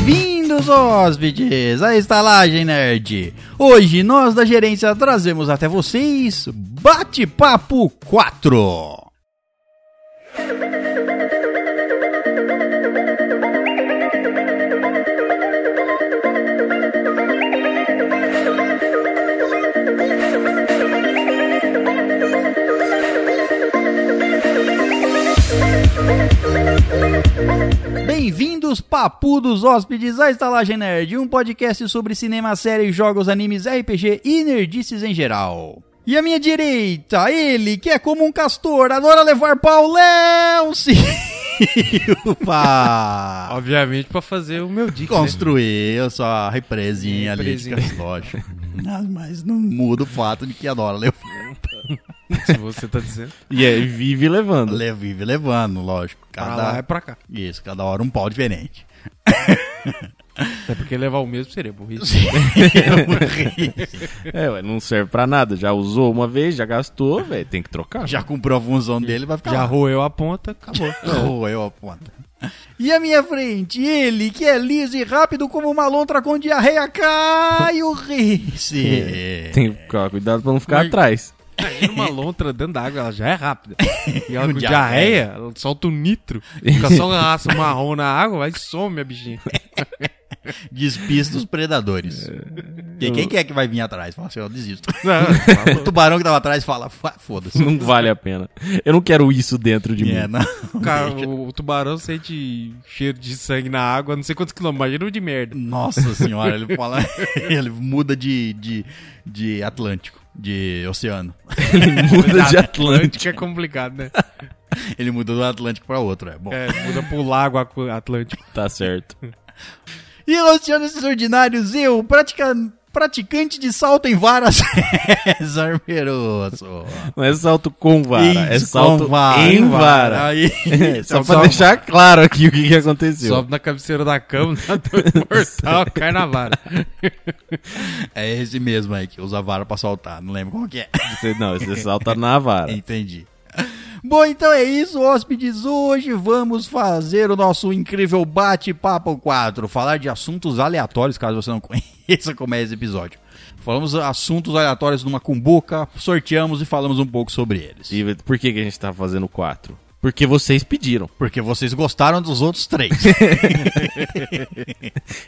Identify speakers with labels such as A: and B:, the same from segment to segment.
A: meus hóspedes, a estalagem nerd. Hoje nós da gerência trazemos até vocês Bate-Papo 4. Bem-vindos, papudos hóspedes, à Estalagem Nerd, um podcast sobre cinema, séries, jogos, animes, RPG e nerdices em geral. E à minha direita, ele que é como um castor, adora levar pau, Léo Silva.
B: Obviamente pra fazer o meu dick, né?
A: Construiu sua represinha ali,
B: Represinha.
A: de lógico. Mas- Ah, Mas não muda o fato de que adora levar.
B: Se você tá dizendo.
C: E aí vive levando.
A: Le- Vive levando, lógico.
B: Pra lá é
A: Cada...
B: pra cá.
A: Isso, cada hora um pau diferente.
B: Até porque levar o mesmo seria burrice.
C: É, ué, não serve pra nada. Já usou uma vez, já gastou, velho. Tem que trocar.
A: Já cumpriu a função dele, vai ficar
B: Já
A: lá.
B: roeu a ponta, acabou.
A: Oh, eu aponto. E à minha frente, ele que é liso e rápido como uma lontra com diarreia, Caio Reis.
C: Tem que ficar cuidado pra não ficar
B: Mas-
C: atrás.
B: Imagina uma lontra dentro da água, ela já é rápida. E ela
A: Com
B: com Um diarreia, ela solta um nitro. Fica só uma raça marrom na água, vai e some a bichinha.
A: Despista os predadores. Porque quem que é que vai vir atrás? Fala assim, eu desisto.
B: Não,
A: O tubarão que tava atrás fala, "Fa- foda-se.
C: Não vale a pena. Eu não quero isso dentro de
A: É,
C: mim.
A: não.
B: o, cara, o, o tubarão sente cheiro de sangue na água, não sei quantos quilômetros, imagina o de merda.
A: Nossa senhora, ele fala. ele muda de, de, de Atlântico, de oceano.
C: Ele muda de
B: Que é
C: Atlântico.
B: complicado, né?
A: Ele muda do Atlântico pra outro, é bom.
B: É, muda pro lago Acu- Atlântico.
C: Tá certo.
A: E Luciano esses ordinários, eu, pratica- praticante de salto em varas, César Meroso.
C: Não é salto com vara, é
A: Isso,
C: salto
A: com vara. Ah,
C: em vara.
A: Aí,
C: É, Só
A: um
B: Então,
C: pra
B: só-
C: deixar claro aqui o que, que aconteceu.
B: Sobe na cabeceira da cama, dá dois mortal, cai na vara.
A: é esse mesmo aí que usa vara pra saltar, não lembro qual que é.
C: Você- não, você salta na vara.
A: Entendi. Bom, então é isso, hóspedes. Hoje vamos fazer o nosso incrível bate-papo 4. Falar de assuntos aleatórios, caso você não conheça como é esse episódio. Falamos assuntos aleatórios numa cumbuca, sorteamos e falamos um pouco sobre eles.
C: E por que, que a gente tá fazendo quatro? Porque vocês pediram.
A: Porque vocês gostaram dos outros três.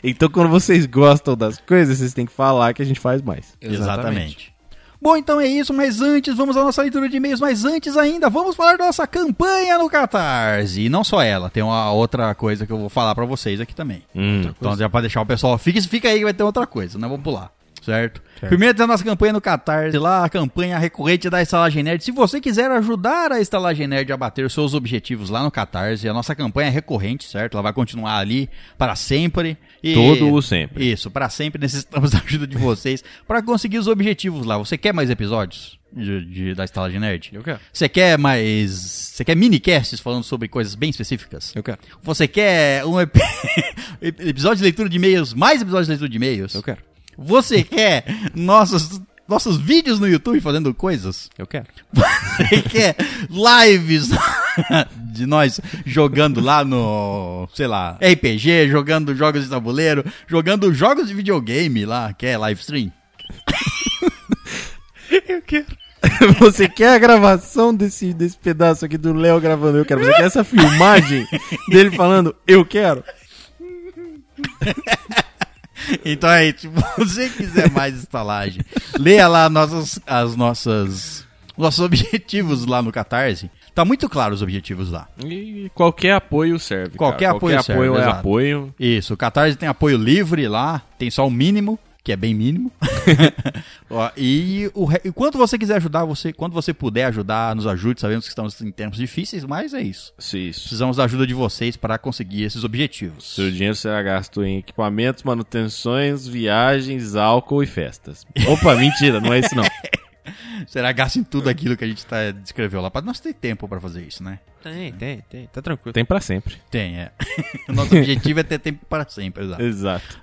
C: Então quando vocês gostam das coisas, vocês têm que falar que a gente faz mais.
A: Exatamente. Bom, então é isso, mas antes, vamos à nossa leitura de e-mails, mas antes ainda, vamos falar da nossa campanha no Catarse. E não só ela, tem uma outra coisa que eu vou falar pra vocês aqui também.
C: Hum.
A: Então, já pra deixar o pessoal, fica, fica aí que vai ter outra coisa, né? Vamos pular. Certo? Primeiro tem a nossa campanha no Catarse, lá a campanha recorrente da Estalagem Nerd. Se você quiser ajudar a Estalagem Nerd a bater os seus objetivos lá no Catarse, a nossa campanha é recorrente, certo? Ela vai continuar ali para sempre. E-
C: Todo o sempre.
A: isso, para sempre necessitamos da ajuda de vocês para conseguir os objetivos lá. Você quer mais episódios de, de- da Estalagem Nerd?
B: Eu quero.
A: Você quer mais. Você quer minicasts falando sobre coisas bem específicas?
B: Eu quero.
A: Você quer um ep- episódio de leitura de e-mails? Mais episódios de leitura de e-mails?
B: Eu quero.
A: Você quer nossos, nossos vídeos no YouTube fazendo coisas?
B: Eu quero.
A: Você quer lives de nós jogando lá no, sei lá, RPG, jogando jogos de tabuleiro, jogando jogos de videogame lá, que é live stream?
B: Eu quero.
C: Você quer a gravação desse, desse pedaço aqui do Léo gravando? Eu quero. Você quer essa filmagem dele falando eu quero?
A: Então é isso. Se você quiser mais estalagem, leia lá nossas, as nossas, nossos objetivos lá no Catarse. Tá muito claro os objetivos lá.
C: E qualquer apoio serve.
A: Qualquer
C: cara.
A: apoio serve,
C: apoio é
A: exato.
C: apoio.
A: Isso, o Catarse tem apoio livre lá, tem só o mínimo, que é bem mínimo. Ó, e o re- e quanto você quiser ajudar, você, quando você puder ajudar, nos ajude. Sabemos que estamos em tempos difíceis, mas é isso.
C: Se isso.
A: Precisamos da ajuda de vocês para conseguir esses objetivos.
C: Seu dinheiro será gasto em equipamentos, manutenções, viagens, álcool e festas. Opa, mentira, não é isso não.
A: Será gasto em tudo aquilo que a gente tá, descreveu lá. Pra nós ter tempo para fazer isso, né?
B: Tem, tem, tem. Tá tranquilo.
C: Tem pra sempre.
A: Tem, é. Nosso objetivo é ter tempo para sempre, exato.
C: Exato.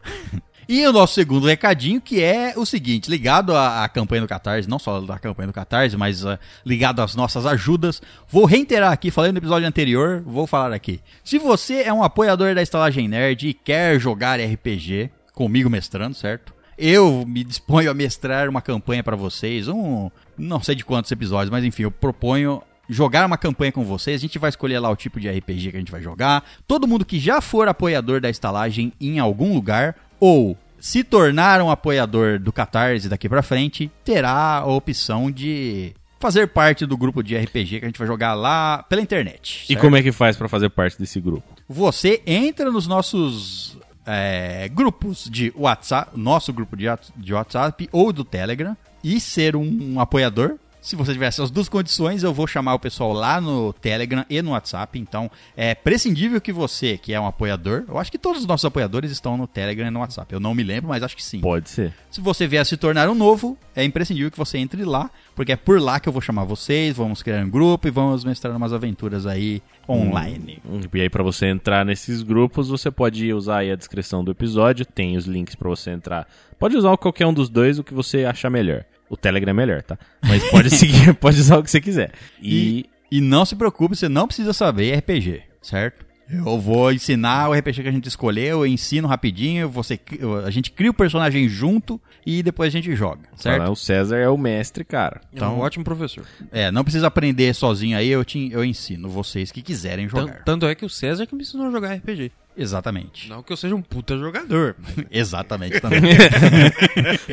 A: E o nosso segundo recadinho, que é o seguinte, ligado à, à campanha do Catarse, não só da campanha do Catarse, mas ah, ligado às nossas ajudas, vou reiterar aqui, falei no episódio anterior, vou falar aqui. Se você é um apoiador da Estalagem Nerd e quer jogar RPG, comigo mestrando, certo? Eu me disponho a mestrar uma campanha pra vocês, um, não sei de quantos episódios, mas enfim, eu proponho jogar uma campanha com vocês. A gente vai escolher lá o tipo de RPG que a gente vai jogar. Todo mundo que já for apoiador da estalagem em algum lugar ou se tornar um apoiador do Catarse daqui pra frente, terá a opção de fazer parte do grupo de RPG que a gente vai jogar lá pela internet.
C: E
A: certo?
C: como é que faz pra fazer parte desse grupo?
A: Você entra nos nossos é, grupos de WhatsApp, nosso grupo de at- de WhatsApp ou do Telegram e ser um, um apoiador. Se você tiver essas duas condições, eu vou chamar o pessoal lá no Telegram e no WhatsApp. Então, é prescindível que você, que é um apoiador, eu acho que todos os nossos apoiadores estão no Telegram e no WhatsApp. Eu não me lembro, mas acho que sim.
C: Pode ser.
A: Se você vier se tornar um novo, é imprescindível que você entre lá, porque é por lá que eu vou chamar vocês, vamos criar um grupo e vamos mestrar umas aventuras aí online.
C: Hum, E aí, pra você entrar nesses grupos, você pode usar aí a descrição do episódio, tem os links pra você entrar. Pode usar qualquer um dos dois, o que você achar melhor. O Telegram é melhor, tá? Mas pode seguir, pode usar o que você quiser. E,
A: E não se preocupe, você não precisa saber RPG, certo? Eu vou ensinar o RPG que a gente escolheu, eu ensino rapidinho, você, a gente cria o personagem junto e depois a gente joga, certo?
C: falar, o César é o mestre, cara.
B: é um ótimo professor.
A: É, não precisa aprender sozinho aí, eu, te, eu ensino vocês que quiserem
B: Tan-
A: jogar.
B: tanto é que o César que me ensinou a jogar RPG.
A: Exatamente.
B: Não que eu seja um puta jogador.
A: Exatamente também.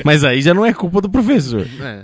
C: Mas aí já não é culpa do professor.
B: É.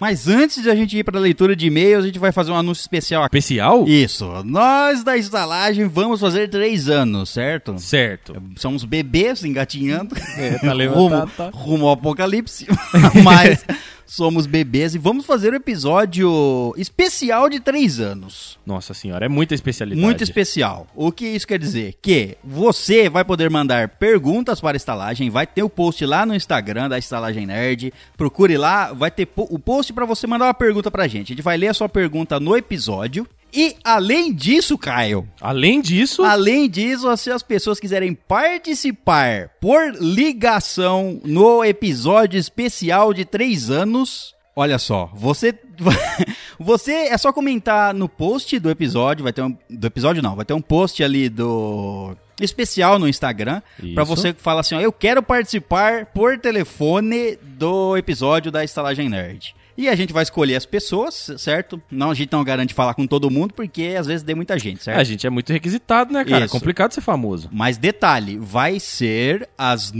A: Mas antes de a gente ir para a leitura de e-mails, a gente vai fazer um anúncio especial aqui.
C: Especial?
A: Isso, nós da estalagem vamos fazer três anos, certo?
C: Certo.
A: São uns bebês engatinhando
C: tá
A: rumo,
C: levantado, tá.
A: rumo ao apocalipse, mas somos bebês e vamos fazer um episódio especial de três anos.
C: Nossa senhora, é muita especialidade.
A: Muito especial. O que isso quer dizer? Que você vai poder mandar perguntas para a estalagem, vai ter o post lá no Instagram da Estalagem Nerd. Procure lá, vai ter po- o post para você mandar uma pergunta pra gente. A gente vai ler a sua pergunta no episódio. E além disso, Caio,
C: Além disso,
A: além disso, se as pessoas quiserem participar por ligação no episódio especial de três anos, olha só, você. Você é só comentar no post do episódio, vai ter um. Do episódio não, vai ter um post ali do. Especial no Instagram, pra
C: Isso.
A: você falar assim: ó, eu quero participar por telefone do episódio da Estalagem Nerd. E a gente vai escolher as pessoas, certo? Não, a gente não garante falar com todo mundo, porque às vezes tem muita gente, certo?
C: a gente é muito requisitado, né, cara?
A: Isso.
C: É complicado ser famoso.
A: Mas detalhe, vai ser às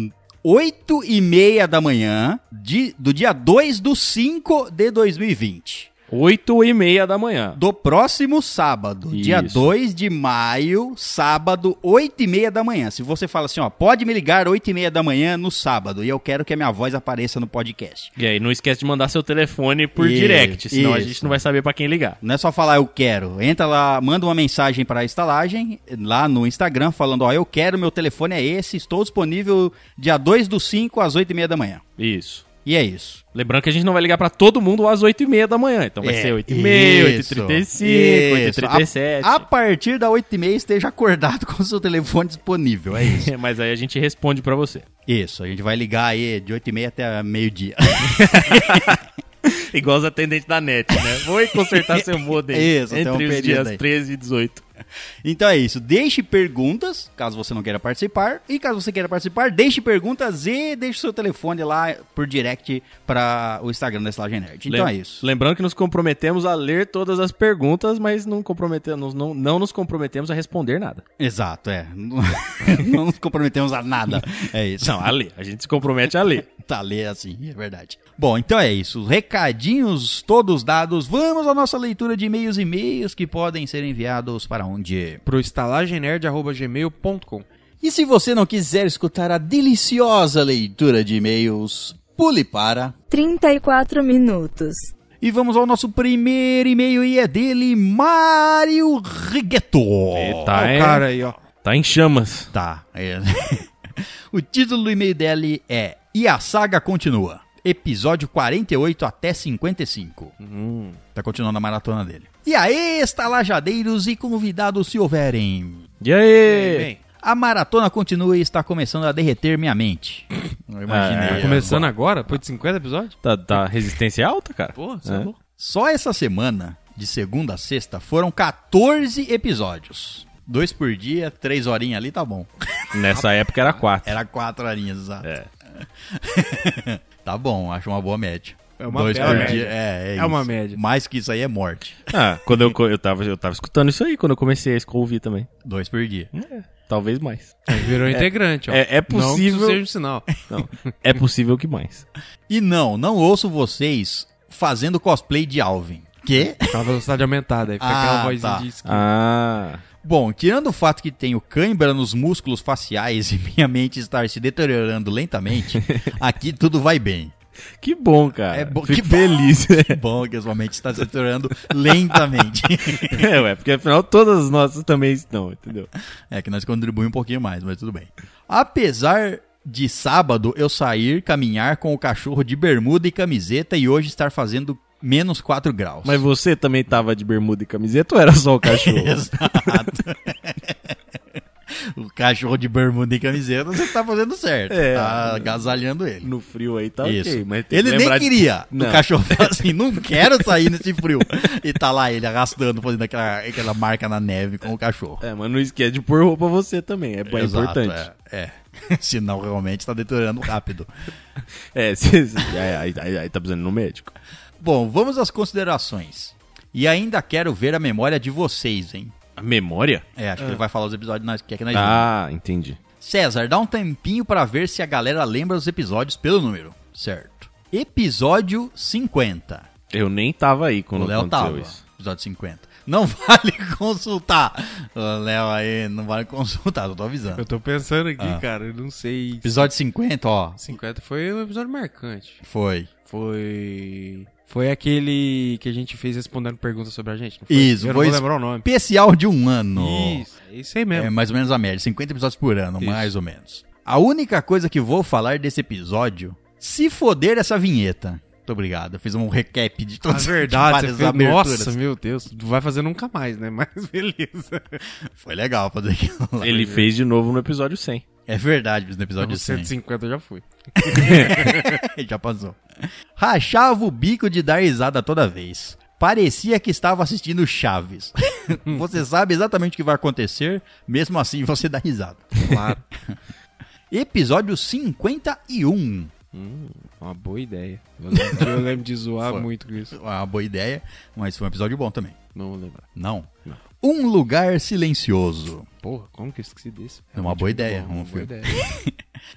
A: 8 e meia da manhã de- do dia 2 do 5 de 2020.
C: Oito e meia da manhã.
A: Do próximo sábado, dia
C: Isso.
A: 2 de maio, sábado, 8 e meia da manhã. Se você fala assim, ó, pode me ligar 8 e meia da manhã no sábado e eu quero que a minha voz apareça no podcast.
C: E aí, não esquece de mandar seu telefone por
A: Isso,
C: direct, senão a
A: isso.
C: gente não vai saber pra quem ligar.
A: Não é só falar eu quero. Entra lá, manda uma mensagem para a estalagem lá no Instagram falando, ó, eu quero, meu telefone é esse, estou disponível dia 2 do 5 às 8 e meia da manhã.
C: Isso.
A: E é isso.
C: Lembrando que a gente não vai ligar pra todo mundo às oito e meia da manhã. Então vai
A: É,
C: ser oito e meia, oito e
A: isso,
C: trinta e cinco, oito e
A: isso.
C: trinta e sete.
A: A partir da 8h30 esteja acordado com o seu telefone disponível. É isso.
C: Mas aí a gente responde pra você.
A: isso, a gente vai ligar aí de 8h30 até meio-dia.
C: Igual os atendentes da NET, né? Vou consertar seu modem
A: Isso, tem um
C: entre os
A: período
C: dias
A: aí.
C: 13 e 18.
A: Então é isso. Deixe perguntas, caso você não queira participar. E caso você queira participar, deixe perguntas e deixe seu telefone lá por direct para o Instagram da Estalagem Nerd. Então é
C: Lem-
A: isso.
C: Lembrando que nos comprometemos a ler todas as perguntas, mas não, comprometemos, não, não nos comprometemos a responder nada.
A: Exato, é. não nos comprometemos a nada. É isso.
C: Não, a ler. A gente se compromete a ler.
A: Tá lê assim, é verdade. Bom, então é isso. Recadinhos todos dados. Vamos à nossa leitura de e-mails e e-mails que podem ser enviados para onde?
B: Pro estalagenerd.gmail.com
A: E se você não quiser escutar a deliciosa leitura de e-mails, pule para.
D: 34 minutos.
A: E vamos ao nosso primeiro e-mail e é dele, Mário Rigueto.
C: Tá,
B: Olha
C: é,
B: o cara aí, ó.
C: tá em chamas.
A: Tá. é. o título do e-mail dele é E a Saga Continua. Episódio 48 até 55. Tá continuando a maratona dele. E aí, estalajadeiros e convidados se houverem.
C: E aí?
B: Bem,
A: A maratona continua e está começando a derreter minha mente. Eu imaginei.
C: É,
B: Tá começando agora? Foi de 50 episódios?
C: Tá, tá resistência alta, cara?
B: Pô, você é,
C: É.
B: louco.
A: Só essa semana, de segunda a sexta, foram 14 episódios. Dois por dia, três horinhas ali, tá bom.
C: Nessa época era quatro.
A: Era quatro horinhas, exato.
C: É.
A: tá bom, acho uma boa média.
B: É uma
A: Dois
B: bela
A: por
B: média.
A: dia, é, é,
B: É uma
A: isso.
B: média.
A: Mais que isso aí é morte.
C: Ah, quando eu, co- eu, tava, eu tava escutando isso aí, quando eu comecei a ouvir também.
A: Dois por dia.
C: É, talvez mais.
B: Aí virou integrante, ó.
C: é- é
B: Não que isso
C: possível-
B: seja um sinal.
C: Não, é possível que mais.
A: E não, não ouço vocês fazendo cosplay de Alvin. Quê?
B: Aquela velocidade aumentada, aí fica
A: Ah,
B: aquela vozinha
A: tá.
B: de esquina.
C: Ah,
A: Bom, tirando o fato que tenho cãibra nos músculos faciais e minha mente estar se deteriorando lentamente, aqui tudo vai bem.
C: que bom, cara.
A: É bom-
C: Ah, Fico
A: que bom.
C: feliz.
A: Que bom que a sua mente está se deteriorando lentamente.
C: é, ué, porque afinal todas as nossas também estão, entendeu?
A: É que nós contribuímos um pouquinho mais, mas tudo bem. Apesar de sábado eu sair caminhar com o cachorro de bermuda e camiseta e hoje estar fazendo menos 4 graus.
C: Mas você também tava de bermuda e camiseta ou era só o cachorro?
A: Exato. o cachorro de bermuda e camiseta, você tá fazendo certo.
C: É.
A: Tá agasalhando ele.
C: no frio aí tá
A: Isso.
C: ok, mas tem
A: ele
C: que
A: nem
C: lembrar de-
A: queria. O
C: Não.
A: cachorro falou assim: não quero sair nesse frio. E tá lá ele arrastando, fazendo aquela, aquela marca na neve com o cachorro.
C: É, mas não esquece de pôr roupa você também, é, é
A: Exato,
C: importante.
A: É. é. Senão realmente tá deteriorando rápido.
C: É, se- se- aí, aí- aí- aí tá precisando ir no médico.
A: Bom, vamos às considerações. E ainda quero ver a memória de vocês, hein?
C: A memória?
A: É, acho que ele vai falar os episódios nós, que é que nós vimos.
C: Ah, entendi.
A: César, dá um tempinho pra ver se a galera lembra os episódios pelo número. Certo. Episódio 50.
C: Eu nem tava aí quando
A: o Léo
C: aconteceu
A: tava.
C: isso.
A: Episódio 50. Não vale consultar. O Léo aí, não vale consultar, eu tô avisando.
B: Eu tô pensando aqui, cara, eu não sei.
A: Episódio 50, ó.
B: 50 foi um episódio marcante.
A: Foi.
B: Foi. Foi aquele que a gente fez respondendo perguntas sobre a gente, não foi?
A: Isso,
B: Eu
A: foi
B: não vou lembrar o nome.
A: especial de um ano.
B: Isso, é isso aí
A: É
B: mesmo.
A: mais ou menos a média, 50 episódios por ano,
B: Isso.
A: mais ou menos. A única coisa que vou falar desse episódio, se foder essa vinheta. Muito obrigado, eu fiz um recap de
B: A
A: todas
B: Ah, verdade,
A: várias
B: você fez...
A: aberturas.
B: Nossa, meu Deus, não vai fazer nunca mais, né? Mas beleza.
A: Foi legal fazer aquilo lá.
C: Ele fez de novo no episódio 100.
A: É verdade, no episódio
B: Então,
A: 100.
B: 150 eu já fui.
A: Já passou. Rachava o bico de dar risada toda vez. Parecia que estava assistindo Chaves. você sabe exatamente o que vai acontecer, mesmo assim você dá risada.
B: Claro.
A: Episódio 51.
B: Uma boa ideia. Eu lembro, eu lembro de zoar
A: Foi.
B: muito com isso.
A: Uma boa ideia, mas foi um episódio bom também.
B: Não vou lembrar.
A: Não. Um lugar silencioso.
B: Porra, como que eu esqueci desse?
A: É uma boa ideia,
B: Uma
A: um
B: boa
A: filme.
B: ideia.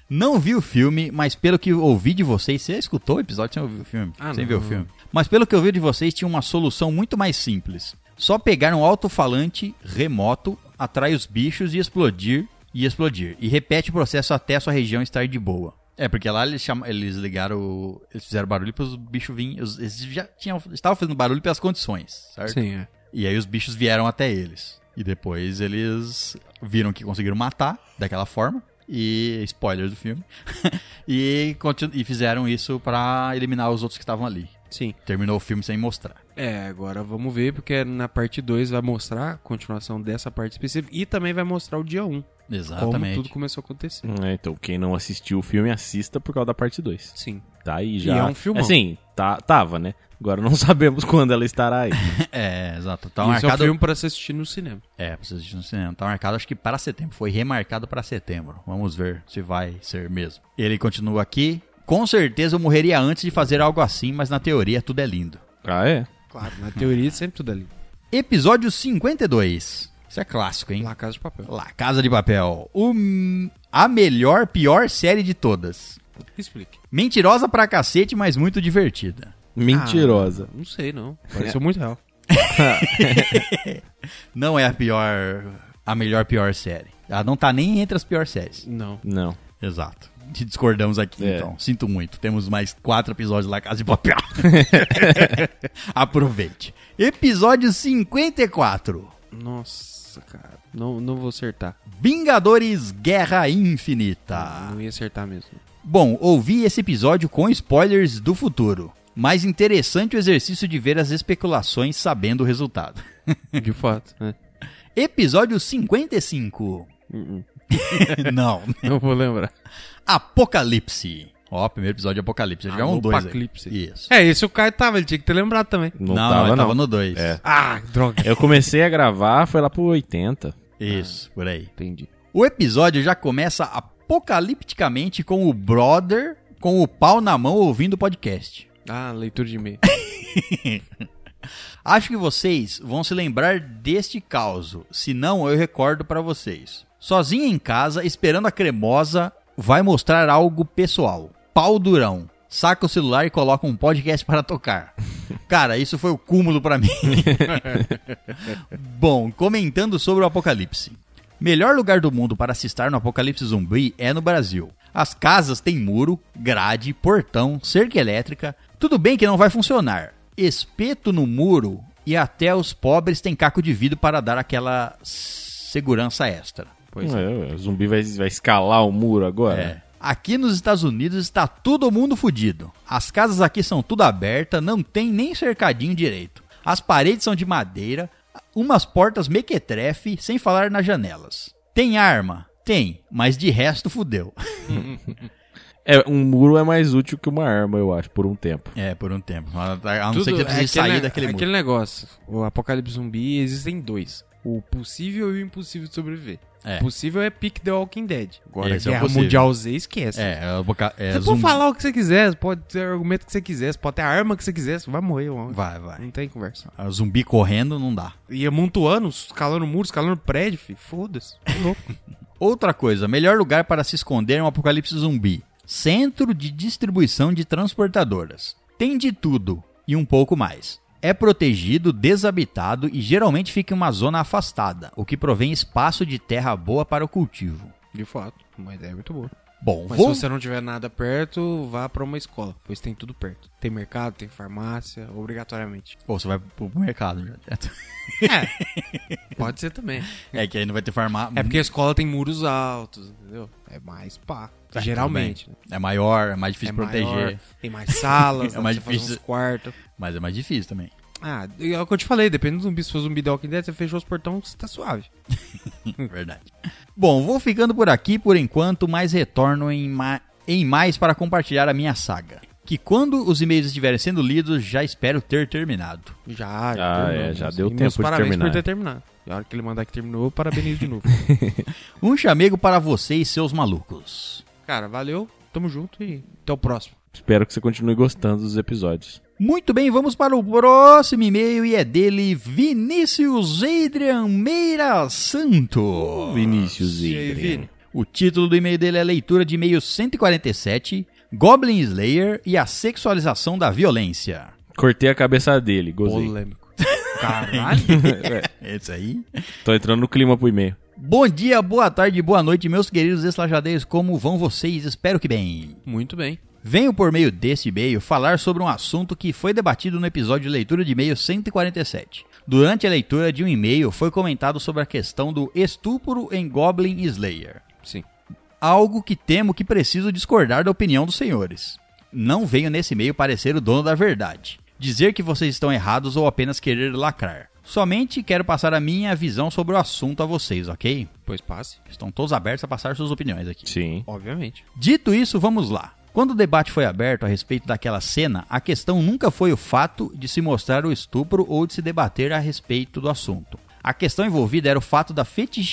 A: Não vi o filme, mas pelo que ouvi de vocês, você escutou o episódio sem ouvir o filme,
B: Ah,
A: sem
B: não.
A: ver o filme. Mas pelo que eu vi de vocês, tinha uma solução muito mais simples. Só pegar um alto-falante remoto, atrai os bichos e explodir e explodir. E repete o processo até a sua região estar de boa. É, porque lá eles, chamam, eles ligaram. o- Eles fizeram barulho para os bichos virem. os- Eles já tinham, estavam fazendo barulho pelas condições, certo?
B: Sim, é.
A: E aí os bichos vieram até eles. E depois eles viram que conseguiram matar daquela forma. E spoiler do filme. e, continu- e fizeram isso pra eliminar os outros que estavam ali.
B: Sim.
A: Terminou o filme sem mostrar.
B: É, agora vamos ver, porque é na parte 2 vai mostrar a continuação dessa parte específica e também vai mostrar o dia 1, um, como
A: Exatamente.
B: tudo começou a acontecer.
C: É, então, quem não assistiu o filme, assista por causa da parte 2.
B: Sim.
C: Tá aí já.
B: é um filmão.
C: Assim, tá, tava, né? Agora não sabemos quando ela estará aí.
A: É, exato. Tá
B: Então, Esse
A: marcado.
B: é um filme pra se assistir no cinema.
A: É, pra vocês assistirem no cinema. Tá marcado, acho que para setembro. Foi remarcado pra setembro. Vamos ver se vai ser mesmo. Ele continua aqui. Com certeza eu morreria antes de fazer algo assim, mas na teoria tudo é lindo.
C: Ah, é?
B: Claro, na teoria sempre tudo ali.
A: Episódio 52. Isso é clássico, hein?
B: Lá Casa de Papel.
A: La Casa de Papel. Um, a melhor, pior série de todas.
B: Explique.
A: Mentirosa pra cacete, mas muito divertida.
C: Mentirosa.
B: Não sei, não. Pareceu muito real.
A: Não é a pior. A melhor, pior série. Ela não tá nem entre as piores séries.
B: Não.
C: Não.
A: Exato. Te discordamos aqui,
C: É.
A: então. Sinto muito. Temos mais quatro episódios lá Casa de Papel. Aproveite. Episódio 54.
B: Nossa, cara. Não, não vou acertar.
A: Vingadores Guerra Infinita.
B: Não ia acertar mesmo.
A: Bom, ouvi esse episódio com spoilers do futuro. Mas interessante o exercício de ver as especulações sabendo o resultado.
B: De fato, né?
A: Episódio 55.
C: Uh-uh.
B: Hum, hum.
A: Não.
B: Não vou lembrar.
A: Apocalipse. Ó, primeiro episódio de Apocalipse. Já jogavam um dois. aí.
B: Apocalipse.
A: Isso.
B: É, esse o Caio tava, ele tinha que ter lembrado também.
C: Não,
A: não,
C: tava,
A: eu
C: não.
A: tava no dois.
C: É.
B: Ah, droga.
C: Eu comecei a gravar, foi lá pro 80.
A: Isso, por aí.
B: Entendi.
A: O episódio já começa apocalipticamente com o brother com o pau na mão ouvindo o podcast.
B: Ah, leitura de e-mail.
A: Acho que vocês vão se lembrar deste caso, se não eu recordo pra vocês. Sozinha em casa, esperando a cremosa, vai mostrar algo pessoal. Pau durão. Saca o celular e coloca um podcast para tocar. Cara, isso foi o cúmulo pra mim. Bom, comentando sobre o apocalipse. Melhor lugar do mundo para se estar no apocalipse zumbi é no Brasil. As casas têm muro, grade, portão, cerca elétrica. Tudo bem que não vai funcionar. Espeto no muro e até os pobres têm caco de vidro para dar aquela segurança extra.
B: Pois é.
C: Ué, O zumbi vai, vai escalar o muro agora?
A: É. Aqui nos Estados Unidos está todo mundo fudido. As casas aqui são tudo aberta, não tem nem cercadinho direito. As paredes são de madeira, umas portas mequetrefe, sem falar nas janelas. Tem arma? Tem, mas de resto fudeu.
C: É, um muro é mais útil que uma arma, eu acho, por um tempo.
A: É, por um tempo. A a não
B: Tudo
A: ser que você precise
B: é aquele
A: sair
B: ne-
A: daquele muro.
B: aquele negócio. O apocalipse zumbi existem dois. O possível e o impossível de sobreviver.
A: É.
B: O possível é Pick the Walking Dead. Agora,
A: Esse é o
B: Guerra
A: possível.
B: Mundial Z, esquece.
A: É, eu vou ca- é,
B: você
A: zumbi.
B: pode falar o que você quiser, você pode ter o argumento que você quiser, você pode ter a arma que você quiser, você vai morrer. mano.
A: Vai, vai.
B: Não tem conversa.
A: Ah, Zumbi correndo não dá.
B: E amontoando, escalando muros, escalando prédio, filho. Foda-se. Tô louco.
A: Outra coisa, melhor lugar para se esconder é um apocalipse zumbi. Centro de distribuição de transportadoras. Tem de tudo e um pouco mais. É protegido, desabitado e geralmente fica em uma zona afastada, o que provém espaço de terra boa para o cultivo.
B: De fato. Uma ideia muito boa.
A: Bom,
B: Mas
A: vou...
B: se você não tiver nada perto, vá pra uma escola, pois tem tudo perto. Tem mercado, tem farmácia, obrigatoriamente.
A: Pô, você vai pro mercado né? já direto.
B: É. pode ser também.
A: É que aí não vai ter farmácia.
B: É porque a escola tem muros altos, entendeu? É mais pá.
A: Tá,
B: geralmente. né?
A: É maior, é mais
B: É
A: difícil proteger.
B: maior, tem mais salas,
A: É
B: dá
A: mais
B: pra você fazer
A: difícil-
B: uns quartos.
A: Mas é mais difícil também.
B: Ah, é o que eu te falei, depende do zumbi. Se for zumbi da Walking Dead, você fechou os portões, você tá suave.
A: Verdade. Bom, vou ficando por aqui por enquanto, mas retorno em, ma- em mais para compartilhar a minha saga. Que quando os e-mails estiverem sendo lidos, já espero ter terminado.
B: Já,
C: Ah,
B: terminou,
C: é, já
B: moço.
C: deu
B: E meus
C: tempo de
B: parabéns
C: terminar.
B: por ter terminado. E a hora que ele mandar que terminou, eu parabenizo de novo.
A: Um chamego para você e seus malucos.
B: Cara, valeu, tamo junto e até o próximo.
C: Espero que você continue gostando dos episódios.
A: Muito bem, vamos para o próximo e-mail e é dele Vinícius Adrian Meira Santo.
C: Vinícius
B: E aí, Vini?
A: O título do e-mail dele é Leitura de e-mail 147, Goblin Slayer e a sexualização da violência.
C: Cortei a cabeça dele, gozei.
B: Polêmico. Caralho.
A: Esse aí
C: Tô entrando no clima pro e-mail.
A: Bom dia, boa tarde, boa noite, meus queridos estalajadeiros, como vão vocês? Espero que bem.
B: Muito bem.
A: Venho por meio deste e-mail falar sobre um assunto que foi debatido no episódio de leitura de e-mail 147. Durante a leitura de um e-mail foi comentado sobre a questão do estupro em Goblin Slayer.
B: Sim.
A: Algo que temo que preciso discordar da opinião dos senhores. Não venho nesse e-mail parecer o dono da verdade, dizer que vocês estão errados ou apenas querer lacrar. Somente quero passar a minha visão sobre o assunto a vocês, ok?
B: Pois passe.
A: Estão todos abertos a passar suas opiniões aqui.
C: Sim.
B: Obviamente.
A: Dito isso, vamos lá. Quando o debate foi aberto a respeito daquela cena, a questão nunca foi o fato de se mostrar o estupro ou de se debater a respeito do assunto. A questão envolvida era o fato da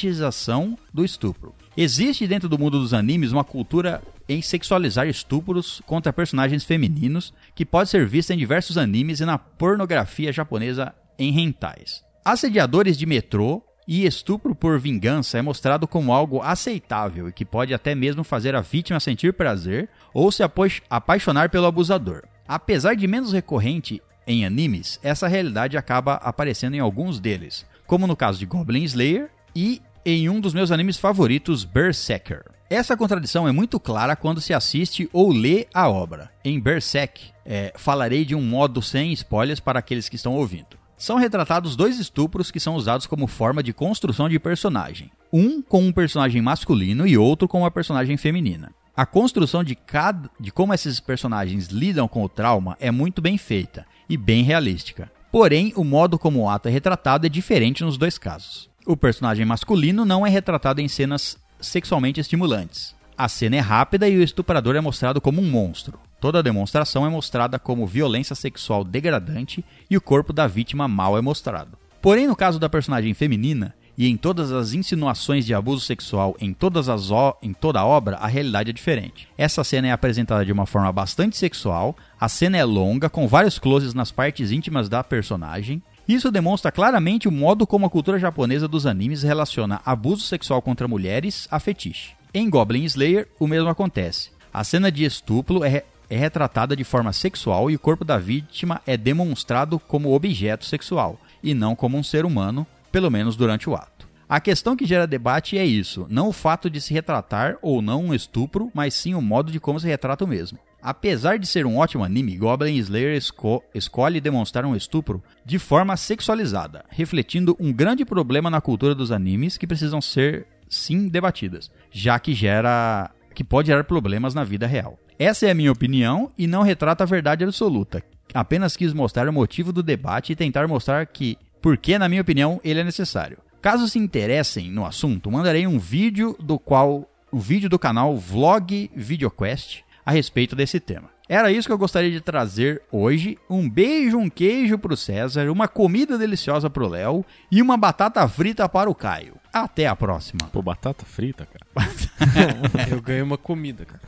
A: fetichização do estupro. Existe dentro do mundo dos animes uma cultura em sexualizar estupros contra personagens femininos que pode ser vista em diversos animes e na pornografia japonesa em hentais. Assediadores de metrô e estupro por vingança é mostrado como algo aceitável e que pode até mesmo fazer a vítima sentir prazer ou se apoi- apaixonar pelo abusador. Apesar de menos recorrente em animes, essa realidade acaba aparecendo em alguns deles, como no caso de Goblin Slayer e em um dos meus animes favoritos, Berserker. Essa contradição é muito clara quando se assiste ou lê a obra. Em Berserk, é, falarei de um modo sem spoilers para aqueles que estão ouvindo. São retratados dois estupros que são usados como forma de construção de personagem. Um com um personagem masculino e outro com uma personagem feminina. A construção de cada de como esses personagens lidam com o trauma é muito bem feita e bem realística. Porém, o modo como o ato é retratado é diferente nos dois casos. O personagem masculino não é retratado em cenas sexualmente estimulantes. A cena é rápida e o estuprador é mostrado como um monstro. Toda a demonstração é mostrada como violência sexual degradante e o corpo da vítima mal é mostrado. Porém, no caso da personagem feminina, e em todas as insinuações de abuso sexual em todas as o- em toda a obra, a realidade é diferente. Essa cena é apresentada de uma forma bastante sexual, a cena é longa, com vários closes nas partes íntimas da personagem. Isso demonstra claramente o modo como a cultura japonesa dos animes relaciona abuso sexual contra mulheres a fetiche. Em Goblin Slayer, o mesmo acontece. A cena de estupro é, re- é retratada de forma sexual e o corpo da vítima é demonstrado como objeto sexual, e não como um ser humano, pelo menos durante o ato. A questão que gera debate é isso, não o fato de se retratar ou não um estupro, mas sim o modo de como se retrata o mesmo. Apesar de ser um ótimo anime, Goblin Slayer esco- escolhe demonstrar um estupro de forma sexualizada, refletindo um grande problema na cultura dos animes que precisam ser sim debatidas, já que gera que pode gerar problemas na vida real. Essa é a minha opinião e não retrata a verdade absoluta. Apenas quis mostrar o motivo do debate e tentar mostrar que, porque na minha opinião, ele é necessário. Caso se interessem no assunto, mandarei um vídeo do qual o vídeo do canal Vlog Videoquest a respeito desse tema. Era isso que eu gostaria de trazer hoje. Um beijo, um queijo pro César, uma comida deliciosa pro Léo e uma batata frita para o Caio. Até a próxima.
C: Pô, batata frita, cara.
B: Eu ganho uma comida, cara.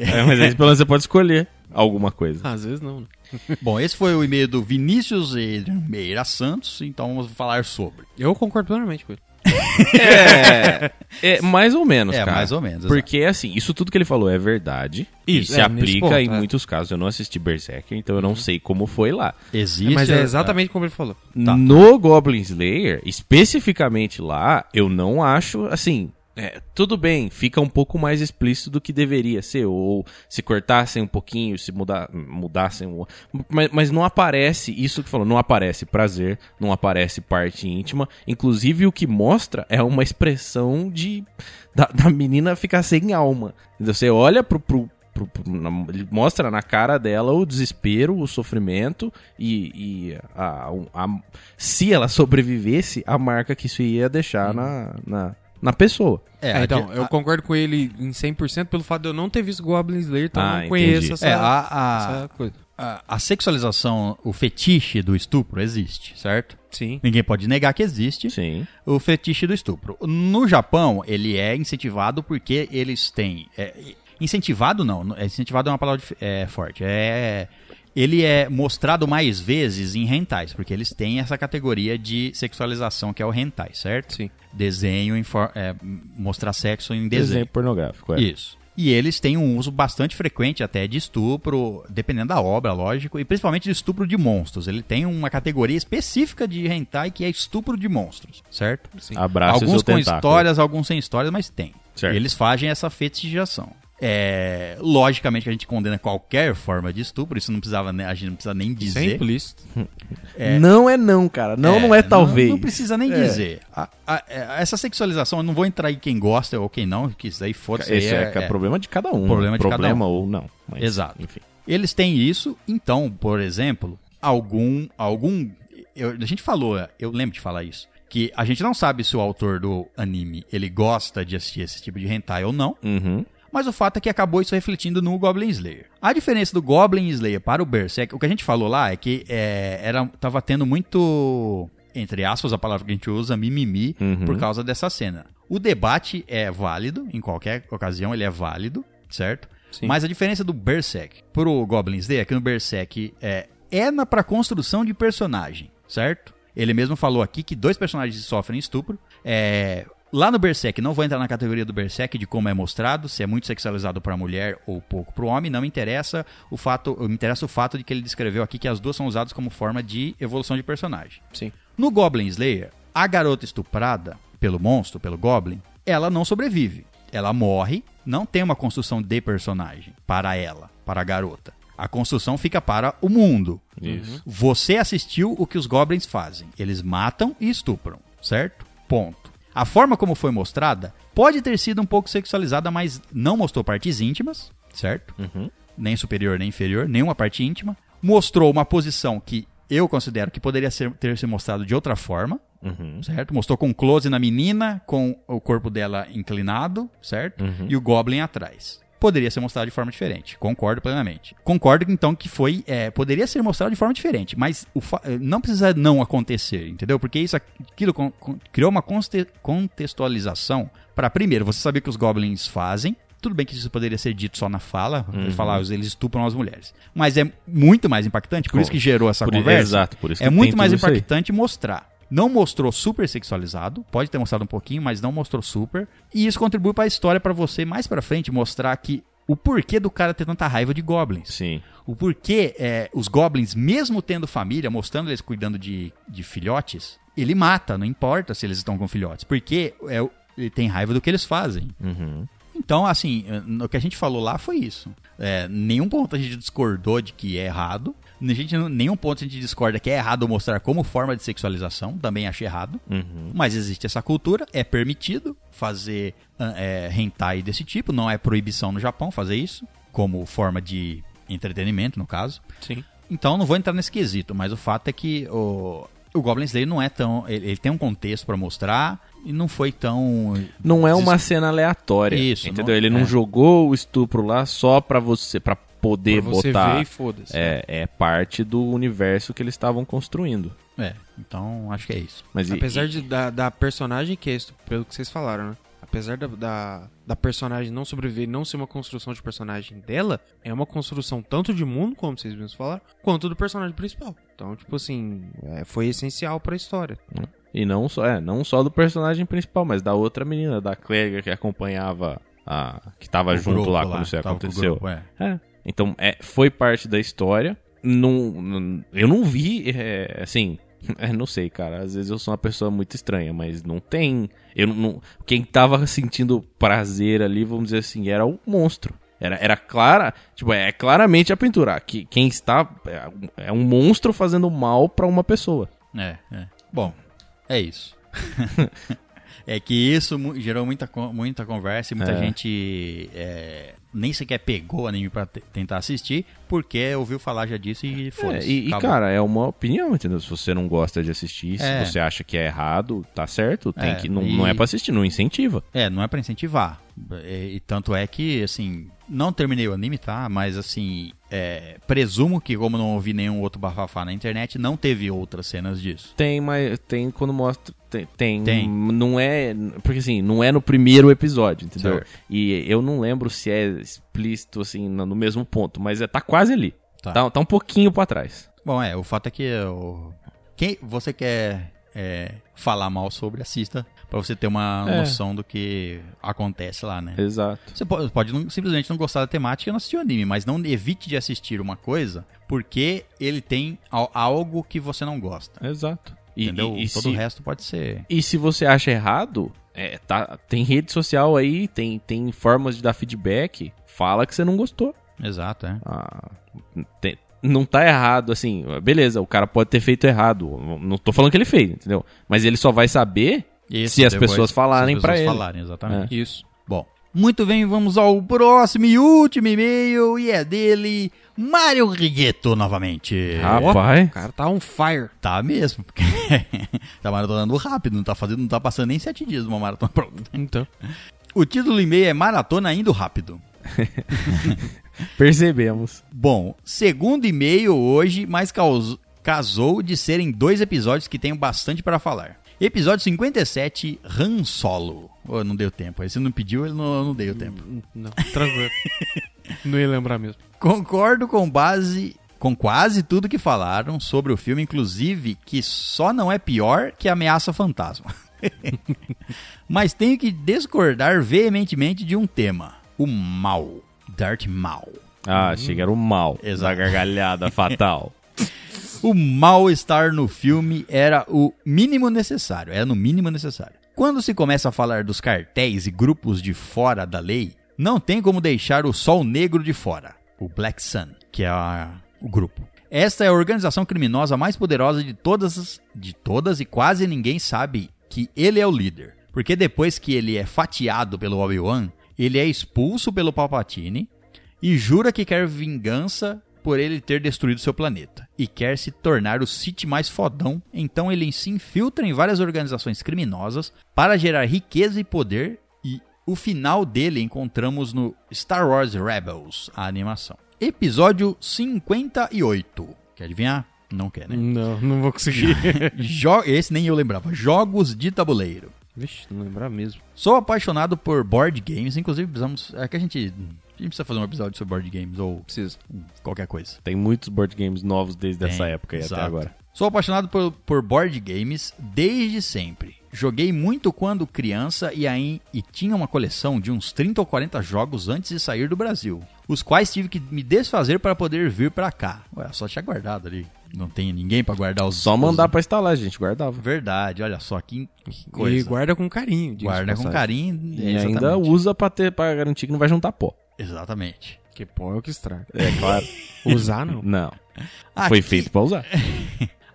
C: É, mas aí pelo menos você pode escolher alguma coisa.
B: Às vezes não, né?
A: Bom, esse foi o e-mail do Vinícius Adrian Meira Santos, então vamos falar sobre.
B: Eu concordo plenamente com ele.
C: É, mais ou menos,
A: é,
C: cara.
A: mais ou menos. exato.
C: Porque, assim, isso tudo que ele falou é verdade.
B: Isso,
C: e se
B: é, nesse
C: aplica
B: ponto,
C: em
B: é. Uhum.
C: muitos casos. Eu não assisti Berserk, então eu não sei como foi lá.
A: Existe.
B: Mas é exatamente como ele falou.
A: Tá.
C: No Goblin Slayer, especificamente lá, eu não acho, assim... é, tudo bem, fica um pouco mais explícito do que deveria ser, ou se cortassem um pouquinho, se muda, mudassem o. Mas, mas não aparece isso que falou, não aparece prazer, não aparece parte íntima. Inclusive, o que mostra é uma expressão de da, da menina ficar sem alma. Entendeu? Você olha pro. pro- pro- pro- na- ele mostra na cara dela o desespero, o sofrimento e, e a, a- se ela sobrevivesse, a marca que isso ia deixar na, na, na pessoa.
A: É,
B: É, então,
A: aqui-
B: eu concordo com ele em 100% pelo fato de eu não ter visto Goblin Slayer, então
C: Ah,
B: eu não conheço
C: entendi.
B: essa,
A: É, a- a,
B: essa coisa.
A: a, a sexualização, o fetiche do estupro existe, certo?
B: Sim.
A: Ninguém pode negar que existe
C: Sim.
A: o fetiche do estupro. No Japão, ele é incentivado porque eles têm. é, incentivado não, é, incentivado é uma palavra dif- é, forte. É, ele é mostrado mais vezes em hentais, porque eles têm essa categoria de sexualização que é o hentai, certo?
B: Sim.
A: Desenho, em for- é, mostrar sexo em desenho.
C: Desenho pornográfico. É.
A: Isso. E eles têm um uso bastante frequente até de estupro, dependendo da obra, lógico, e principalmente de estupro de monstros. Ele tem uma categoria específica de hentai que é estupro de monstros, certo?
B: Sim.
C: Abraço e
A: alguns
C: seu
A: com
C: tentáculo.
A: histórias, alguns sem histórias, mas tem.
C: Certo.
A: E Eles fazem essa fetichização. É, logicamente que a gente condena qualquer forma de estupro, isso não precisava, né, a gente não precisa nem
B: Isso
A: dizer.
B: é implícito.
C: Não é não, cara. Não, não é talvez. É.
A: Não, precisa nem dizer. A- a- a- essa sexualização, eu não vou entrar em quem gosta ou quem não, que isso aí foda-se.
C: Esse
A: aí
C: é, é problema de cada um.
A: Problema de cada um.
C: ou não. mas,
A: Exato.
C: Enfim.
A: Eles têm isso, então, por exemplo, algum. algum eu- a gente falou, eu lembro de falar isso, que a gente não sabe se o autor do anime ele gosta de assistir esse tipo de hentai ou não,
C: Uhum.
A: mas o fato é que acabou isso refletindo no Goblin Slayer. A diferença do Goblin Slayer para o Berserk, o que a gente falou lá é que é, era, tava tendo muito, entre aspas, a palavra que a gente usa, mimimi,
C: Uhum.
A: por causa dessa cena. O debate é válido, em qualquer ocasião ele é válido, certo?
B: Sim.
A: Mas a diferença do Berserk pro Goblin Slayer é que no Berserk é, é na, pra construção de personagem, certo? Ele mesmo falou aqui que dois personagens sofrem estupro. É, lá no Berserk, não vou entrar na categoria do Berserk de como é mostrado, se é muito sexualizado pra mulher ou pouco pro homem, não me interessa o fato, me interessa o fato de que ele descreveu aqui que as duas são usadas como forma de evolução de personagem.
B: Sim.
A: No Goblin Slayer, a garota estuprada pelo monstro, pelo Goblin, ela não sobrevive. Ela morre, não tem uma construção de personagem para ela, para a garota. A construção fica para o mundo.
C: Isso.
A: Você assistiu o que os goblins fazem. Eles matam e estupram, certo? Ponto. A forma como foi mostrada pode ter sido um pouco sexualizada, mas não mostrou partes íntimas, certo? Nem superior nem inferior, nenhuma parte íntima. Mostrou uma posição que eu considero que poderia ser- ter se mostrado de outra forma,
C: Uhum.
A: certo? Mostrou com close na menina, com o corpo dela inclinado, certo? E o Goblin atrás. Poderia ser mostrado de forma diferente. Concordo plenamente. Concordo, então, que foi. é, poderia ser mostrado de forma diferente, mas o fa- eh, não precisa não acontecer, entendeu? Porque isso aquilo con- con- criou uma conste- contextualização para, primeiro, você saber o que os goblins fazem. Tudo bem que isso poderia ser dito só na fala,
C: Uhum.
A: eles falar, eles estupram as mulheres. Mas é muito mais impactante, por
C: Com-
A: isso que gerou essa
C: Por-
A: conversa.
C: Exato, por isso
A: É
C: que
A: muito
C: tem
A: mais
C: tudo isso aí.
A: impactante mostrar. Não mostrou super sexualizado, pode ter mostrado um pouquinho, mas não mostrou super. E isso contribui pra história pra você mais pra frente mostrar que o porquê do cara ter tanta raiva de goblins.
C: Sim.
A: O porquê é, os goblins, mesmo tendo família, mostrando eles cuidando de, de filhotes, ele mata, não importa se eles estão com filhotes, porque é, o- ele tem raiva do que eles fazem.
C: Uhum.
A: Então, assim, o que a gente falou lá foi isso. É, nenhum ponto a gente discordou de que é errado. A gente, nenhum ponto a gente discorda que é errado mostrar como forma de sexualização. Também achei errado. Mas existe essa cultura, é permitido fazer ah, é, hentai desse tipo. Não é proibição no Japão fazer isso, como forma de entretenimento, no caso.
B: Sim.
A: Então não vou entrar nesse quesito, mas o fato é que o, o Goblin Slayer não é tão. Ele, ele tem um contexto pra mostrar e não foi tão.
C: Não é uma cena aleatória.
A: Isso,
C: Entendeu?
A: não-
C: Ele não
A: é.
C: jogou o estupro lá só pra você, pra poder
B: Pra você
C: botar.
B: ver e foda-se.
C: é, é parte do universo que eles estavam construindo.
A: É, então acho que é isso.
C: Mas e-
B: Apesar de, da, da personagem que é isso, pelo que vocês falaram, né? Apesar da, da, da personagem não sobreviver, não ser uma construção de personagem dela, é uma construção tanto de mundo, como vocês mesmos falaram, quanto do personagem principal. Então, tipo assim, é, foi essencial pra história.
C: E não só, é, não só do personagem principal, mas da outra menina, da Clega que acompanhava a. que tava
A: O
C: junto
A: grupo
C: lá quando isso
A: tava com o
C: aconteceu.
A: grupo, é.
C: É. Então, é, foi parte da história. Não, não- eu não vi, é, assim. é, não sei, cara. Às vezes eu sou uma pessoa muito estranha, mas não tem. Eu não- não, quem tava sentindo prazer ali, vamos dizer assim, era o monstro. Era, era clara, tipo, é claramente a pintura. Que, quem está é, um- é um monstro fazendo mal pra uma pessoa.
A: É, é. Bom, é isso. é que isso mu- gerou muita, con- muita conversa e muita
C: É.
A: gente é, nem sequer pegou o anime pra te- tentar assistir, porque ouviu falar já disso e foi.
C: É, e, e, cara, é uma opinião, entendeu? Se você não gosta de assistir,
A: É.
C: se você acha que é errado, tá certo. Tem
A: É,
C: que, não,
A: e-
C: não é pra assistir, não incentiva.
A: É, não é pra incentivar. E, e tanto é que, assim, não terminei o anime, tá? Mas, assim, é, presumo que, como não ouvi nenhum outro bafafá na internet, não teve outras cenas disso.
C: Tem, mas tem quando mostra. Tem. tem,
A: Tem.
C: Não é. Porque assim, não é no primeiro episódio, entendeu?
A: Certo.
C: E eu não lembro se é explícito, assim, no no mesmo ponto, mas é, tá quase ali.
A: Tá.
C: Tá. Tá, um pouquinho pra trás.
A: Bom, é, o fato é que o... quem você quer é, falar mal sobre, assista, pra você ter uma
C: É.
A: noção do que acontece lá, né?
C: Exato.
A: Você po- pode, não- simplesmente não gostar da temática e não assistir o anime, mas não evite de assistir uma coisa porque ele tem al- algo que você não gosta.
C: Exato. É. E,
A: Entendeu?
C: e- e
A: Todo
C: se,
A: o resto pode ser.
C: E se você acha errado, é, tá, tem rede social aí, tem, tem formas de dar feedback. Fala que você não gostou.
A: Exato, é.
C: Ah, te- não tá errado, assim, beleza, o cara pode ter feito errado. Não tô falando que ele fez, entendeu? Mas ele só vai saber
A: Isso,
C: se as
A: depois,
C: pessoas falarem pra ele. É.
A: falarem, exatamente.
B: Isso.
A: Bom, muito bem, vamos ao próximo e último e-mail, e é dele, Mário Rigueto novamente.
C: Rapaz.
B: O cara tá on fire.
A: Tá mesmo, porque tá maratonando rápido, não tá fazendo, não tá passando nem sete dias uma maratona pronta.
B: Então.
A: O título do e-mail é Maratona Indo Rápido.
C: Percebemos.
A: Bom, segundo e-mail hoje, mas caus- casou de serem dois episódios que tenho bastante pra falar. Episódio 57, Han Solo. Ô, não deu tempo. Aí você não pediu, ele não, não deu tempo.
B: Não, tranquilo. não ia lembrar mesmo.
A: Concordo com base com quase tudo que falaram sobre o filme, inclusive que só não é pior que Ameaça Fantasma. Mas tenho que discordar veementemente de um tema: o mal, Darth Mal.
C: Ah, achei que era o mal.
A: Exato.
C: Exato. Da gargalhada fatal.
A: O mal estar no filme era o mínimo necessário, era no mínimo necessário. Quando se começa a falar dos cartéis e grupos de fora da lei, não tem como deixar o Sol Negro de fora, o Black Sun, que é a- o grupo. Esta é a organização criminosa mais poderosa de todas, as- de todas e quase ninguém sabe que ele é o líder. Porque depois que ele é fatiado pelo Obi-Wan, ele é expulso pelo Palpatine e jura que quer vingança por ele ter destruído seu planeta e quer se tornar o City mais fodão, então ele se infiltra em várias organizações criminosas para gerar riqueza e poder e o final dele encontramos no Star Wars Rebels, a animação. Episódio 58. Quer adivinhar? Não quer, né?
B: Não, não vou conseguir.
A: Jo- Esse nem eu lembrava. Jogos de tabuleiro.
B: Vixe, não lembrar mesmo.
A: Sou apaixonado por board games, inclusive precisamos. É que a gente. A gente precisa fazer um episódio sobre board games ou hum,
B: Preciso.
A: qualquer coisa.
C: Tem muitos board games novos desde essa
A: Tem,
C: época e até
A: exato.
C: agora.
A: Sou apaixonado por, por board games desde sempre. Joguei muito quando criança e, aí, e tinha uma coleção de uns 30 ou 40 jogos antes de sair do Brasil, os quais tive que me desfazer para poder vir para cá. Ué, só tinha guardado ali. Não tem ninguém para guardar os
C: Só
A: os-
C: mandar pra instalar, gente, guardava.
A: Verdade, olha só que que
B: E
A: coisa.
B: guarda com carinho. diga-se
A: Guarda
B: de
A: com
B: passagem.
A: carinho.
C: E
A: é,
C: ainda
A: exatamente.
C: usa pra, ter, pra garantir que não vai juntar pó.
A: Exatamente.
B: Que pó é o que estraga.
C: É claro.
B: Usar não.
C: não. Foi
A: Aqui-
C: feito pra usar.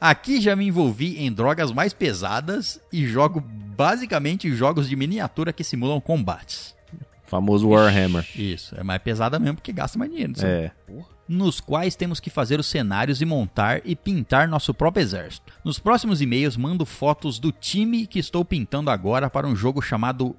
A: Aqui já me envolvi em drogas mais pesadas e jogo basicamente jogos de miniatura que simulam combates.
C: Famoso Warhammer.
A: Isso, é mais pesada mesmo porque gasta mais dinheiro. não sei.
C: É.
A: Nos quais temos que fazer os cenários e montar e pintar nosso próprio exército. Nos próximos e-mails mando fotos do time que estou pintando agora para um jogo chamado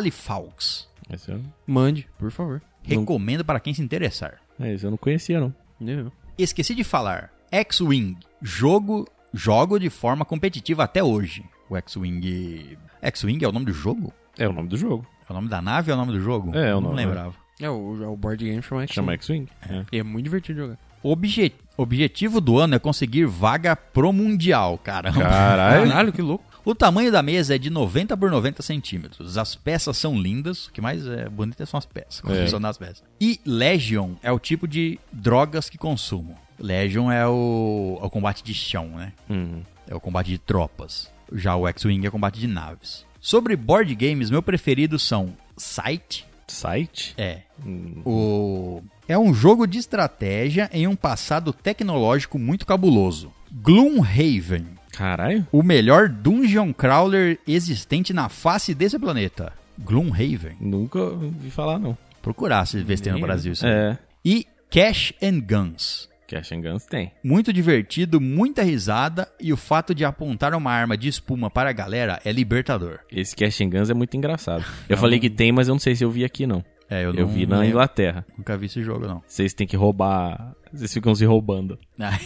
A: Malifaux.
C: Esse eu,
B: Mande, por favor.
C: Não-
A: Recomendo para quem se interessar.
C: é, esse eu não conhecia, não.
B: Eu.
A: Esqueci de falar. X-Wing. Jogo, jogo de forma competitiva até hoje. O X-Wing. X-Wing é o nome do jogo?
C: É o nome do jogo.
A: É o nome da nave ou é o nome do jogo?
C: É, é o
A: Não
C: nome,
A: lembrava.
B: É, o, o board game chama X.
C: Chama X-Wing. É.
B: E é muito divertido jogar.
A: Obje- Objetivo do ano é conseguir vaga pro mundial, caramba.
C: Caralho.
B: Caralho, que louco.
A: O tamanho da mesa é de 90 por 90 centímetros. As peças são lindas. O que mais é bonito são as peças.
C: É.
A: Confeccionar as peças. E Legion é o tipo de drogas que consumo. Legion é o, é o combate de chão, né?
C: Uhum.
A: É o combate de tropas. Já o X-Wing é combate de naves. Sobre board games, meu preferido são Sight.
C: Site?
A: É.
C: Hum.
A: O... É um jogo de estratégia em um passado tecnológico muito cabuloso. Gloomhaven.
C: Caralho.
A: O melhor dungeon crawler existente na face desse planeta. Gloomhaven.
C: Nunca ouvi falar, não.
A: Procurar se ver se tem no
B: Nem-
A: Brasil isso. aí.
C: É.
A: E Cash and Guns.
C: Cash and Guns tem.
A: Muito divertido, muita risada e o fato de apontar uma arma de espuma para a galera é libertador.
C: Esse Cash and Guns é muito engraçado. Eu falei que tem, mas eu não sei se eu vi aqui, não.
A: É, eu, não-
C: Eu, vi na
A: eu
C: Inglaterra.
A: Nunca vi esse jogo, não.
C: Vocês têm que roubar. Vocês ficam se roubando.
A: Ah.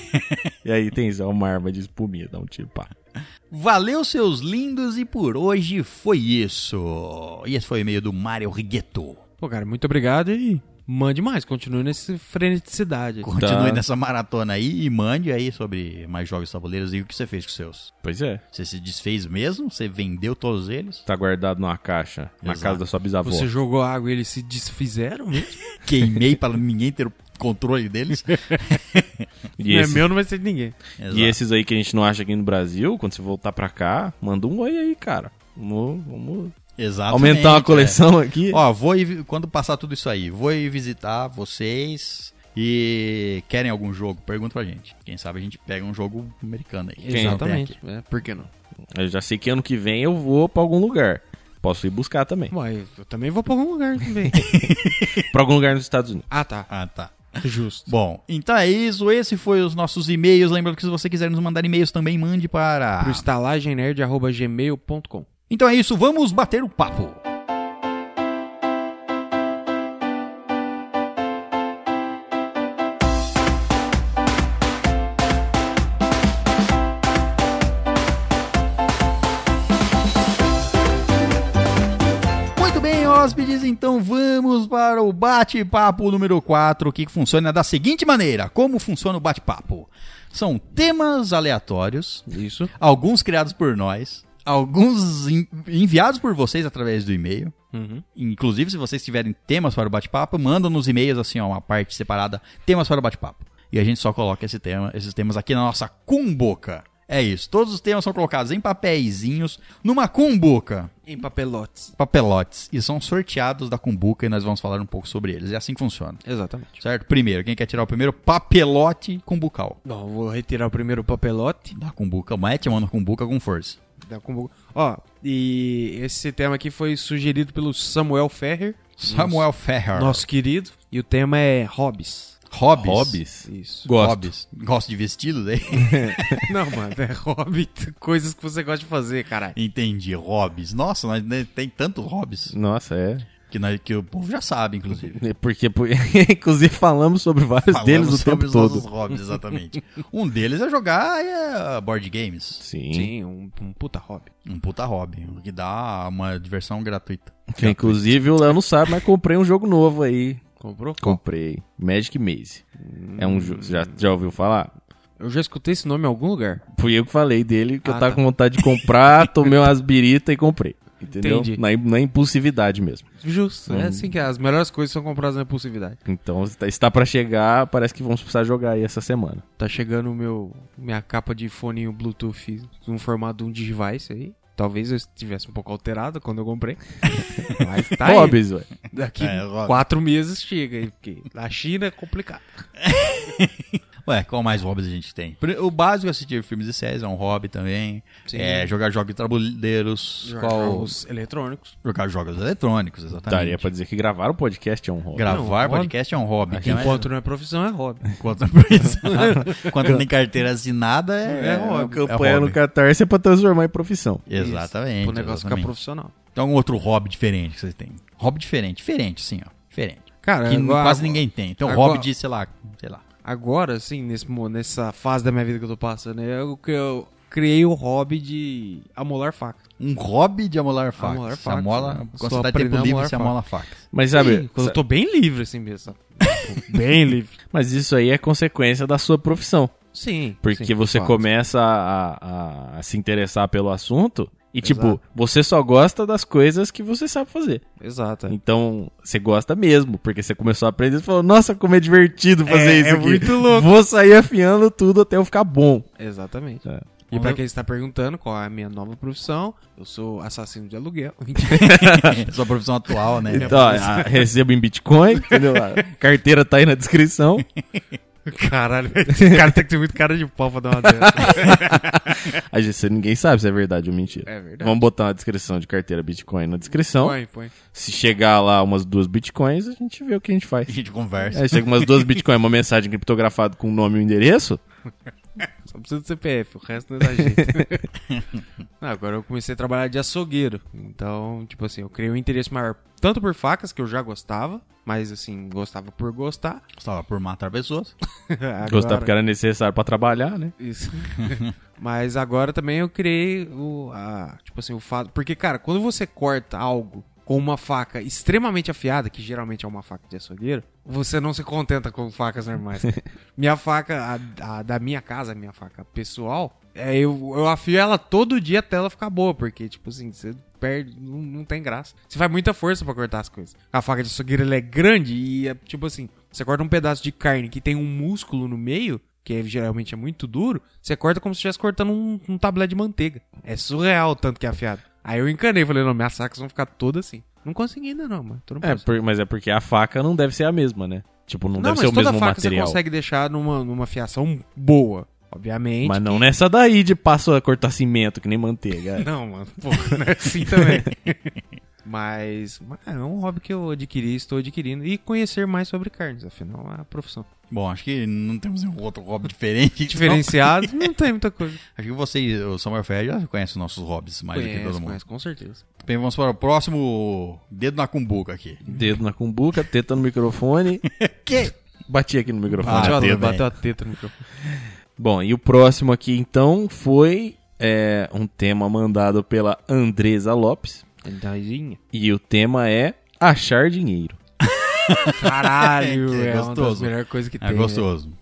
C: e aí tem isso, é uma arma de espuminha, dá um tiro, pá.
A: Valeu, seus lindos, e por hoje foi isso. E esse foi o e-mail do Mario Rigueto.
B: Pô, cara, muito obrigado e mande mais. Continue nessa freneticidade.
A: Continue
C: Tá.
A: nessa maratona aí e mande aí sobre mais jogos de tabuleiros e o que você fez com os seus.
C: Pois é.
A: Você se desfez mesmo? Você vendeu todos eles?
C: Tá guardado numa caixa, na
A: Exato.
C: casa da sua bisavó.
B: Você jogou água e eles se desfizeram mesmo?
A: Queimei para ninguém ter o controle deles?
C: E,
B: não
C: esses,
B: é meu, não vai ser de ninguém.
C: e esses aí que a gente não acha aqui no Brasil, quando você voltar pra cá, manda um oi aí, cara. Vamos, vamos
A: Exato.
C: aumentar a
A: uma
C: coleção aqui.
A: é. Ó, vou ir, vi- quando passar tudo isso aí, vou ir visitar vocês e querem algum jogo? Pergunta pra gente. Quem sabe a gente pega um jogo americano aí. que não tem
B: Exatamente.
A: aqui.
B: É, por que não?
C: Eu já sei que ano que vem eu vou pra algum lugar. Posso ir buscar também.
B: Mas eu também vou pra algum lugar também.
C: pra algum lugar nos Estados Unidos.
B: ah, tá.
A: Ah, tá.
B: Justo.
A: Bom, então é isso. Esse foi os nossos e-mails. Lembrando que se você quiser nos mandar e-mails também, mande para.
B: Pro estalagemnerd.gmail.com
A: Então é isso. Vamos bater o papo. Muito bem, hóspedes, então vamos para o bate-papo número 4, que funciona da seguinte maneira. Como funciona o bate-papo? São temas aleatórios,
B: Isso.
A: alguns criados por nós, alguns en- enviados por vocês através do e-mail.
B: Uhum.
A: Inclusive, se vocês tiverem temas para o bate-papo, mandam nos e-mails assim, ó, uma parte separada, temas para o bate-papo. E a gente só coloca esse tema, esses temas aqui na nossa cumbuca. É isso, todos os temas são colocados em papeizinhos numa cumbuca,
B: Em papelotes.
A: papelotes, e são sorteados da cumbuca e nós vamos falar um pouco sobre eles. É assim que funciona,
B: Exatamente.
A: certo? Primeiro, quem quer tirar o primeiro papelote cumbucal
B: Bom, eu vou retirar o primeiro papelote.
A: da cumbuca, mete a mão na cumbuca com força.
B: da Kumbu- Ó, e esse tema aqui foi sugerido pelo Samuel Ferrer.
A: Samuel Ferrer.
B: Nosso querido. E o tema é hobbies.
A: Hobbies.
C: Hobbies?
B: Isso.
A: Gosto. Gosto de vestido
C: né?
A: daí?
B: Não, mano, é hobby, coisas que você gosta de fazer, caralho.
A: Entendi, hobbies. Nossa, nós né, tem tanto hobbies
C: Nossa, é.
A: que, nós- que o povo já sabe, inclusive.
C: É Porque, por- inclusive, falamos sobre vários
A: Falamos
C: deles o
A: sobre
C: tempo
A: os
C: todo.
A: nossos hobbies, exatamente. um deles é jogar é, board games.
C: Sim.
B: Sim, um, um puta hobby.
A: Um puta hobby, o que dá uma diversão gratuita.
C: Que, inclusive, o Léo não sabe, mas comprei um jogo novo aí.
B: Comprou?
C: Comprei. Magic Maze. É um jogo. Já, já ouviu falar?
B: Eu já escutei esse nome em algum lugar.
C: Fui eu que falei dele, que eu
B: Ah,
C: tava
B: tá.
C: com vontade de comprar, tomei umas biritas e comprei. Entendeu?
B: Entendi.
C: Na, im- na impulsividade mesmo.
B: Justo, é assim que as melhores coisas são compradas na impulsividade.
C: Então, está- está pra chegar, parece que vamos precisar jogar aí essa semana.
B: Tá chegando o meu minha capa de fone Bluetooth num formato de um device aí. Talvez eu estivesse um pouco alterado quando eu comprei. Mas tá aí.
C: Hobbies, ué.
B: Daqui
A: É, hobby.
B: quatro meses chega aí, porque na China é complicado.
A: Ué, qual mais hobbies a gente tem? Pri- O básico é assistir filmes e séries, é um hobby também.
B: Sim.
A: É jogar jogos de tabuleiros. qual-
B: Os eletrônicos.
A: Jogar jogos eletrônicos, exatamente.
C: Daria pra dizer que gravar o podcast é um hobby.
A: Gravar
B: Não,
A: podcast é um hobby. que é-
B: Enquanto não é profissão, é hobby.
A: Enquanto Exato. Quando tem carteira assinada, é,
C: É,
A: é
C: uma
A: hobby.
C: campanha
A: é
C: no
A: hobby.
C: Catarse é pra transformar em profissão.
A: Exatamente.
B: Pro negócio ficar
A: É, exatamente.
B: profissional.
A: Tem algum outro hobby diferente que vocês têm? Hobby diferente, diferente, sim, ó. Diferente.
B: Cara,
A: que
B: agora-
A: quase ninguém tem. Tem um
B: agora-
A: hobby de, sei lá, sei lá.
B: Agora, assim, nesse, mo- nessa fase da minha vida que eu tô passando, eu, que eu criei o hobby de amolar faca.
A: Um hobby de amolar facas.
B: Amolar
A: Você
B: facas,
A: amola,
B: né?
A: quando você tá
B: Só
A: de tempo
B: aprender a
A: livre,
B: amolar
A: você amola facas.
C: Mas sabe,
B: Sim, quando eu tô bem livre, assim mesmo.
C: bem livre. Mas isso aí é consequência da sua profissão.
B: Sim.
C: Porque
B: sim,
C: você
B: fato.
C: começa a, a- a se interessar pelo assunto e, tipo,
B: Exato.
C: você só gosta das coisas que você sabe fazer.
B: Exato. é.
C: Então, você gosta mesmo, porque você começou a aprender e falou, nossa, como é divertido fazer
B: É,
C: isso
B: é
C: aqui.
B: muito louco.
C: Vou sair afiando tudo até eu ficar bom.
B: Exatamente.
C: É.
B: E
A: Bom,
B: pra
A: eu-
B: quem está perguntando qual é a minha nova profissão, eu sou assassino de aluguel.
A: Sua profissão atual,
B: É
A: né?
C: Então, a- recebo em Bitcoin, entendeu? A carteira tá aí na descrição.
B: Caralho, esse cara tem que ter muito cara de pau pra dar uma dessa.
C: A gente, ninguém sabe se é verdade ou mentira.
B: É verdade.
C: Vamos botar uma descrição de carteira Bitcoin na descrição.
B: Põe, põe.
C: Se chegar lá umas duas Bitcoins, a gente vê o que a gente faz.
A: A gente conversa.
C: É, chega umas duas Bitcoin, uma mensagem criptografada com o nome e o endereço.
B: Só precisa do CPF, o resto não é dá jeito. Ah, agora eu comecei a trabalhar de açougueiro. Então, tipo assim, eu criei um interesse maior tanto por facas, que eu já gostava, mas assim, gostava por gostar.
A: Gostava por matar pessoas.
B: Agora-
C: Gostar porque era necessário pra trabalhar, né?
B: Isso. mas agora também eu criei o. a- tipo assim, o fato. Porque, cara, quando você corta algo com uma faca extremamente afiada, que geralmente é uma faca de açougueiro, você não se contenta com facas normais. minha faca, a, a da minha casa, a minha faca pessoal, é, eu, eu afio ela todo dia até ela ficar boa, porque, tipo assim, você perde, não, não tem graça. Você faz muita força pra cortar as coisas. A faca de açougueiro, ela é grande e é, tipo assim, você corta um pedaço de carne que tem um músculo no meio, que é- geralmente é muito duro, você corta como se estivesse cortando um, um tablete de manteiga. É surreal o tanto que é afiado. Aí eu encanei, falei, não, minhas facas vão ficar todas assim. Não consegui ainda não, mano. Tô no
C: É,
B: processo.
C: por- mas é porque a faca não deve ser a mesma, né? Tipo, não,
B: Não,
C: deve ser
B: mas
C: o
B: toda
C: mesmo
B: faca
C: material.
B: você consegue deixar numa, numa fiação boa, obviamente.
C: Mas não nessa daí de passo a cortar cimento, que nem manteiga.
B: Não, mano, pô, não é assim também. mas, mas é um hobby que eu adquiri, estou adquirindo. E conhecer mais sobre carnes, afinal, é a profissão.
A: Bom, acho que não temos nenhum outro hobby diferente.
B: Diferenciado, não tem muita coisa.
A: Então, acho que você, o Samuel Ferreira, já conhece os nossos hobbies mais do que todo
B: Conheço,
A: mundo.
B: conheço, com certeza.
A: Bem, vamos para o próximo dedo na cumbuca aqui.
C: Dedo na cumbuca, teta no microfone.
A: Que?
C: Bati aqui no microfone.
A: Ah,
B: bateu,
A: tudo
B: a,
A: bem.
B: bateu a teta no microfone.
C: Bom, e o próximo aqui, então, foi é, um tema mandado pela Andresa Lopes.
A: tá
B: Tentadinha.
C: E o tema é achar dinheiro.
B: Caralho,
A: Que
B: é, uma das
A: gostoso.
B: melhores coisas que
A: É
B: tem. né?
A: gostoso.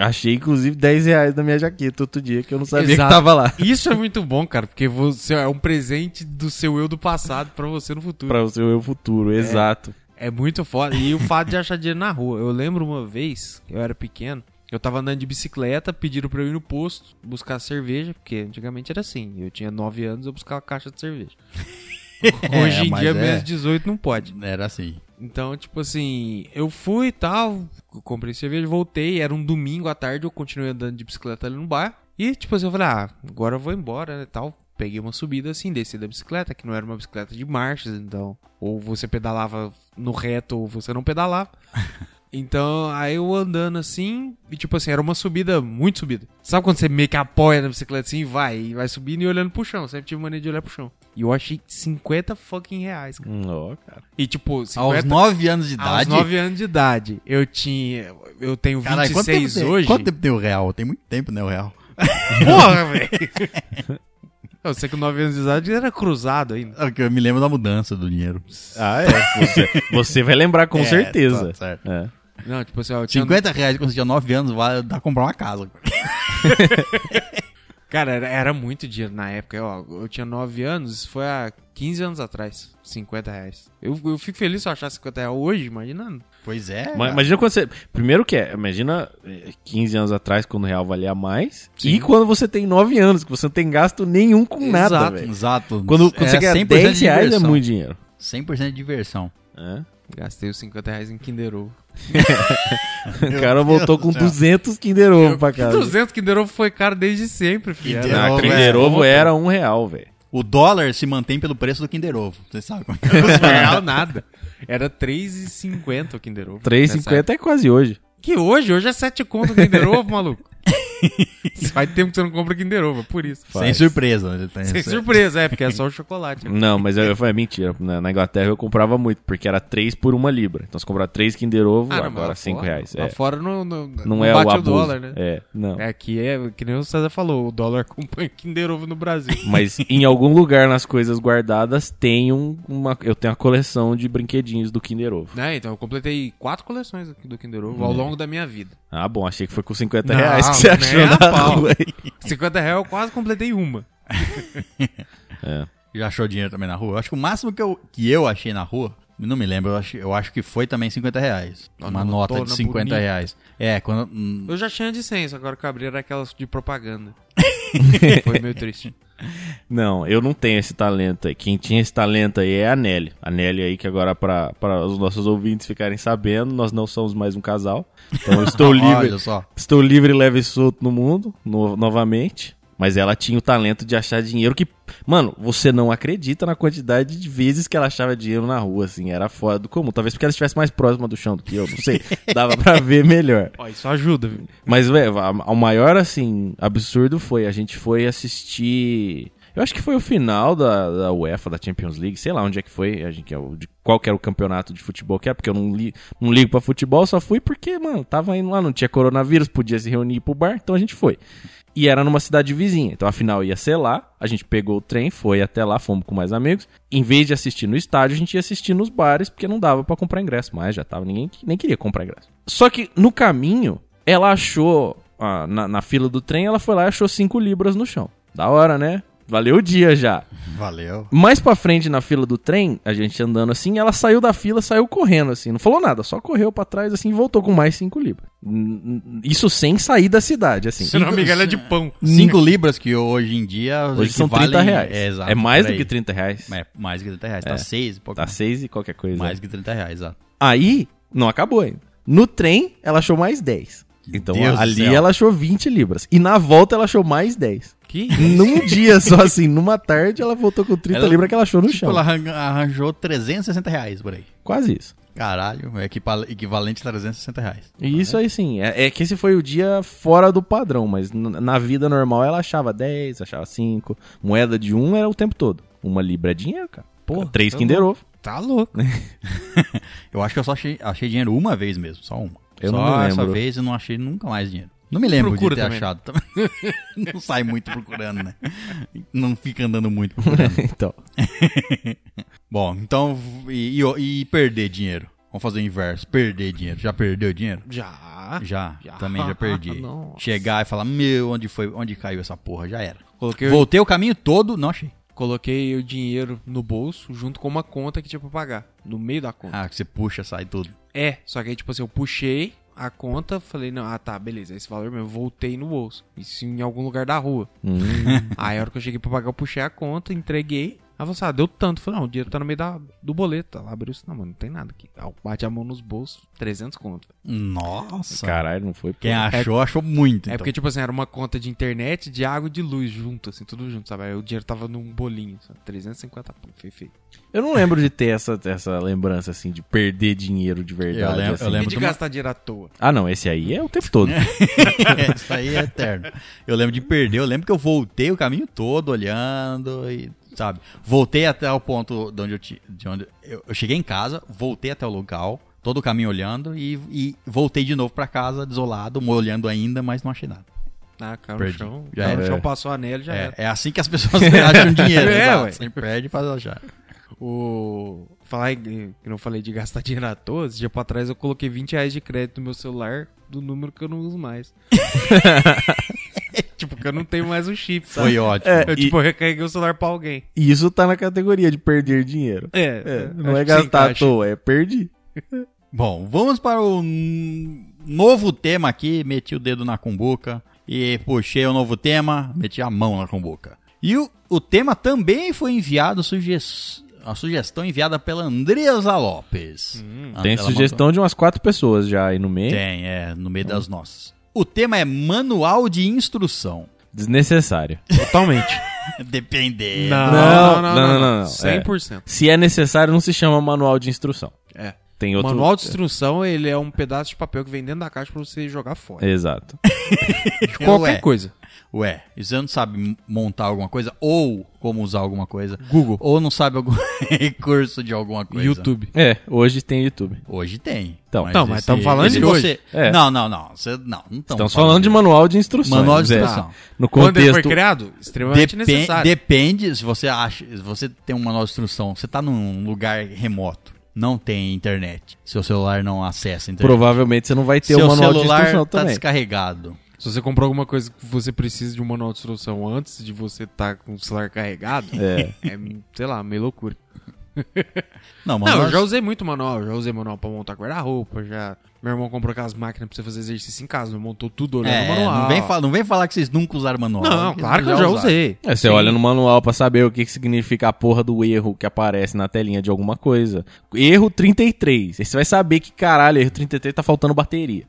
C: Achei, inclusive, 10 reais na minha jaqueta outro dia, que eu não sabia
B: Exato.
C: que tava lá.
B: velho. Isso é muito bom, cara, porque você é um presente do seu eu do passado pra você no futuro.
C: Pra o seu eu futuro, exato.
B: É muito foda. E o fato de achar dinheiro na rua. Eu lembro uma vez, eu era pequeno, eu tava andando de bicicleta, pediram pra eu ir no posto buscar cerveja, porque antigamente era assim. Eu tinha 9 anos, eu buscava caixa de cerveja. Hoje em
A: mas
B: dia,
A: é.
B: menos 18 não pode.
A: Era assim.
B: Então, tipo assim, eu fui e tal, comprei cerveja, voltei, era um domingo à tarde, eu continuei andando de bicicleta ali no bar. E, tipo assim, eu falei, ah, agora eu vou embora, né, e tal. Peguei uma subida assim, desci da bicicleta, que não era uma bicicleta de marchas, então. Ou você pedalava no reto, ou você não pedalava. Então, aí eu andando assim, e tipo assim, era uma subida muito subida. Sabe quando você meio que apoia na bicicleta assim e vai, e vai subindo e olhando pro chão? Sempre tive mania de olhar pro chão. E eu achei 50 fucking reais, cara.
C: Hum, Ó, cara.
B: E tipo,
A: Aos
B: 50
A: 9 anos de idade.
B: aos 9 anos de idade. Eu tinha. Eu tenho
A: Caralho, quanto tempo
B: 26
A: tem-
B: hoje.
A: Quanto tempo tem o real? Tem muito tempo, né, o real.
B: Porra, velho! Eu sei que 9 anos de idade era cruzado ainda.
A: É que Eu me lembro da mudança do dinheiro.
C: Ah, é. Você, você vai lembrar com
A: É,
C: certeza.
A: tá certo.
C: É.
B: Não, tipo assim, ó, eu tinha.
A: 50 reais quando você tinha 9 anos, vai dar pra comprar uma casa.
B: Cara, era, era muito dinheiro na época. Ó, eu tinha 9 anos, isso foi há 15 anos atrás. 50 reais. Eu, eu fico feliz se eu achar 50 reais hoje, imaginando.
A: Pois é.
C: Ma- Imagina quando você. Primeiro que é, imagina eh, 15 anos atrás, quando o real valia mais.
B: Sim.
C: E quando você tem 9 anos, que você não tem gasto nenhum com nada,
B: Exato.
C: velho.
A: Exato.
C: Quando, quando
A: É
C: você ganha
A: 100%
C: 10
A: de
C: reais é
A: diversão.
C: muito dinheiro.
A: 100% de diversão.
C: É.
B: Gastei os 50 reais em Kinder Ovo.
C: O cara voltou
A: Deus
C: com
A: do céu.
C: 200 Kinder Ovo pra casa.
B: 200 Kinder Ovo foi caro desde sempre, filho.
A: Kinder
B: Era-
C: Não,
A: Ovo,
C: Kinder
A: é.
C: Ovo era um real, velho.
A: O dólar se mantém pelo preço do Kinder Ovo. Você sabe como é que é.
B: Não era real nada. Era 3,50 o Kinder Ovo.
C: 3,50 é quase hoje.
B: Que hoje, hoje é 7 conto o Kinder Ovo, maluco. Faz tempo que você não compra Kinder Ovo, é por isso.
A: Sem
C: Faz.
A: surpresa. né? Tem-
B: Sem surpresa, é, porque é só o chocolate.
C: Não, mas eu, eu falei, mentira. Na, na Inglaterra eu comprava muito, porque era 3 por 1 libra. Então você comprava 3 Kinder Ovo,
B: Ah, não, mas
C: agora
B: lá
C: 5
B: fora-
C: reais.
B: Lá
C: É.
B: fora não, não,
C: Não,
B: não
C: é o
B: bate
C: abuso.
B: dólar, né?
C: É, não.
B: É. Aqui é, que nem o César falou, o dólar acompanha o Kinder Ovo no Brasil.
C: Mas em algum lugar nas coisas guardadas tem um- uma. Eu tenho uma coleção de brinquedinhos do Kinder Ovo.
B: né? Então eu completei quatro coleções aqui do Kinder Ovo ao longo da minha vida.
C: Ah, bom, achei que foi com 50
B: Não,
C: Né.
B: né?
C: reais que você
B: nem
C: achou né?
B: a
C: na
B: pau.
C: rua. aí.
B: 50 reais eu quase completei uma.
C: É.
A: Já achou dinheiro também na rua? Eu acho que o máximo que eu, que eu achei na rua, não me lembro, eu acho, eu acho que foi também 50 reais.
B: Uma
A: Uma nota de
B: notona
A: 50
B: bonita.
A: reais. É, quando. hum,
B: Eu já tinha de 100, só que agora que eu abri era aquelas de propaganda. Foi meio triste.
C: Não, eu não tenho esse talento aí. Quem tinha esse talento aí é a Nelly. A Nelly aí, que agora, pra pra os nossos ouvintes ficarem sabendo, nós não somos mais um casal. Então eu estou livre.
A: Olha só.
C: Estou livre, leve e solto no mundo, no- novamente. Mas ela tinha o talento de achar dinheiro que. Mano, você não acredita na quantidade de vezes que ela achava dinheiro na rua, assim. Era fora do comum. Talvez porque ela estivesse mais próxima do chão do que eu, não sei. Dava pra ver melhor.
B: Ó, isso ajuda, viu?
C: Mas, velho, a- o maior, assim, absurdo foi. A gente foi assistir. Eu acho que foi o final da, da UEFA, da Champions League, sei lá onde é que foi, a gente, que é o- de qual que era o campeonato de futebol que era, porque eu não, li, não ligo pra futebol, só fui porque, mano, tava indo lá, não tinha coronavírus, podia se reunir pro bar, então a gente foi. E era numa cidade vizinha, então afinal ia ser lá, a gente pegou o trem, foi até lá, fomos com mais amigos. Em vez de assistir no estádio, a gente ia assistir nos bares, porque não dava pra comprar ingresso mais, já tava, ninguém que- nem queria comprar ingresso. Só que no caminho, ela achou, ah, na, na fila do trem, ela foi lá e achou 5 libras no chão. Da hora, né? Valeu o dia já.
A: Valeu.
C: Mais pra frente na fila do trem, a gente andando assim, ela saiu da fila, saiu correndo assim, não falou nada, só correu pra trás assim e voltou com mais 5 libras. N- n- Isso sem sair da cidade, assim.
B: Se não me engano, é de pão.
A: 5 libras que hoje em dia.
C: Hoje são
A: equivalem-
C: 30 reais.
A: É, exato,
C: É mais
A: por
C: do
A: aí.
C: que 30 reais.
A: É mais que 30 reais. Tá 6 pouco.
C: Tá 6 e qualquer coisa.
A: mais que 30 reais, exato.
C: Aí, não acabou ainda. No trem, ela achou mais 10. Então
A: Deus do
C: ali
A: céu.
C: ela achou 20 libras. E na volta ela achou mais 10.
B: Que?
C: Num dia só assim, numa tarde, ela voltou com 30
A: Ela-
C: libras que ela achou no
A: Tipo,
C: chão.
A: ela arran- arranjou 360 reais por aí.
C: Quase isso.
A: Caralho, é equipa- equivalente a 360 reais.
C: E isso aí sim, é, é que esse foi o dia fora do padrão, mas n- na vida normal ela achava 10, achava 5, moeda de 1 era o tempo todo. Uma libra é dinheiro, cara. Pô,
B: Porra,
C: três
B: tá
C: Kinder Ovo.
B: Tá louco.
A: Eu acho que eu só achei, achei dinheiro uma vez mesmo, só uma.
C: Eu
A: só
C: não me
A: essa
C: lembro.
A: vez e não achei nunca mais dinheiro. Não me lembro
B: Procura
A: de ter
B: também.
A: achado também. não sai muito procurando, né? Não fica andando muito procurando.
C: então,
A: Bom, então, e, e- e perder dinheiro? Vamos fazer o inverso, perder dinheiro. Já perdeu dinheiro?
B: Já.
A: Já,
B: Já.
A: também já perdi.
B: Nossa.
A: Chegar e falar, meu, onde foi, onde caiu essa porra? Já era.
B: Coloquei,
A: Voltei o caminho todo, não achei.
B: coloquei o dinheiro no bolso junto com uma conta que tinha pra pagar. No meio da conta.
A: Ah, que você puxa, sai tudo.
B: É, só que aí, tipo assim, eu puxei a conta, falei, não, ah tá, beleza, esse valor mesmo, voltei no bolso. Isso em algum lugar da rua. aí a hora que eu cheguei pra pagar, eu puxei a conta, entreguei. Ela falou assim, ah, deu tanto. Eu falei, não, o dinheiro tá no meio da, do boleto. Ela abriu isso, não, mano, não tem nada aqui. Ela bate a mão nos bolsos, 300 conto.
A: Nossa.
C: Caralho, não foi. pô.
A: Quem achou, achou muito.
B: É
A: então.
B: porque, tipo assim, era uma conta de internet, de água e de luz junto, assim, tudo junto, sabe? Aí o dinheiro tava num bolinho, sabe? 350 pão, foi feio.
C: Eu não lembro de ter essa, essa lembrança, assim, de perder dinheiro de verdade.
A: Eu lembro-
C: assim.
A: eu lembro-
B: E de
A: de uma-
B: gastar dinheiro à toa.
C: Ah, não, esse aí é o tempo todo.
A: É, isso aí é eterno. Eu lembro de perder, eu lembro que eu voltei o caminho todo olhando e, sabe, voltei até o ponto de onde eu ti- de onde eu, eu cheguei em casa, voltei até o local, todo o caminho olhando e, e voltei de novo pra casa, desolado, olhando ainda, mas não achei nada.
B: Ah, caiu
A: Perdi.
B: no chão.
A: Já
B: Já caiu
C: era.
B: no chão, passou o anel, já era.
A: É, é assim que as pessoas acham dinheiro.
B: É,
A: exato.
B: ué.
A: Você perde pra achar.
B: O... Falar em- que não falei de gastar dinheiro à toa, esse dia pra trás eu coloquei 20 reais de crédito no meu celular do número que eu não uso mais. tipo, que eu não tenho mais o chip, sabe?
A: Foi é, ótimo.
B: Eu,
C: e-
B: tipo, eu recarreguei o celular pra alguém.
C: E isso tá na categoria de perder dinheiro.
B: É,
C: É,
B: eu
C: não
B: acho
C: é
B: que você
C: gastar à
B: encaixa.
C: toa, é perdi.
A: Bom, vamos para o n- novo tema aqui. Meti o dedo na cumbuca e puxei o novo tema, meti a mão na cumbuca. E o, o tema também foi enviado, suges- a sugestão enviada pela Andresa Lopes. Ah,
C: Hum, Tem
A: ela
C: sugestão de umas quatro pessoas já aí Hum. no meio.
A: mandou- Tem, é, no meio das nossas. O tema é manual de instrução.
C: Desnecessário.
B: Totalmente.
A: Dependendo.
C: Não, não, não, não.
B: 100%.
C: Se é necessário, não se chama manual de instrução.
B: É.
C: Tem
B: O
C: outro.
B: manual de instrução, ele é um pedaço de papel que vem dentro da caixa pra você jogar
C: É
B: fora.
C: Exato.
B: De qualquer
A: Ué.
B: coisa.
A: Ué, e você não sabe montar alguma coisa ou como usar alguma coisa.
B: Google.
A: Ou não sabe algum recurso de alguma coisa.
B: YouTube.
C: É, hoje tem YouTube.
A: Hoje tem.
C: Então,
B: não, mas tamo falando
A: esse
B: de
A: você-
C: É.
A: Não, não, não. Você, não, não tamo
C: Estamos falando de manual de
A: Então,
C: instrução.
A: assim. Manual de
C: Zé.
A: instrução.
C: No
B: Quando ele foi
C: contexto.
B: criado, extremamente
A: Depen
B: necessário.
A: depende se você acha, se você tem um manual de instrução, você tá num lugar remoto, não tem internet. Seu celular não acessa a internet.
C: Provavelmente você não vai ter
A: Seu
C: o manual de
A: celular
C: instrução
A: tá
C: também.
A: descarregado.
B: Se você comprou alguma coisa que você precisa de um manual de instrução antes de você estar com o celular carregado,
C: É.
B: sei lá, meio loucura.
A: Não,
B: Não,
A: manual
B: eu já usei muito manual. Já usei manual pra montar guarda-roupa, já... Meu irmão comprou aquelas máquinas pra você fazer exercício em casa, não montou tudo olhando
A: é,
B: o né? manual.
A: não, vem fa- não vem falar que vocês nunca usaram manual.
B: Não,
A: porque
B: claro que eu
A: vocês
B: já
A: usaram.
B: usei.
C: É, você
B: Sim.
C: olha no manual pra saber o que, que significa a porra do erro que aparece na telinha de alguma coisa. Erro 33. Aí você vai saber que caralho, erro 33 tá faltando bateria.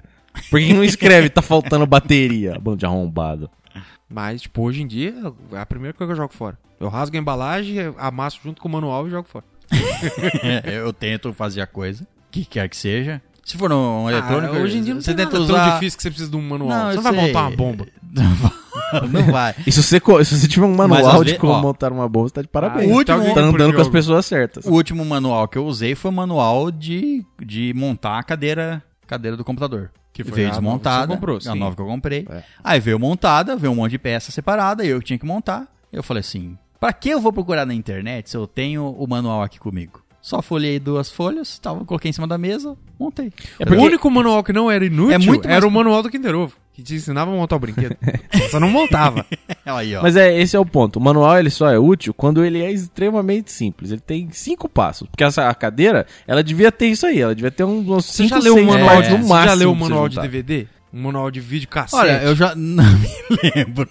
C: Por que não escreve tá faltando bateria? Bando de arrombado.
B: Mas, tipo, hoje em dia, é a primeira coisa que eu jogo fora. Eu rasgo a embalagem, amasso junto com o manual e jogo fora.
A: É, eu tento fazer a coisa, que quer que seja. Se for um
C: é
A: eletrônico,
B: Ah, hoje em dia não
A: você
B: tem
A: tenta
B: nada
A: usar
B: tão difícil que você precisa de um manual.
A: Não,
B: você
A: eu
B: não vai
A: sei.
B: montar uma bomba.
A: não vai.
C: E se você, co- se você tiver um
A: Mas às
C: manual de
A: ve-
C: como
A: ó.
C: montar uma bomba, você tá de
A: Ah, o
C: parabéns.
B: Então
A: último-
B: alguém
C: tá
B: compra o
C: andando com as
B: jogo.
C: pessoas certas.
A: O último manual que eu usei foi o manual de, de montar a cadeira, cadeira do computador. Que
B: foi
A: veio
B: a nova que você
A: desmontada.
B: comprou,
A: a
B: sim.
A: nova que eu comprei.
C: É.
A: Aí veio montada, veio um monte de peça separada, eu que tinha que montar. Eu falei assim: pra que eu vou procurar na internet se eu tenho o manual aqui comigo? Só folhei duas folhas, tava, coloquei em cima da mesa, montei.
C: É porque-
B: O único manual que não era inútil
A: É muito mais-
B: era o manual do Kinder Ovo, que te ensinava a montar o brinquedo. Você não montava.
A: Aí, ó.
C: Mas é, esse é o ponto. O manual ele só é útil quando ele é extremamente simples. Ele tem cinco passos. Porque essa a cadeira, ela devia ter isso aí. Ela devia ter um- uns
B: Você
C: cinco,
B: já leu o
C: seis
B: manual,
C: passos
B: de,
C: no
B: você
C: máximo
B: já leu o
C: pra você
B: manual de
C: juntar.
B: DVD? Um manual de vídeo
C: é
B: cassete?
A: Olha, eu já não me lembro.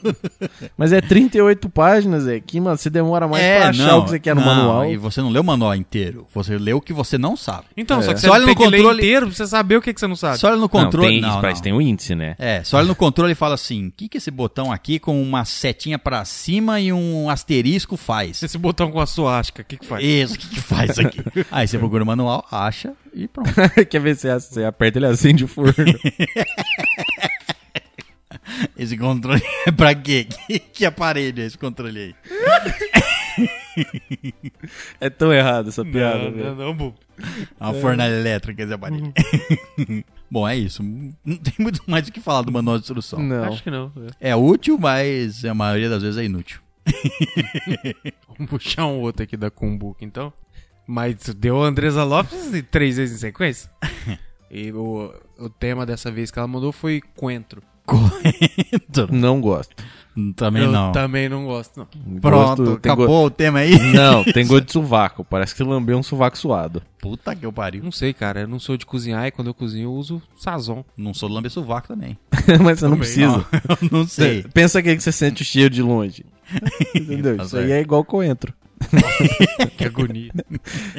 C: Mas é 38 páginas, é que, mano, você demora mais é pra achar o que você quer no
A: É, não,
C: manual.
A: E você não leu o manual inteiro. Você leu o que você não sabe.
B: Então, só que
A: Você
B: você,
A: olha
B: tem
A: no
B: que ler
A: controle-
B: inteiro pra você saber o que, que você não
C: Ah,
B: sabe.
A: Só olha no controle. Não, não.
C: o índice, né?
A: É, só olha no controle e fala assim: o que, que esse botão aqui com uma setinha pra cima e um asterisco faz?
B: Esse botão com a suástica, o que que faz?
A: Isso, o que, que faz aqui? Aí você procura o manual, acha e pronto.
C: Quer ver se você aperta ele acende o forno.
A: Esse controle é pra quê? Que, que aparelho é esse controle aí?
C: é tão errado essa piada,
B: Não, não,
C: velho.
B: não, bobo.
A: É Uma fornalha elétrica esse aparelho. Bom, é isso. Não tem muito mais o que falar do manual de instrução.
C: Não.
B: Acho que não.
A: É útil, mas a maioria das vezes é inútil.
B: Vamos puxar um outro aqui da Cumbuca, então. Mas deu a Andresa Lopes e três vezes em sequência. E o, o tema dessa vez que ela mandou foi coentro.
A: Correto.
C: Não gosto.
A: Então, Também
B: eu tá
A: não.
B: também não gosto, não.
A: Pronto,
C: Gosto- tem go-
A: acabou o tema aí?
C: Não, tem gosto de sovaco. Parece que você lambeu um sovaco suado.
A: Puta que eu pariu.
B: Não sei, cara. Eu não sou de cozinhar e quando eu cozinho eu uso sazon.
A: Não sou do lamber sovaco também.
C: Mas você não precisa.
A: Eu não sei.
C: Pensa que você sente o cheiro de longe. Entendeu?
A: Tá
C: Isso
A: certo.
C: aí é igual coentro.
B: que agonia.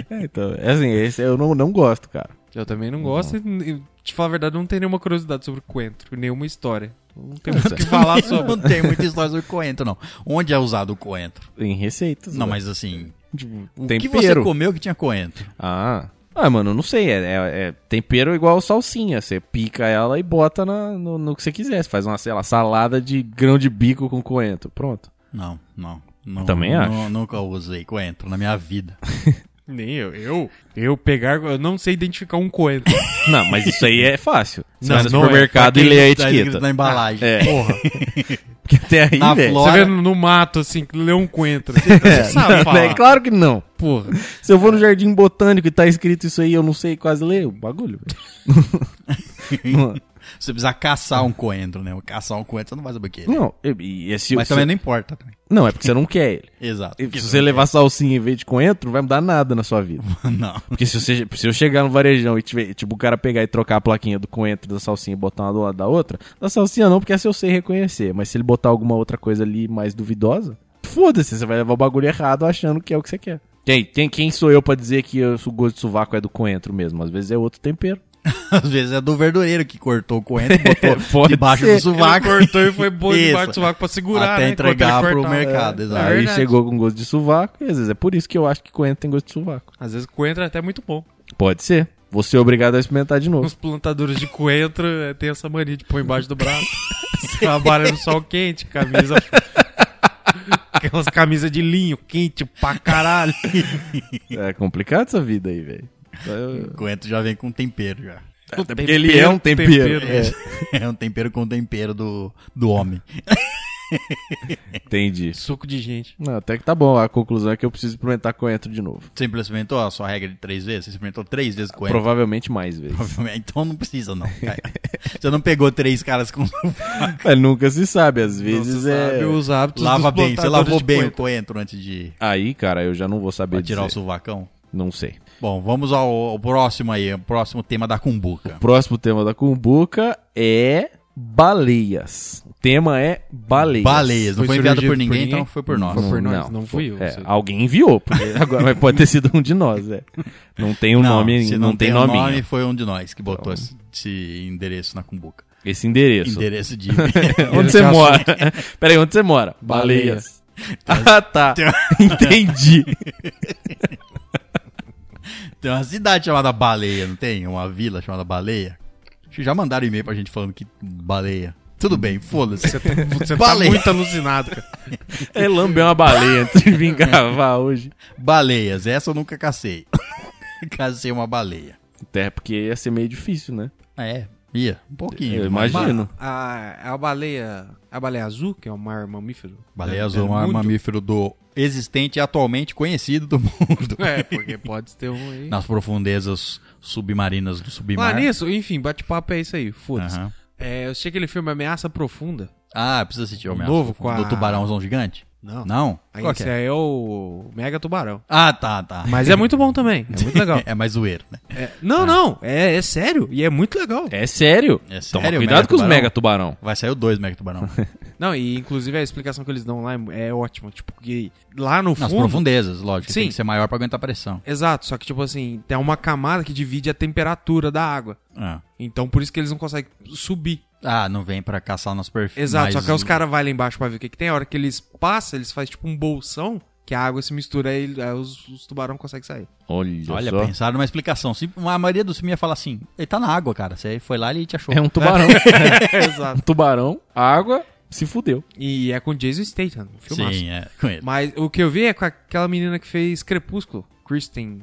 C: É, então, é assim, esse eu não, não gosto, cara.
B: Eu também não gosto.
C: Uhum.
B: e, e, te falar a verdade, eu não tenho nenhuma curiosidade sobre o coentro, nenhuma história. Não tem muito o que falar sobre.
A: Não tem muita história sobre coentro, não. Onde é usado o coentro?
C: Em receitas.
A: Não,
C: né?
A: mas assim,
C: Tipo,
A: o
C: tempero.
A: que você comeu que tinha coentro?
C: Ah. Ah, mano, não sei. É, é- é tempero igual salsinha. Você pica ela e bota na- no, no que você quiser. Você faz uma, sei lá, salada de grão de bico com coentro. Pronto.
A: Não, não. não
C: Também
A: não,
C: acho.
A: Nunca usei coentro na minha vida.
B: Nem eu. Eu, eu pegar. Eu não sei identificar um coentro.
C: Não, mas isso aí é fácil. Você
B: Não,
C: vai no
B: não é.
C: supermercado
A: Pra
C: e
A: quem
C: lê a
A: tá
C: etiqueta.
A: escrito Na embalagem.
C: É.
B: Porra.
C: Porque até aí,
A: Na
C: velho,
A: flor-
B: Você
A: Bora.
B: vê no mato, assim, que lê um coentro. Você
C: É,
B: sabe
C: não,
B: falar.
C: é claro que não.
B: Porra.
C: Se eu vou no jardim botânico e tá escrito isso aí, eu não sei quase ler o bagulho. velho.
A: Você precisa caçar um coentro, né? Caçar um coentro, você não vai saber o que. é.
C: não, e, e é se
A: Mas
C: você-
A: também não importa. também.
C: não é porque você não quer ele.
A: Exato.
C: E se você levar salsinha em vez de coentro, não vai mudar nada na sua vida.
A: Não.
C: Porque se, você, se eu chegar no varejão e tiver, tipo, o cara pegar e trocar a plaquinha do coentro da salsinha e botar uma do lado da outra, da salsinha não, porque essa eu sei reconhecer. Mas se ele botar alguma outra coisa ali mais duvidosa, foda-se, você vai levar o bagulho errado achando que é o que você quer. Quem, tem, quem sou eu pra dizer que eu- o gosto de sovaco é do coentro mesmo? Às vezes é outro tempero.
A: Às vezes é do verdureiro que cortou o coentro e botou
C: É, Pode
A: debaixo
C: ser.
A: do sovaco.
B: Ele cortou e foi boa
A: Isso.
B: debaixo do sovaco pra segurar,
A: Até
B: né,
A: entregar
B: enquanto ele
A: pro
B: cortava.
A: mercado, exato.
B: É
C: Aí
B: verdade.
C: chegou com gosto de sovaco, e às vezes é por isso que eu acho que coentro tem gosto de sovaco.
B: Às vezes coentro é até muito bom.
C: Pode ser. Você é obrigado a experimentar de novo.
B: Os plantadores de coentro eh, tem essa mania de pôr embaixo do braço. Trabalha no sol quente, camisa. Aquelas camisas de linho quente pra caralho.
C: É complicado essa vida aí, velho. Eu-
A: O coentro já vem com um tempero já.
C: Até porque ele é um tempero.
B: É, tempero. né?
C: É.
A: É um tempero com tempero do, do homem.
C: É. Entendi.
B: Suco de gente.
C: Não, até que tá bom. A conclusão é que eu preciso experimentar coentro de novo.
A: Você implementou a sua regra de três vezes? Você experimentou três vezes coentro?
C: Provavelmente mais vezes.
A: Então não precisa, não. cara. Você não pegou três caras com.
C: Mas nunca se sabe. Às vezes
B: Você
C: é.
B: sabe os hábitos
A: Lava
B: dos
A: bem, você
B: plantadores
A: lavou
B: de
A: bem
B: coentro.
A: o coentro antes de
C: Aí, cara, eu já não vou saber
A: tirar o
C: dizer.
A: sovacão?
C: Não sei.
A: Bom, vamos ao, ao próximo aí, ao próximo tema da cumbuca.
C: Próximo tema da Cumbuca é baleias. O tema é baleias.
A: Baleias, não
B: Foi
A: foi enviado
B: sugerido
A: por ninguém,
B: por ninguém?
A: então foi por nós.
B: Não. Foi por nós, não fui eu,
C: é,
B: sei.
C: alguém enviou, porque agora mas pode ter sido um de nós, é. Não tem o nome, Então.
A: se
C: não, tem,
A: o
C: nominho.
A: nome, foi um de nós que botou esse, esse endereço na cumbuca.
C: Esse endereço.
A: Endereço de.
C: Onde você mora? Pera aí, onde você mora?
B: Baleias.
C: Ah, tá. Entendi.
A: Tem uma cidade chamada Baleia, não tem? Uma vila chamada Baleia. Acho que já mandaram e-mail pra gente falando que baleia. Tudo bem, foda-se.
B: Você
A: Baleia.
B: tá muito alucinado, cara.
C: É lamber uma baleia antes de vir gravar hoje.
A: Baleias, essa eu nunca cacei. cacei uma baleia.
C: Até É, porque ia ser meio difícil, né?
A: É, ia, um pouquinho.
C: Eu imagino.
B: A, a baleia. A baleia azul, que é o maior mamífero.
A: Baleia
B: É-
A: azul é
B: é
A: um
B: muito-
A: mamífero do existente e atualmente conhecido do mundo.
B: É, porque pode ter um aí.
A: Nas profundezas submarinas do
B: Ah,
A: submar.
B: nisso, enfim, bate-papo é isso aí. Foda-se.
A: Aham.
B: É, eu achei aquele filme Ameaça Profunda.
A: Ah, precisa assistir o
B: O
A: meu.
B: novo com a-
A: Do tubarãozão gigante?
B: Não.
A: Não?
B: Aí
A: Qual que
B: esse
A: é?
B: aí é o Mega Tubarão.
A: Ah, tá, tá.
B: Mas é muito bom também. É muito legal.
A: é mais zoeiro, né?
B: É- não, não. É, é sério. E é muito legal.
C: É sério.
A: É
C: Toma
A: sério,
C: cuidado
A: mega
C: com os
A: tubarão?
C: mega tubarão.
A: Vai sair o dois Mega Tubarão.
B: Não, e inclusive a explicação que eles dão lá é, é ótima. Tipo, que lá no
A: Nas
B: fundo.
A: profundezas, lógico.
B: Sim.
A: Tem que ser maior pra aguentar a pressão.
B: Exato. Só que, tipo assim, tem uma camada que divide a temperatura da água.
A: Ah,
B: Então por isso que eles não conseguem subir.
A: Ah, não vem pra caçar nosso perfil.
B: Exato.
A: mas-
B: Só que aí os caras vão lá embaixo pra ver o que, que tem. A hora que eles passam, eles fazem tipo um bolsão. Que a água se mistura aí, aí os, os tubarão conseguem sair.
C: Olha,
A: Olha,
C: só.
A: pensaram numa explicação. Se, a maioria dos filmes ia falar assim: ele tá na água, cara. Você foi lá e ele te achou.
C: É um tubarão.
B: Exato.
C: um tubarão, água, se fudeu.
B: E é com Jason Statham, um filmaço.
A: Sim, é, com ele.
B: Mas o que eu vi é com aquela menina que fez Crepúsculo, Kristen.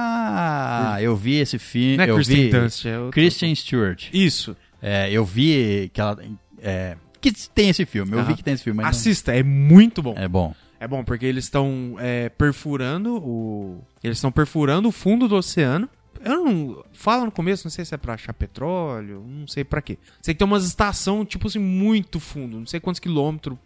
A: Ah, eu vi esse filme.
B: Não é
A: eu
B: Kristen
A: vi.
B: Dunst, é outra-
A: Christian Stewart.
B: Isso.
A: É, eu vi que ela. é, que tem esse filme. Eu
B: Aham.
A: vi que tem esse filme. Mas não-
B: Assista, é muito bom. É,
A: É bom.
B: bom porque eles estão é, perfurando o. Eles estão perfurando o fundo do oceano. Eu não. Fala no começo, não sei se é pra achar petróleo, não sei pra quê. Sei que tem umas estação, tipo assim, muito fundo, não sei quantos quilômetros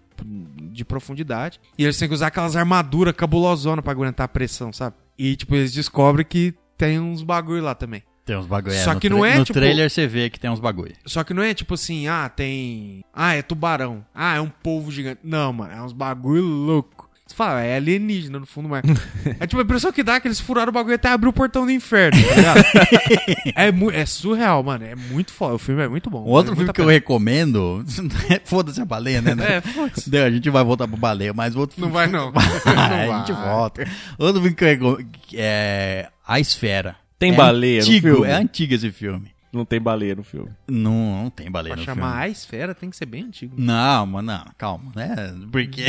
B: de profundidade. E eles têm que usar aquelas armaduras cabulosona pra aguentar a pressão, sabe? E, tipo, eles descobrem que tem uns bagulho lá também.
A: Tem uns bagulho.
B: Só
A: no
B: que
A: tra-
B: não é,
A: No
B: tipo-
A: trailer você vê que tem uns bagulho.
B: Só que não é tipo assim, ah, tem. Ah, é tubarão. Ah, é um povo gigante. Não, mano, é uns bagulho louco. Você fala, é alienígena no fundo do mar. é tipo a impressão que dá é que eles furaram o bagulho até abrir o portão do inferno, tá ligado? é, mu- é surreal, mano. É muito foda. O filme é muito bom.
A: Um outro
B: Vale
A: filme
B: muito
A: que eu
B: a
A: recomendo. Foda-se a baleia, né?
B: pena. É, foda-se.
A: Não, A gente vai voltar pro baleia, mas outro
B: Não
A: filme-
B: vai, não.
A: a
B: Não
A: gente
B: vai.
A: volta. Outro filme que eu recomendo é A Esfera.
C: Tem
A: é
C: baleia no
A: antigo,
C: filme?
A: É antigo esse filme.
C: Não tem baleia no filme.
A: Não, não tem baleia
B: Pra
A: no
B: chamar
A: filme.
B: a esfera tem que ser bem antigo.
A: Não, mas não, calma, né? Porque,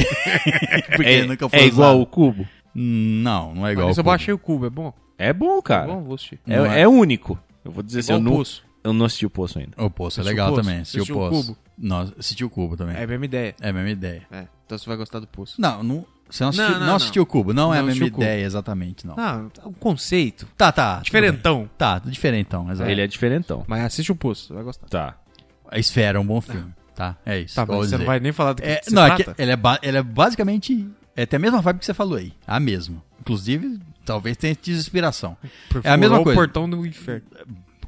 A: porque
C: é
A: nunca foi
C: é igual
A: usado.
C: o cubo?
A: Não, não é igual.
B: Mas eu
A: ao cubo.
B: baixei o cubo, é bom?
C: É bom,
B: É
C: cara.
B: bom, vou assistir.
C: É,
A: Não é.
C: é único. Eu vou dizer assim,
B: Igual
C: eu
B: o
C: não,
B: Poço.
C: eu não assisti o Poço ainda.
A: O Poço é
B: Assistiu
A: legal
B: o Poço?
A: também. Assistiu o
B: Assistiu o
A: Poço.
B: Cubo?
A: Nossa, assistiu o Cubo também.
B: É a
A: É,
B: mesma ideia.
A: a mesma ideia.
B: É, então você vai gostar do poço.
A: Não, não você não assistiu,
B: Não,
A: não,
B: não, não.
A: assistiu o Cubo. Não, é a
B: Não
A: mesma
B: assisti o Cubo.
A: ideia exatamente, não.
B: Ah, o conceito.
A: Tá, tá. tudo
B: Diferentão.
A: bem. Tá, diferentão, exato.
C: Ele é diferentão.
B: Mas assiste o poço, você vai gostar.
C: Tá.
A: A Esfera é um bom filme, tá? É isso.
B: Tá,
A: vou
B: mas você não
A: dizer.
B: vai nem falar do que,
A: É,
B: que se
A: não, é
B: trata?
A: que ele é, ba- ele é basicamente. É até a mesma vibe que você falou aí. A mesma. Inclusive, talvez tenha tido inspiração. é a
B: Perfurou
A: mesma
B: o
A: coisa.
B: portão do inferno.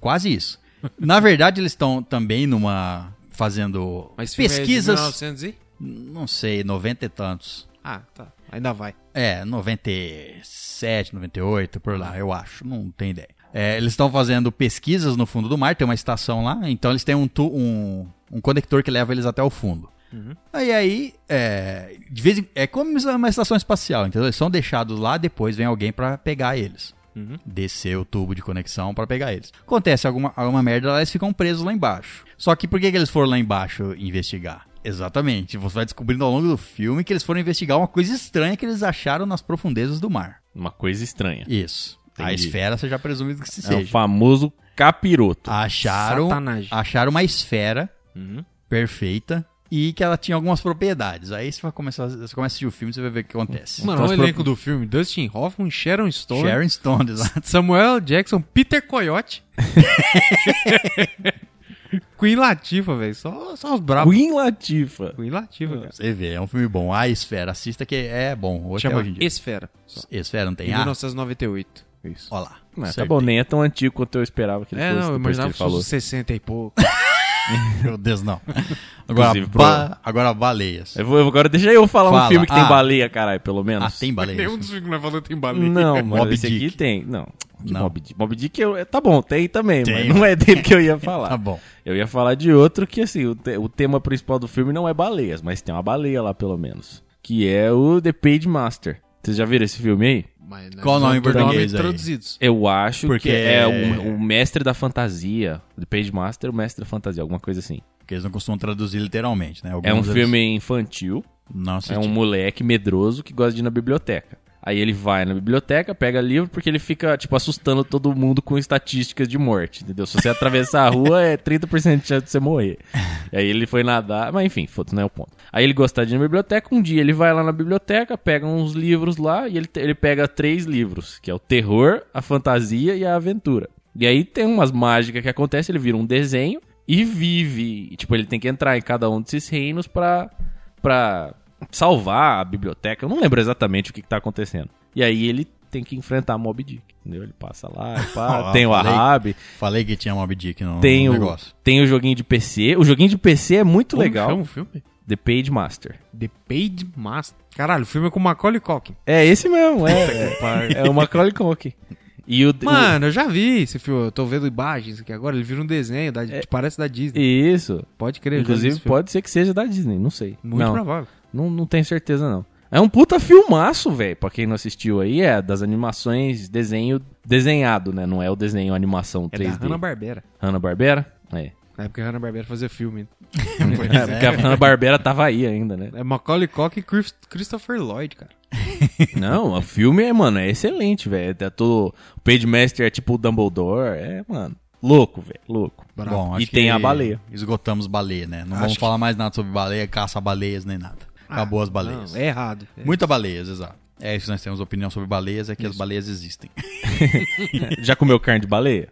A: Quase isso. Na verdade, eles estão também numa. fazendo
B: Mas filme é de
A: pesquisas.
B: 1900 e...
A: Não sei, 90 e tantos.
B: Ah, tá. Ainda vai.
A: É, 97, 98, por lá, eu acho. Não tenho ideia. É, eles estão fazendo pesquisas no fundo do mar, tem uma estação lá, então eles têm um, tu- um, um conector que leva eles até o fundo. Aí, aí, é, de vez em, é como uma estação espacial, entendeu? Eles são deixados lá, depois vem alguém pra pegar eles. Descer o tubo de conexão pra pegar eles. Acontece alguma, alguma merda lá, eles ficam presos lá embaixo. Só que por que, que eles foram lá embaixo investigar? Exatamente, você vai descobrindo ao longo do filme que eles foram investigar uma coisa estranha que eles acharam nas profundezas do mar.
C: Uma coisa estranha.
A: Isso. A
C: Entendi.
A: esfera você já presume que se
C: É o
A: seja. Ah,
C: famoso capiroto.
A: Acharam,
B: Satanagem.
A: acharam uma esfera
C: Uhum.
A: perfeita e que ela tinha algumas propriedades. Aí você vai começar, você começa a assistir o filme, você vai ver o que acontece.
B: Mano, o
C: as
B: elenco do filme. Dustin Hoffman, Sharon Stone,
A: Sharon Stone, exato.
B: Samuel Jackson, Peter Coyote. Queen Latifa, velho. Só, só os bravos.
C: Queen Latifa.
B: Queen Latifa, cara.
A: Você vê, é um filme bom. A Esfera, assista que é bom. Hoje, até
B: Chama
A: hoje em dia. Ah.
B: Esfera. Só.
A: Esfera não tem
B: Em
A: A?
B: 1998. Isso.
A: Olha lá.
C: Não, tá
A: Acertei.
C: bom, nem é tão antigo quanto eu esperava que ele
B: É,
C: fosse.
B: não, eu
C: depois que
B: imaginava
C: ele
B: que fosse
C: falou.
B: os 60 e pouco.
A: Meu Deus, não. Agora,
C: Inclusive, pro- É
A: ba... Agora baleias. Ah,
C: Eu vou, eu vou- agora deixa eu falar
A: Fala.
C: um filme que tem
A: Ah.
C: baleia, caralho, pelo menos.
A: Ah, tem
C: É
B: Nenhum
C: um
A: baleias.
B: dos filmes que nós falamos tem baleia.
C: Não, mano,
A: Moby
C: esse aqui
A: Dick.
C: tem. Não. Que
A: Não.
C: Mob Dick. Mob Dick eu, é- tá bom, tem também,
A: Tem.
C: mas não é dele que eu ia
A: Tá
C: falar.
A: bom.
C: eu ia falar de outro que, assim, o, te- o tema principal do filme não é baleias, mas tem uma baleia lá, pelo menos. Que é o The Page Master. Vocês já viram esse filme aí?
B: Mas, né,
A: Qual o nome em
B: são
A: português
B: nomes
A: aí?
B: traduzidos.
C: Eu acho
A: Porque
C: que é
A: é-
C: o, o mestre da fantasia. The Page Master, o mestre da fantasia, alguma coisa assim.
A: Porque eles não costumam traduzir literalmente, né?
C: É um
A: Alguns eles-
C: filme infantil.
A: Não assisti.
C: É um moleque medroso que gosta de ir na biblioteca. Aí ele vai na biblioteca, pega livro, porque ele fica, tipo, assustando todo mundo com estatísticas de morte, entendeu? Se você atravessar a rua, é 30% de chance de você morrer. E aí ele foi nadar, mas enfim, foda-se, não é o ponto. Aí ele gosta de ir na biblioteca, um dia ele vai lá na biblioteca, pega uns livros lá, e ele, te- ele pega três livros, que é o terror, a fantasia e a aventura. E aí tem umas mágicas que acontecem, ele vira um desenho e vive. E, tipo, ele tem que entrar em cada um desses reinos pra... pra salvar a biblioteca. Eu não lembro exatamente o que, que tá acontecendo. E aí ele tem que enfrentar Mob Dick, entendeu? Ele passa lá, e pá,
A: Ah,
C: tem o
A: falei.
C: Ahab,
A: Falei que tinha Mob Dick no,
C: tem
A: no
C: o,
A: negócio.
C: tem o joguinho de PC. O joguinho de PC é muito legal.
B: Um Como chama o filme?
C: The Page Master.
B: The Page Master. Caralho, o filme é com Macaulay Culkin.
C: É esse mesmo, é. é o Macaulay Culkin. E o, o-
B: Mano, eu já vi esse filme. Eu tô vendo imagens aqui agora. Ele vira um desenho, da, parece da Disney.
C: isso.
B: Pode crer. eu já vi
C: É. Inclusive,
B: esse filme.
C: pode ser que seja da Disney, não sei.
B: Muito
C: não,
B: provável.
C: Não, não tenho certeza, não. É um puta filmaço, velho. Pra quem não assistiu aí, é das animações, desenho desenhado, né? Não é o desenho animação
B: É
C: 3D.
B: da Hanna-Barbera.
C: Hanna-Barbera? É.
B: Na época a Hanna-Barbera fazia filme.
A: Pois
C: É, porque a
A: é.
C: Hanna-Barbera tava aí ainda, né?
B: É Macaulay Culkin e Chris- Christopher Lloyd, cara.
C: Não, o filme é, mano, é excelente, velho. Até todo... O Page Master é tipo o Dumbledore. É, mano, louco, velho, louco.
A: Bom,
C: e
A: acho
C: tem
A: que
C: a baleia.
A: Esgotamos baleia, né? Não vamos
B: Acho que-
A: falar mais nada sobre baleia, caça baleias nem nada.
C: Ah,
A: Acabou as baleias.
B: Não, é errado. É.
A: Muita baleias, exato. É isso que nós temos opinião sobre baleias, é que as baleias existem.
C: Já comeu carne de baleia?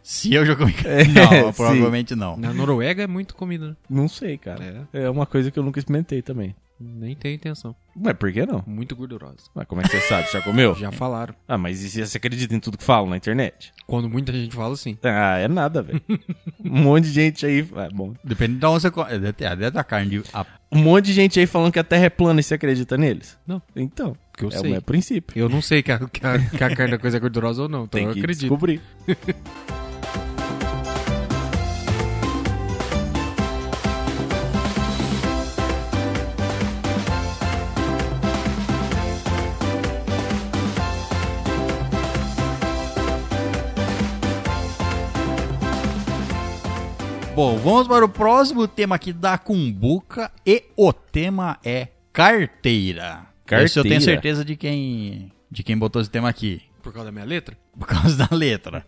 A: Se eu já comi.
C: É,
A: Não,
C: sim.
A: provavelmente não.
B: Na Noruega é muito comida, né?
C: É Não sei, cara. É uma coisa que eu nunca experimentei também.
B: Nem tenho intenção.
C: Ué, por que não?
B: Muito gordurosa.
C: Ué, como é que você sabe? Já comeu?
B: Já falaram.
C: Ah, mas e se você acredita em tudo que falam na internet?
B: Quando muita gente fala assim.
C: Ah, é nada, velho. um monte de gente aí. Ah, bom.
A: Depende de onde você. co- é, Deve ter- deve da carne de. a-
C: Um monte de gente aí falando que a Terra é plana e você acredita neles?
B: Não.
C: Então,
B: Que eu
C: é
B: sei.
C: o é princípio.
B: Eu não sei que a, que a- que a carne da coisa é gordurosa ou não, então
C: Tem
B: eu
C: que
B: acredito.
C: descobrir.
A: Bom, vamos para o próximo tema aqui da Cumbuca. E o tema é carteira.
C: Carteira.
A: Esse eu tenho certeza de quem, de quem botou esse tema aqui.
B: Por causa da minha letra?
A: Por causa da letra.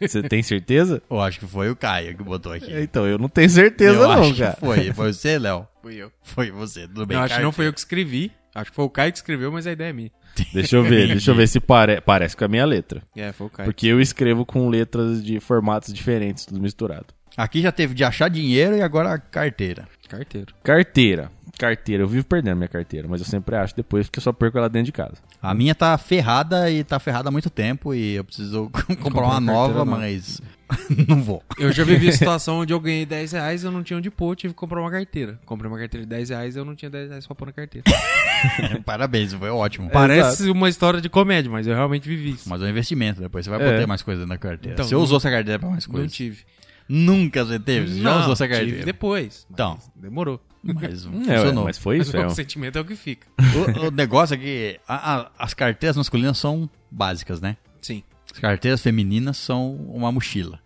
C: Você tem certeza?
A: Eu acho que foi o Caio que botou aqui.
C: Então, eu não tenho certeza,
A: eu
C: não,
A: acho
C: cara.
A: que foi. Foi você, Léo?
B: Fui eu.
A: Foi você. Tudo bem,
B: Não, acho que não
A: Caio?
B: foi eu que escrevi. Acho que foi o Caio que escreveu, mas a ideia é minha.
C: Deixa eu ver, deixa eu ver se pare- parece com a minha letra.
B: É, foi o Caio.
C: Porque eu escrevo com letras de formatos diferentes, tudo misturado.
A: Aqui já teve de achar dinheiro e agora a carteira.
B: Carteiro.
C: Carteira. Carteira, eu vivo perdendo minha carteira, mas eu sempre acho depois porque eu só perco ela dentro de casa.
A: A minha tá ferrada e tá ferrada há muito tempo e eu preciso comprar uma
B: carteira
A: nova,
B: nova.
A: mas não vou.
B: Eu já vivi a situação onde eu ganhei 10 reais e eu não tinha onde pôr, eu tive que comprar uma carteira. Comprei uma carteira de 10 reais e eu não tinha 10 reais pra pôr na carteira.
A: Parabéns, foi
C: É,
A: ótimo.
B: Parece uma história de comédia, mas eu realmente vivi isso.
A: Mas é um investimento, depois você vai
C: É.
A: botar mais coisa na carteira.
B: Então,
A: você
B: não-
A: usou essa carteira pra mais
B: Não
A: coisas?
B: tive.
A: Nunca você teve? Você já
B: Não,
A: usou essa
B: tive
A: carteira?
B: depois. mas
A: Então.
B: Demorou.
A: Mas
C: É, ué,
A: funcionou.
C: mas foi isso,
B: Mas
C: é um-
B: o sentimento é o que fica.
A: o, o negócio é que a- a- as carteiras masculinas são básicas, né?
B: Sim.
A: As carteiras femininas são uma mochila.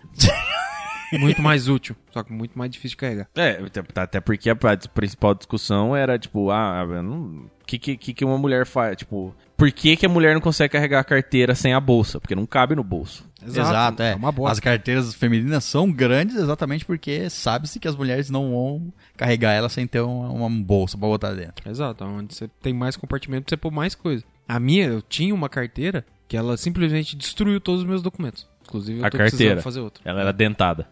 B: Muito mais útil, só que muito mais difícil de carregar.
C: É, até- tá- até porque a pra- principal discussão era, tipo, ah, eu não- que, que, que que uma mulher faz, tipo, por que, que a mulher não consegue carregar a carteira sem a bolsa? Porque não cabe no bolso.
A: Exato, é.
B: É uma boa.
A: As carteiras femininas são grandes exatamente porque sabe-se que as mulheres não vão carregar ela sem ter uma, uma bolsa pra botar dentro.
B: Exato, onde você tem mais compartimento, você pôr mais coisa. A minha, eu tinha uma carteira que ela simplesmente destruiu todos os meus documentos. Inclusive, eu
C: A
B: tô
C: carteira.
B: precisando fazer outra.
C: Ela era dentada.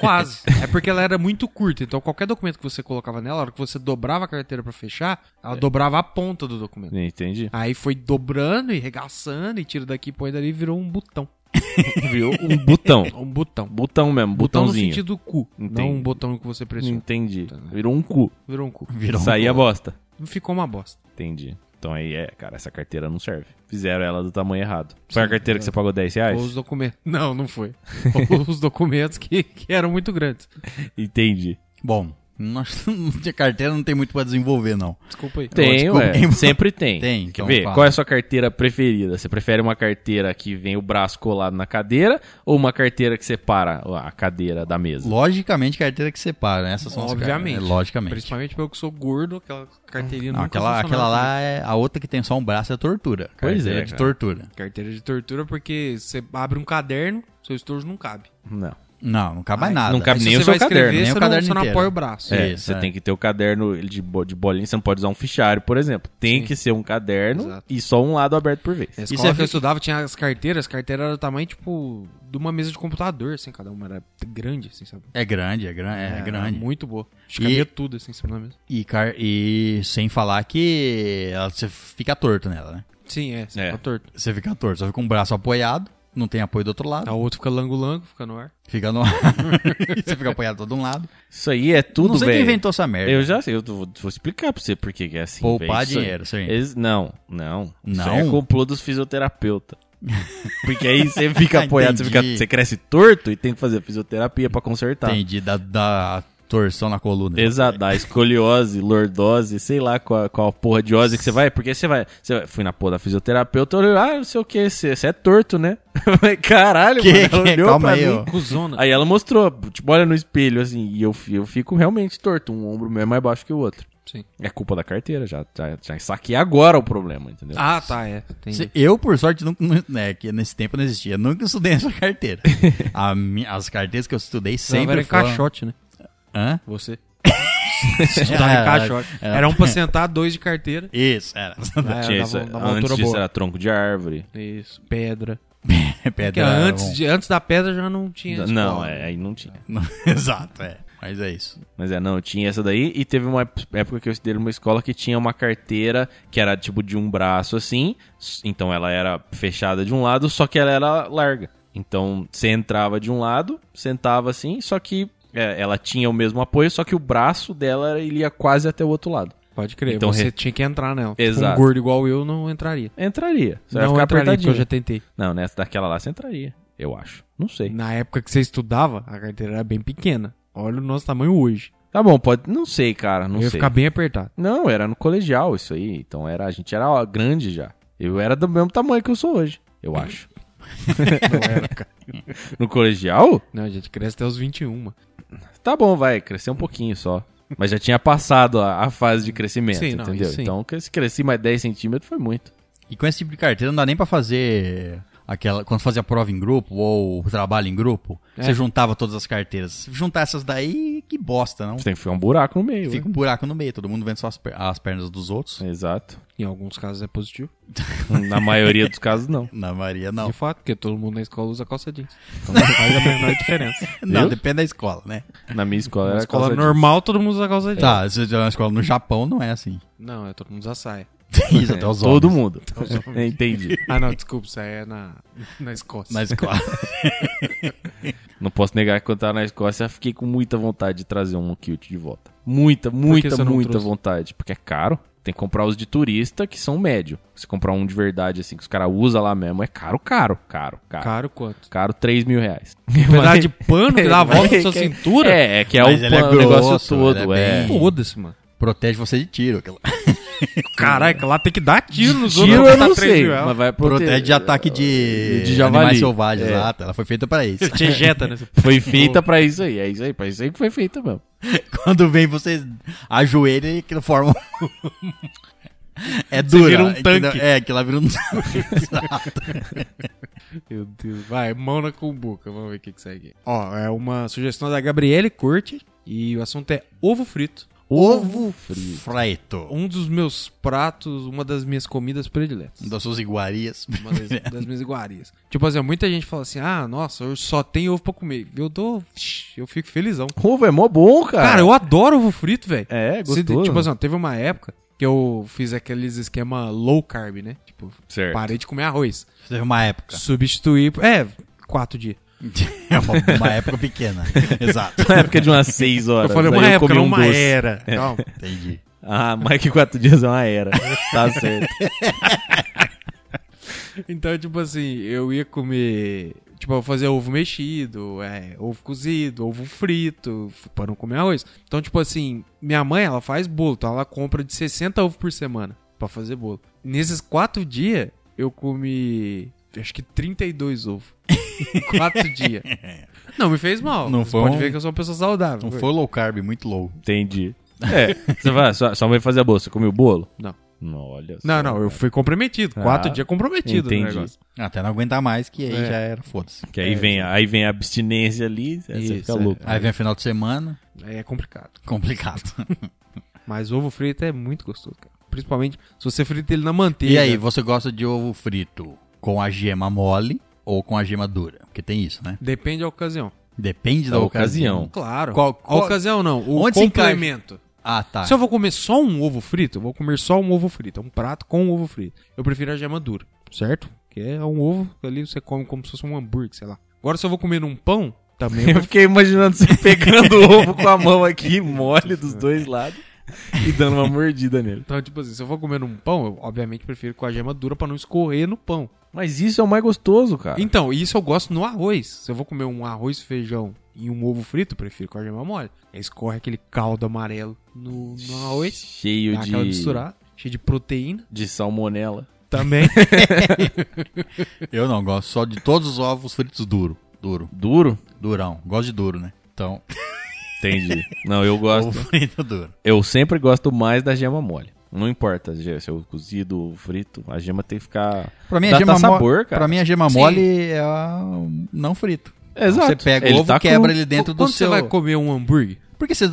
B: Quase. é porque ela era muito curta, então qualquer documento que você colocava nela, a hora que você dobrava a carteira pra fechar,
C: É.
B: ela dobrava a ponta do documento.
C: Entendi.
B: Aí foi dobrando e regaçando e tira daqui, põe dali e virou um botão.
C: Viu? Um botão.
B: Um botão.
C: Botão mesmo,
B: Botão no
C: botãozinho.
B: sentido do cu.
C: Entendi.
B: Não um botão que você pressiona.
C: Entendi. Virou um cu.
B: Virou um cu.
A: Virou um
C: Saía
A: bolo.
C: bosta.
B: Ficou uma bosta.
C: Entendi. Então aí é, cara, essa carteira não serve. Fizeram ela do tamanho errado. Foi a
B: é.
C: carteira que você pagou 10 reais?
B: Ou os documentos. Não, não foi. Ou os documentos que, que eram muito grandes.
C: Entendi.
A: Bom, nós, de carteira não tem muito pra desenvolver, não.
B: Desculpa aí.
C: Tem,
A: desculpa,
C: ué.
A: hein?
C: é. Sempre tem.
A: É Tem,
C: Quer
A: então
C: ver?
A: fala.
C: Qual é a sua carteira preferida? Você prefere uma carteira que vem o braço colado na cadeira ou uma carteira que separa a cadeira da mesa?
A: Logicamente, carteira que separa, né? Essas são as car-
B: Obviamente.
A: é, logicamente.
B: Principalmente porque eu que sou gordo, aquela carteirinha
A: Não,
B: nunca
A: aquela,
B: funcionava
A: aquela lá é a outra que tem só um braço é tortura.
C: assim. Pois
A: Carteira
C: é,
A: de
C: cara.
A: tortura.
B: Carteira de tortura porque você abre um caderno, seu estojo não cabe.
C: Não.
A: Não, não cabe mais
B: Ai,
A: nada.
C: não cabe
B: Aí se
C: nem o
B: você
C: seu
B: vai escrever,
C: caderno,
A: nem o
B: você
A: caderno
B: não, você não
A: inteiro.
B: apoia o braço.
C: É,
A: Isso,
C: você
A: é.
C: tem que ter o caderno ele de, bo- de bolinha, você não pode usar um fichário, por exemplo. Tem que ser um caderno
B: Exato.
C: e só um lado aberto por vez.
B: Na
A: Isso
B: escola
A: é
B: que
A: fi-
B: eu estudava tinha as carteiras, as carteiras eram do tamanho, tipo, de uma mesa de computador, assim, cada uma era grande, assim, sabe?
A: É grande, é, gran é,
B: Era
A: grande.
B: Muito boa. Acho
A: E-
B: que havia tudo, assim, em cima da mesa.
A: E, car- e sem falar que ela- você fica torto nela, né?
B: Sim, é, você
C: É.
B: fica torto.
A: Você fica torto, só fica com um braço apoiado, não tem apoio do outro lado,
B: A outra fica lango-lango, fica no ar.
A: fica no você fica apoiado todo um lado.
C: Isso aí é tudo,
A: não sei
C: velho.
A: quem inventou essa merda.
C: Eu já sei, eu vou, vou explicar pra você por que que é assim.
A: É. Poupar
C: véi. Isso aí-
A: dinheiro, sim.
C: Eles- não, não. Isso
A: Não?
C: aí é complô dos fisioterapeutas. Porque aí você fica
A: Ah,
C: apoiado, você, fica-
A: entendi.
C: você cresce torto e tem que fazer fisioterapia pra consertar.
A: Entendi, da, da torção na coluna.
C: Exato, da escoliose, lordose, sei lá qual, qual porra de ose que você vai, porque você vai, você vai- Fui na porra da fisioterapeuta, olhou, ah, não sei o que, você, você é torto, né? Eu falei, Caralho,
A: Que-
C: mano,
A: que- é?
C: ela olhou
A: calma
C: pra
A: aí,
C: mim.
A: ó.
B: Cusona.
C: Aí ela mostrou, tipo, olha no espelho, assim, e eu, fi- eu fico realmente torto. Um ombro meu é mais baixo que o outro.
B: Sim.
C: É culpa da carteira, já, já, já saquei agora o problema, entendeu?
B: Ah, tá, é. Entendi.
A: Se- Eu, por sorte, nunca, nu- né, que nesse tempo não existia, nunca estudei essa carteira. A mi- as carteiras que eu estudei sempre
B: era em
A: foram...
B: caixote, né?
A: Hã?
B: Você. Estudava
A: Era-
B: em caixote.
A: era-
B: É, Era, um pra sentar, dois de carteira.
A: Isso, era.
B: Ah,
C: Tinha
B: dava-
C: isso,
B: dava uma
C: antes
B: altura
C: disso
B: boa.
C: era tronco de árvore.
B: Isso, pedra.
A: Pedra
B: Porque
A: era
B: É antes,
A: bom.
B: de, antes da pedra já não é. tinha.
C: não,
B: escola.
C: é, aí não tinha.
A: Exato, é. Mas é isso.
C: Mas é, não, tinha essa daí e teve uma ép- época que eu estudei numa escola que tinha uma carteira que era tipo de um braço assim, s- então ela era fechada de um lado, só que ela era larga. Então você entrava de um lado, sentava assim, só que é, ela tinha o mesmo apoio, só que o braço dela ele ia quase até o outro lado.
B: Pode crer,
C: Então,
B: você
C: re-
B: tinha que entrar nela.
C: Exato.
B: Um gordo igual eu não entraria.
C: Entraria. Você vai
B: não
C: ficar
B: entraria, porque
C: apertadinho.
B: eu já tentei.
C: Não, nessa daquela lá você entraria, eu acho. Não sei.
B: Na época que você estudava, a carteira era bem pequena. Olha o nosso tamanho hoje.
C: Tá bom, pode. Não sei, cara. Não
B: eu ia
C: sei.
B: ficar bem apertado.
C: Não, era no colegial isso aí. Então era, a gente era ó, grande já. Eu era do mesmo tamanho que eu sou hoje, eu acho.
B: Não era, cara.
C: No colegial?
B: Não, a gente cresce até os 21.
C: Tá bom, vai, crescer um pouquinho só. Mas já tinha passado a, a fase de crescimento,
B: Sim, não,
C: entendeu?
B: isso sim.
C: então, que- se cresci mais 10 centímetros foi muito.
A: E com esse tipo de carteira não dá nem pra fazer aquela. Quando fazia prova em grupo ou trabalho em grupo,
B: É.
A: você juntava todas as carteiras. Se juntar essas daí, que bosta, não?
C: Você tem que ficar um buraco no meio.
B: né?
A: Fica um buraco no meio, todo mundo vendo só as, per- as pernas dos
B: É.
A: outros.
C: né? Exato.
B: Em alguns casos é positivo.
C: Na maioria dos casos, não.
A: Na Maria, não.
B: De fato, porque todo mundo na escola usa calça jeans. Então não faz a menor diferença.
A: Não,
C: Eu?
A: depende da escola, né?
C: Na minha escola
B: Na
C: era
B: escola
C: calça jeans.
B: normal, todo mundo usa calça jeans.
A: Tá, se você tiver uma escola no Japão não é assim.
B: Não, é todo mundo usa saia.
A: Isso, né? até os
C: Todo
A: homens.
C: mundo.
B: Então,
C: Entendi.
B: Ah, não, desculpa, saia é na, na Escócia.
A: Na escola.
C: Não posso negar que quando tava na Escócia, fiquei com muita vontade de trazer um quilt de volta. Muita, muita,
B: você não
C: muita
B: trouxe?
C: vontade. Porque é caro. Tem que comprar os de turista, que são médio. Se comprar um de verdade, assim, que os caras usam lá mesmo, é caro, caro, caro, caro. Caro,
B: Caro quanto?
C: 3 mil reais.
B: Pedaço de pano que dá a volta assim, na sua
C: Que-
B: cintura?
C: É, é que é
A: Mas
C: o,
A: ele é
C: pan- o negócio
A: grosso,
C: todo.
A: ele é
C: É,
A: bem-
B: Foda-se, mano.
A: Protege você de tiro. aquela-
B: Caraca, lá tem que dar tiro nos
C: Tiro
B: outros
C: eu
B: pra tá
C: não
B: gastar três
C: sei,
B: mil reais.
C: mas vai
A: Protege de
C: proteger.
A: ataque de,
C: De javali.
A: animais selvagens,
C: É.
A: exato. Ela foi feita pra isso.
B: Te ejeta, né?
C: Foi feita pra isso aí, é isso aí, pra isso aí que foi feita mesmo.
A: Quando vem, você ajoelha e aquilo forma. um- é dura.
B: vira um
A: entendeu?
B: tanque.
A: É, que ela vira um tanque. exato.
B: Meu Deus. Vai, mão na cumbuca. Vamos ver o que que segue. Ó, é uma sugestão da Gabriele Corte. E o assunto é ovo frito.
A: Ovo frito.
B: Um dos meus pratos, uma das minhas comidas prediletas.
A: Um das suas iguarias.
B: Uma das, das minhas iguarias. Tipo assim, muita gente fala assim, ah, nossa, eu só tenho ovo pra comer. Eu dou... Shhh, Eu fico felizão.
C: Ovo é mó bom, cara.
B: Cara, eu adoro ovo frito, velho.
C: É,
B: Se-
C: gostoso.
B: Tipo assim, ó, teve uma época que eu fiz aqueles esquema low carb, né? Tipo,
C: Certo. Tá.
B: parei de comer arroz.
A: Teve uma época.
B: Substituí... por- É, quatro dias.
A: É uma, uma época pequena. Exato.
C: Na época de umas 6 horas.
B: Eu falei uma
C: aí
B: época,
C: comi
B: não
C: um
B: uma
C: doce.
B: era. Calma.
A: Entendi.
C: Ah, mais que quatro dias é uma era. Tá certo.
B: Então, tipo assim, eu ia comer. Tipo, eu fazia ovo mexido, é, ovo cozido, ovo frito, f- pra não comer arroz. Então, tipo assim, minha mãe, ela faz bolo, então ela compra de 60 ovos por semana pra fazer bolo. Nesses quatro dias, eu comi, acho que 32 ovos. Em quatro dias. Não, me fez mal.
A: Não
B: Você
A: foi
B: pode
A: um-
B: ver que eu sou uma pessoa saudável.
A: Não foi low carb, muito low.
C: Entendi. É, você vai, sua, sua mãe fazia bolo, você comeu o bolo?
B: Não.
C: Não, olha só.
B: Não, não, eu fui comprometido. Quatro
C: Ah,
B: dias comprometido
C: entendi.
B: no negócio.
A: Até não aguentar mais, que aí
B: É.
A: já era, foda-se.
C: Que aí, vem, aí vem a abstinência ali, aí você
B: Isso,
C: fica
B: é.
C: louco.
A: Aí vem o final de semana,
B: Aí é complicado.
A: complicado.
B: Mas ovo frito é muito gostoso, cara. Principalmente se você frita ele na manteiga.
A: E aí, você gosta de ovo frito com a gema mole ou com a gema dura? Porque tem isso, né?
B: Depende da ocasião.
A: Depende da,
C: Da
A: ocasião.
C: É ocasião.
B: Claro.
A: Qual- qual-
B: A ocasião não. O
A: Onde se
B: complemento.
A: Ah, tá.
B: Se eu vou comer só um ovo frito, eu vou comer só um ovo frito. É um prato com um ovo frito. Eu prefiro a gema dura, certo? Que é um ovo que ali você come como se fosse um hambúrguer, sei lá. Agora se eu vou comer num pão, também é eu
C: Eu fiquei imaginando você pegando o ovo com a mão aqui, mole dos dois lados, e dando uma mordida nele.
B: Então, tipo assim, se eu vou comer num pão, eu obviamente prefiro com a gema dura pra não escorrer no pão.
C: Mas isso é o mais gostoso, cara.
B: Então, isso eu gosto no arroz. Se eu vou comer um arroz, feijão e um ovo frito, eu prefiro com a gema mole. Aí escorre aquele caldo amarelo no, no arroz.
C: Cheio
B: Dá aquela
C: de,
B: misturada, cheio de proteína.
C: de salmonela.
B: Também.
A: Eu não gosto só de todos os ovos fritos duro. Duro.
C: Duro?
A: Durão. Gosto de duro, né? Então,
C: Entendi. Não, eu gosto.
A: ovo frito duro.
C: Eu sempre gosto mais da gema mole. Não importa se se eu cozido, frito, a gema tem que ficar.
A: Pra mim,
C: Dá-
A: a
C: dá
A: gema, mo-
C: sabor, cara.
A: pra mim, a gema
B: Sim.
A: mole é a- não frito. Então,
C: Exato.
A: Você pega
C: Ele
A: o ovo,
C: tá
A: quebra
C: cru.
A: ele dentro
B: Qu-
A: do
B: Quando
A: seu...
B: você vai comer um hambúrguer?
A: Por que você...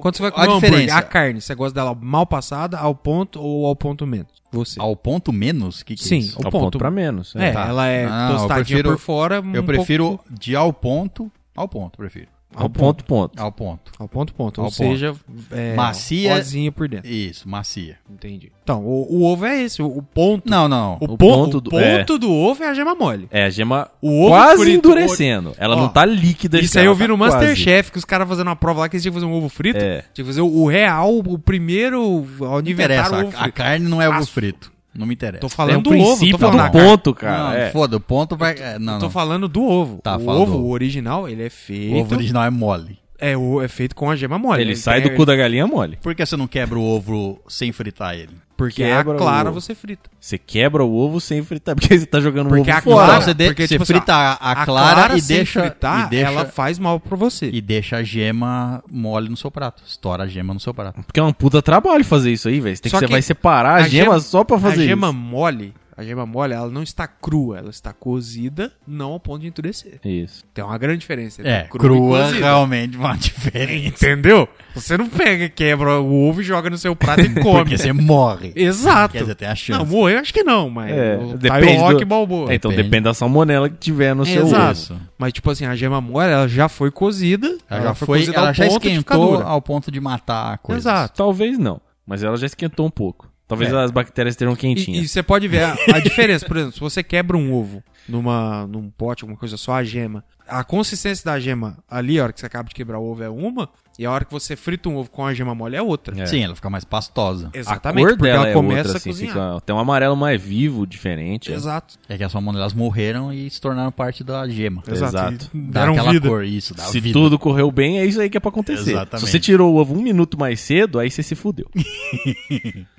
B: Quando você vai
A: a
B: comer um hambúrguer,
A: diferença?
B: a carne, você gosta dela mal passada, ao ponto ou ao ponto menos? Você.
A: Ao ponto menos? Que que é
B: Sim.
A: isso?
B: o
C: Ao um ponto,
B: ponto.
C: pra menos. né?
B: É,
A: Tá.
B: ela é
A: Não, eu
B: tostadinha
A: prefiro-
B: por fora. um
A: Eu prefiro
B: pouco-
A: de ao ponto ao ponto, prefiro.
B: é um
C: Ao um ponto, ponto.
A: Ao ponto.
B: Ao ponto, ponto.
A: Ao
B: Ou
A: ponto.
B: seja, é,
A: Macia-
B: rosinha por dentro.
A: Isso, macia.
B: Entendi. Então, o, o ovo é esse. O, o ponto.
A: Não, não.
B: O,
C: O
B: ponto,
C: ponto
B: do,
C: do-
B: ponto do ovo é a gema mole.
C: É, a gema
B: O ovo
C: quase
B: frito,
C: endurecendo. Ela
B: Ó,
C: não tá líquida.
B: Isso
C: cara,
B: aí eu
C: ela
B: vi
C: tá
B: no
C: quase.
B: Masterchef, que os caras fazendo uma prova lá que eles tinham que fazer um ovo frito.
C: É.
B: Tinha que fazer o, o real, o primeiro, ao
A: Não interessa.
B: inventar o ovo
A: A, a
B: frito.
A: carne não é ovo
B: Aço.
A: frito. Não me interessa.
B: Tô
C: É o
B: falando do ovo,
C: princípio
B: tô falando
C: do
B: da carne.
C: ponto,
A: não,
C: cara. é.
A: foda, o ponto vai. é, Não, não.
B: Eu tô falando do ovo.
A: Tá,
B: o
A: fala
B: ovo,
A: do ovo.
B: o original, ele é feito.
A: O ovo original é mole.
B: É, o, é feito com a gema mole.
C: Ele sai do cu da galinha mole.
A: Por que você não quebra o ovo sem fritar ele?
B: Porque
C: Quebra
B: a clara
C: o-
B: você frita.
C: Você quebra o ovo sem fritar, porque você tá jogando o
B: Porque
C: ovo
B: a
C: fora.
A: Não,
B: clara-
A: você de-
B: porque,
A: você
B: tipo assim,
A: frita a, a clara, e,
B: sem
A: deixa,
B: fritar,
A: e deixa.
B: ela faz mal pra você.
A: E deixa a gema mole no seu prato. Estoura a gema no seu
B: Tá
A: prato.
C: Porque é um puta trabalho fazer isso aí, velho. Você tem
B: Só
C: que, você
B: que
C: vai separar a,
B: a
C: gema,
B: gema-
C: só pra fazer
B: a gema
C: isso.
B: mole, a gema mole, ela não está crua, ela está cozida, não ao ponto de endurecer.
C: Isso.
B: Tem uma grande diferença. entre
A: É,
B: crua e
A: crua
B: cozida.
A: realmente uma diferença.
B: Entendeu? Você não pega, quebra o ovo e joga no seu prato e come.
A: Porque você morre.
B: Exato.
A: Quer dizer, tem a chance.
B: não, morreu, acho que não, mas
C: É,
B: o
C: depende
B: Rock
C: do-
B: balboa.
C: É, então
A: Depende.
C: depende da salmonela que tiver no seu
B: Exato.
C: ovo.
A: Isso.
B: Mas, tipo assim, a gema mole, ela já foi cozida.
A: Ela já foi,
B: cozida
A: ela
B: ao
A: já
B: ponto de ficar
A: esquentou
B: dura.
A: ao ponto de matar a coisa.
B: Exato.
C: Talvez não, mas ela já esquentou um pouco. Talvez as bactérias estejam
B: E, e
C: quentinhas.
B: você pode ver a, a diferença, por exemplo, se você quebra um ovo numa, num pote, alguma coisa, só a gema. A consistência da gema ali, a hora que você acaba de quebrar o ovo, é uma, e a hora que você frita um ovo com a gema mole é outra.
C: É.
A: Sim, ela fica mais pastosa.
B: Exatamente,
C: a cor
B: porque
C: dela
B: ela
C: é
B: começa
C: outra,
B: a
C: assim,
B: cozinhar.
C: fica- tem um amarelo mais vivo, diferente. é.
B: Exato.
A: É que as salmonelas morreram e se tornaram parte da gema.
C: Exato.
B: E
A: Dá
B: Deram
A: aquela
B: vida.
A: cor, isso, dá
C: Se
A: vida.
C: tudo correu bem, é isso aí que é pra acontecer.
A: Exatamente.
C: Se você tirou o ovo um minuto mais cedo, aí você se fudeu.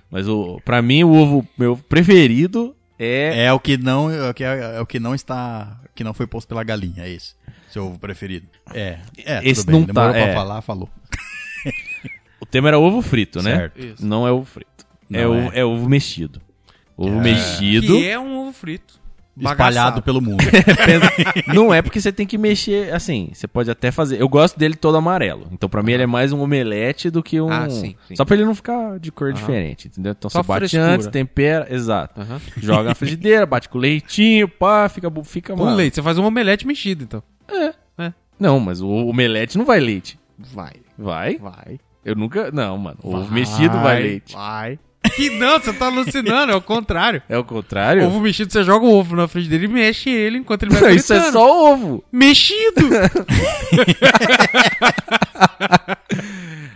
C: Mas o, pra mim, o ovo meu preferido é.
A: É o que não, é o que, é o que não está, que não foi posto pela galinha, é esse. Seu ovo preferido. É, é
C: Esse
A: tudo bem,
C: não tá,
A: demorou pra
C: é.
A: falar, falou.
C: O tema era ovo frito, né?
A: Certo.
B: Isso.
C: Não é ovo frito. É,
A: Não
C: ovo, é ovo mexido. Ovo mexido.
B: Que é um ovo frito.
A: Espalhado
B: bagaçado.
A: pelo mundo.
C: Pensa- não é porque você tem que mexer assim. Você pode até fazer. Eu gosto dele todo amarelo. Então, pra mim, ele é mais um omelete do que um.
B: Ah, sim, sim.
C: Só pra ele não ficar de cor
B: Aham.
C: diferente, entendeu? Então,
B: Só
C: você bate
B: frescura.
C: antes, tempera. Exato.
B: Aham.
C: Joga na frigideira, bate com leitinho, pá, fica. bu- fica
B: Com
C: mano.
B: leite. Você faz um omelete mexido, então.
C: Não, mas o omelete não vai leite.
B: Vai,
C: Vai?
B: vai.
C: Eu nunca. Não, mano. O ovo mexido vai leite.
B: Vai. Que não, você tá alucinando, é o contrário.
C: É o contrário?
B: Ovo tá mexido, você joga o ovo na frente dele e mexe ele enquanto ele vai
C: Não, isso é
B: fritando.
C: só ovo.
B: Mexido!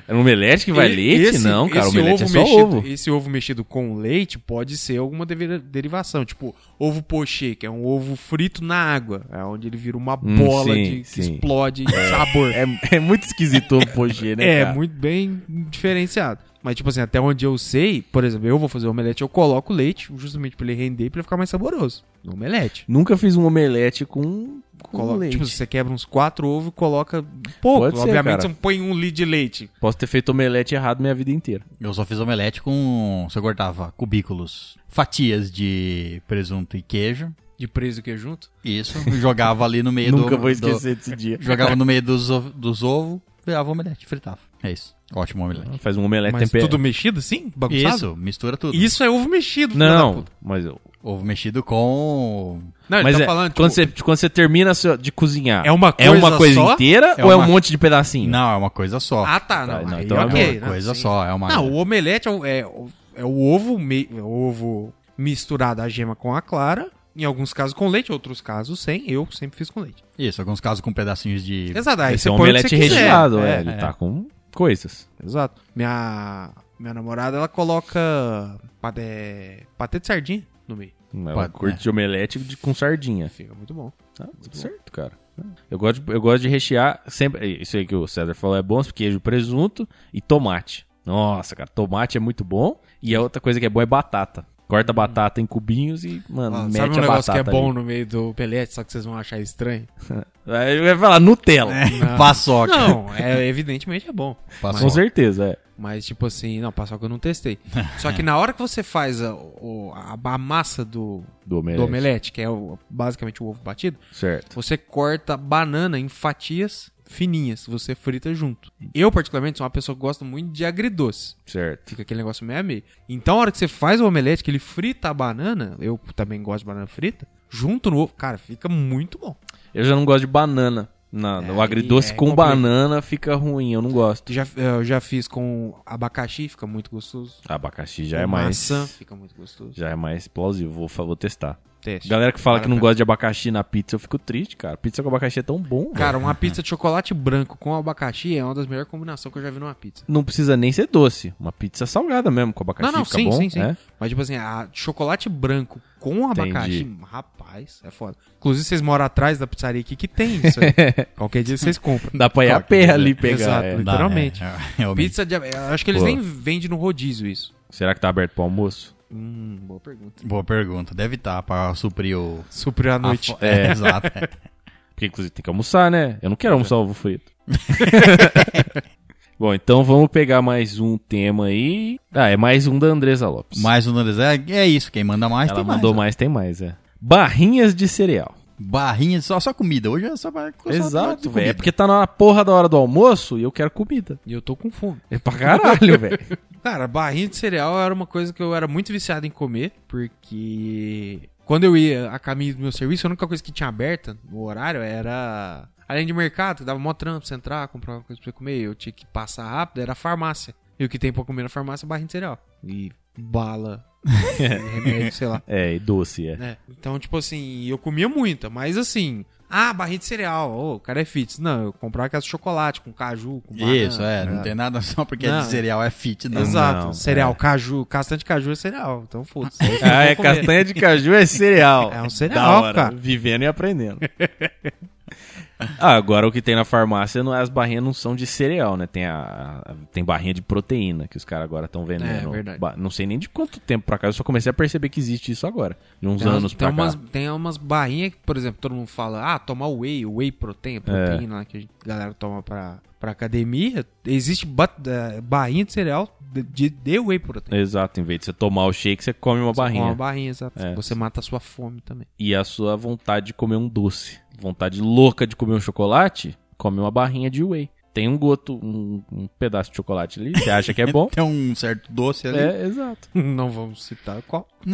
C: É um omelete que vai
B: E-
C: leite?
B: esse-
C: não, cara.
B: esse
C: Omelete é só
B: mexido,
C: ovo.
B: Esse ovo mexido com leite pode ser alguma devira- derivação. Tipo, ovo pochê, que é um ovo frito na água. É onde ele vira uma
C: Hum,
B: bola
C: sim,
B: de, que
C: sim.
B: explode de sabor. É,
C: É, é muito esquisito o pochê, né? cara?
B: muito bem diferenciado. Mas, tipo assim, até onde eu sei, por exemplo, eu vou fazer omelete, eu coloco leite justamente pra ele render e pra ele ficar mais saboroso. No omelete.
C: Nunca fiz um omelete com, com
B: Coloca-
C: Um leite.
B: Tipo, você quebra uns quatro ovos e coloca pouco.
C: Pode ser,
B: Obviamente,
C: cara.
B: você não põe um litro de leite.
C: Posso ter feito omelete errado minha vida inteira.
A: Eu só fiz omelete com, se eu cortava cubículos, fatias de presunto e queijo.
B: De preso o que é junto?
A: Isso, jogava ali no meio do
C: Nunca vou
A: do-
C: esquecer desse dia.
A: Jogava no meio dos, ovo- dos ovos, virava omelete, fritava. É isso. Ótimo omelete.
C: Faz um omelete
B: Mas
C: temperado.
B: tudo mexido assim? Bagunçado?
A: Isso, mistura tudo.
B: Isso é ovo mexido, filho da
C: Não,
B: puta.
C: mas eu.
A: Ovo mexido com.
B: Não, ele
C: Mas
B: tá
C: é,
B: falando, tipo,
C: quando, você, quando você termina a sua- de cozinhar,
B: É uma
C: é uma
B: coisa
C: coisa
B: só?
C: inteira
A: É
C: ou é um
A: uma-
C: monte de pedacinho?
A: Não, é uma coisa só.
B: Ah, tá,
C: Tá,
B: não.
C: não,
B: aí
C: então é
B: ok,
A: é uma
B: não,
A: coisa
B: sim.
A: só. É uma.
B: Não, o omelete é, o- é o- é o ovo, me- é o ovo misturado a gema com a clara. Em alguns casos com leite, outros casos sem. Eu sempre fiz com leite.
A: Isso, alguns casos com pedacinhos de.
B: Exato, aí
C: Esse
B: você
C: é um
B: põe o que
C: omelete
B: você quiser.
C: recheado, é,
B: É,
C: ele
A: é.
C: tá com coisas.
B: Exato. Minha, minha namorada, ela coloca patê, patê de sardinha no meio.
C: Não,
A: Pode-
C: eu curto É um
B: né?
C: de omelete de- com sardinha.
B: Fica muito bom.
C: Tá tudo certo, cara. Eu gosto, de, eu gosto de rechear sempre. Isso aí que o César falou é bom, queijo, presunto e tomate. Nossa, cara, tomate é muito bom. E a outra coisa que é bom é batata.
B: Hum.
C: Corta a batata em cubinhos e, mano,
B: Ah,
C: mete
B: sabe um
C: a
B: negócio
C: batata.
B: que é bom
C: ali.
B: no meio do omelete, só que vocês vão achar estranho?
C: Aí eu ia falar Nutella.
B: Não.
A: Paçoca.
B: Não, é, evidentemente é bom.
A: Paçoca.
C: Com certeza, é.
B: Mas, tipo assim, não, paçoca eu não testei. Só que na hora que você faz a, o- a, a massa do,
C: Do omelete.
B: do omelete, que é o- basicamente o ovo batido,
C: Certo.
B: você corta banana em fatias fininhas, você frita junto. Eu, particularmente, sou uma pessoa que gosta muito de agridoce.
C: Certo.
B: Fica aquele negócio meio a meio. Então, a hora que você faz o omelete, que ele frita a banana, eu também gosto de banana frita, junto no ovo, cara, fica muito bom.
C: Eu já não gosto de banana. Não,
B: É,
C: o agridoce
B: aí é
C: com
B: complicado.
C: banana fica ruim, eu não gosto.
B: Já, eh, eu já fiz com abacaxi, fica muito gostoso.
C: Abacaxi já
B: Com
C: é mais.
B: Maçã, fica muito gostoso.
C: Já é mais plausível, vou, fa- vou testar.
B: Teste.
C: Galera que fala
B: Para
C: que não
B: pra-
C: gosta de abacaxi na pizza, eu fico triste, cara. Pizza com abacaxi é tão bom. velho.
B: Cara, uma pizza de chocolate branco com abacaxi é uma das melhores combinações que eu já vi numa pizza.
C: Não precisa nem ser doce. Uma pizza salgada mesmo, com abacaxi
B: não, não,
C: fica
B: sim,
C: bom.
B: sim, sim.
C: né?
B: Mas, tipo assim, a chocolate branco com abacaxi, rapaz, é foda. Inclusive, vocês moram atrás da pizzaria aqui que tem isso aí. Qualquer dia vocês compram.
C: Dá pra ir a
A: Toque,
C: pé
A: né?
C: ali pegar.
B: Exato.
C: é.
A: Dá,
B: Literalmente.
A: é, é, realmente.
B: Pizza de. eu Acho que eles
C: Pô.
B: nem vendem no rodízio isso.
C: Será que tá aberto pro almoço?
B: Hum, boa pergunta.
A: Boa pergunta. Deve estar pra suprir o.
B: Supriu a noite.
A: a fo- É, exato.
C: Porque, inclusive, tem que almoçar, né? Eu não
B: É
C: quero almoçar ovo frito. Bom, então vamos pegar mais um tema aí. Ah, é mais um da Andresa Lopes.
A: Mais um Nandes. É, é isso, quem manda mais
C: Ela
A: tem
C: mandou
A: mais. ó.
C: mais, tem mais, é. Barrinhas de cereal.
A: Barrinha, só, só comida. Hoje é só pra. só
C: Exato,
A: pra-
C: velho. É porque tá na porra da hora do almoço e eu quero comida.
B: E eu tô com fome.
C: É pra caralho, velho.
B: Cara, barrinha de cereal era uma coisa que eu era muito viciado em comer, porque quando eu ia a caminho do meu serviço, a única coisa que tinha aberta no horário era. Além de mercado, que dava mó trampo pra você entrar, comprar uma coisa pra você comer, eu tinha que passar rápido, era a farmácia. E o que tem pra comer na farmácia é barrinha de cereal. E bala, e remédio, sei lá.
C: É, e doce, é.
B: né? Então, tipo assim, eu comia muita, mas assim. Ah, barrinha de cereal, ô, o cara é fitness. Não, eu comprava aquelas de chocolate com caju, com banana,
A: Isso, é.
B: né?
A: Não tem nada só porque é
B: Não.
A: de cereal, é fit, não.
B: Exato.
C: não, é.
B: cereal, caju. Castanha de caju é cereal. Então foda-se.
C: Ah, é castanha de caju é cereal.
B: É um cereal,
C: Da hora,
B: cara.
C: Vivendo e aprendendo. ah, agora o que tem na farmácia, não, é, as barrinhas não são de cereal, né? Tem, a, a- tem barrinha de proteína que os caras agora estão vendendo.
B: É, verdade.
C: Ba- Não sei nem de quanto tempo pra cá, eu só comecei a perceber que existe isso agora. De uns
B: Tem umas-
C: anos
B: tem
C: pra
B: umas,
C: cá.
B: Tem umas barrinhas que, por exemplo, todo mundo fala, ah, tomar whey, whey
C: É.
B: protein, proteína lá que a galera toma pra, pra academia. Existe ba- da- barrinha de cereal de, de, de whey protein.
C: Exato, em vez de você tomar o shake, você come uma
B: Você
C: barrinha.
B: come Uma barrinha, exato.
C: É.
B: Você mata a sua fome também.
C: E a sua vontade de comer um doce. Vontade louca de comer um chocolate, come uma barrinha de whey. Tem um goto, um, um pedaço de chocolate ali, você acha que é bom.
A: Tem um certo doce ali.
C: é, exato.
B: Não vamos citar qual.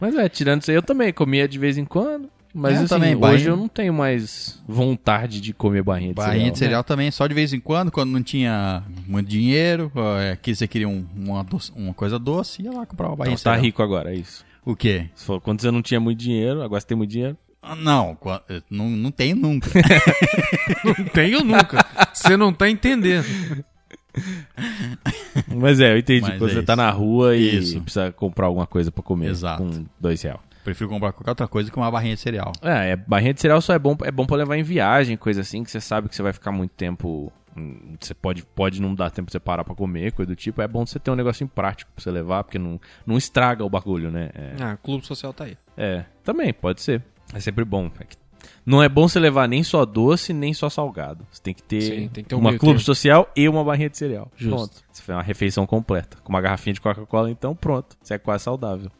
C: Mas é, tirando isso aí, eu também comia de vez em quando. Mas
A: É, Eu
C: assim,
A: também,
C: hoje
A: barrinha.
C: eu não tenho mais vontade de comer barrinha de
A: Barrinha de
C: cereal.
A: cereal
C: né?
A: também, só de vez em quando, quando não tinha muito dinheiro, ó, é, que você queria um- uma, doce- uma coisa doce, ia lá comprar uma barrinha
C: Então,
A: de
C: tá
A: cereal.
C: rico agora, é isso.
A: O quê?
C: Você falou, Quando você não tinha muito dinheiro, agora você tem muito dinheiro.
A: Ah, Não, qua- eu não, não tenho nunca.
B: Não tenho nunca. Você não tá entendendo.
C: Mas é, eu entendi.
A: Mas
C: quando
A: é
C: você tá
A: isso.
C: na rua e
A: Isso.
C: precisa comprar alguma coisa pra comer
A: Exato.
C: com dois real.
A: Prefiro comprar qualquer outra coisa que uma barrinha de cereal.
C: É, é, barrinha de cereal só é bom, é bom pra levar em viagem, coisa assim, que você sabe que você vai ficar muito tempo. hum, Você pode, pode não dar tempo pra você parar pra comer, coisa do tipo. É bom você ter um negocinho prático pra você levar, porque não, não estraga o bagulho, né? É,
B: Ah, clube social tá aí.
C: é, também, pode ser. É sempre bom. É que Não é bom você levar nem só doce, nem só salgado. Você tem que ter,
B: Sim, tem que ter um
C: uma
B: meio
C: clube
B: termo.
C: social e uma barrinha de cereal.
B: Justo.
C: Pronto. Você faz uma refeição completa. Com uma garrafinha de Coca-Cola, então pronto. Você é quase saudável.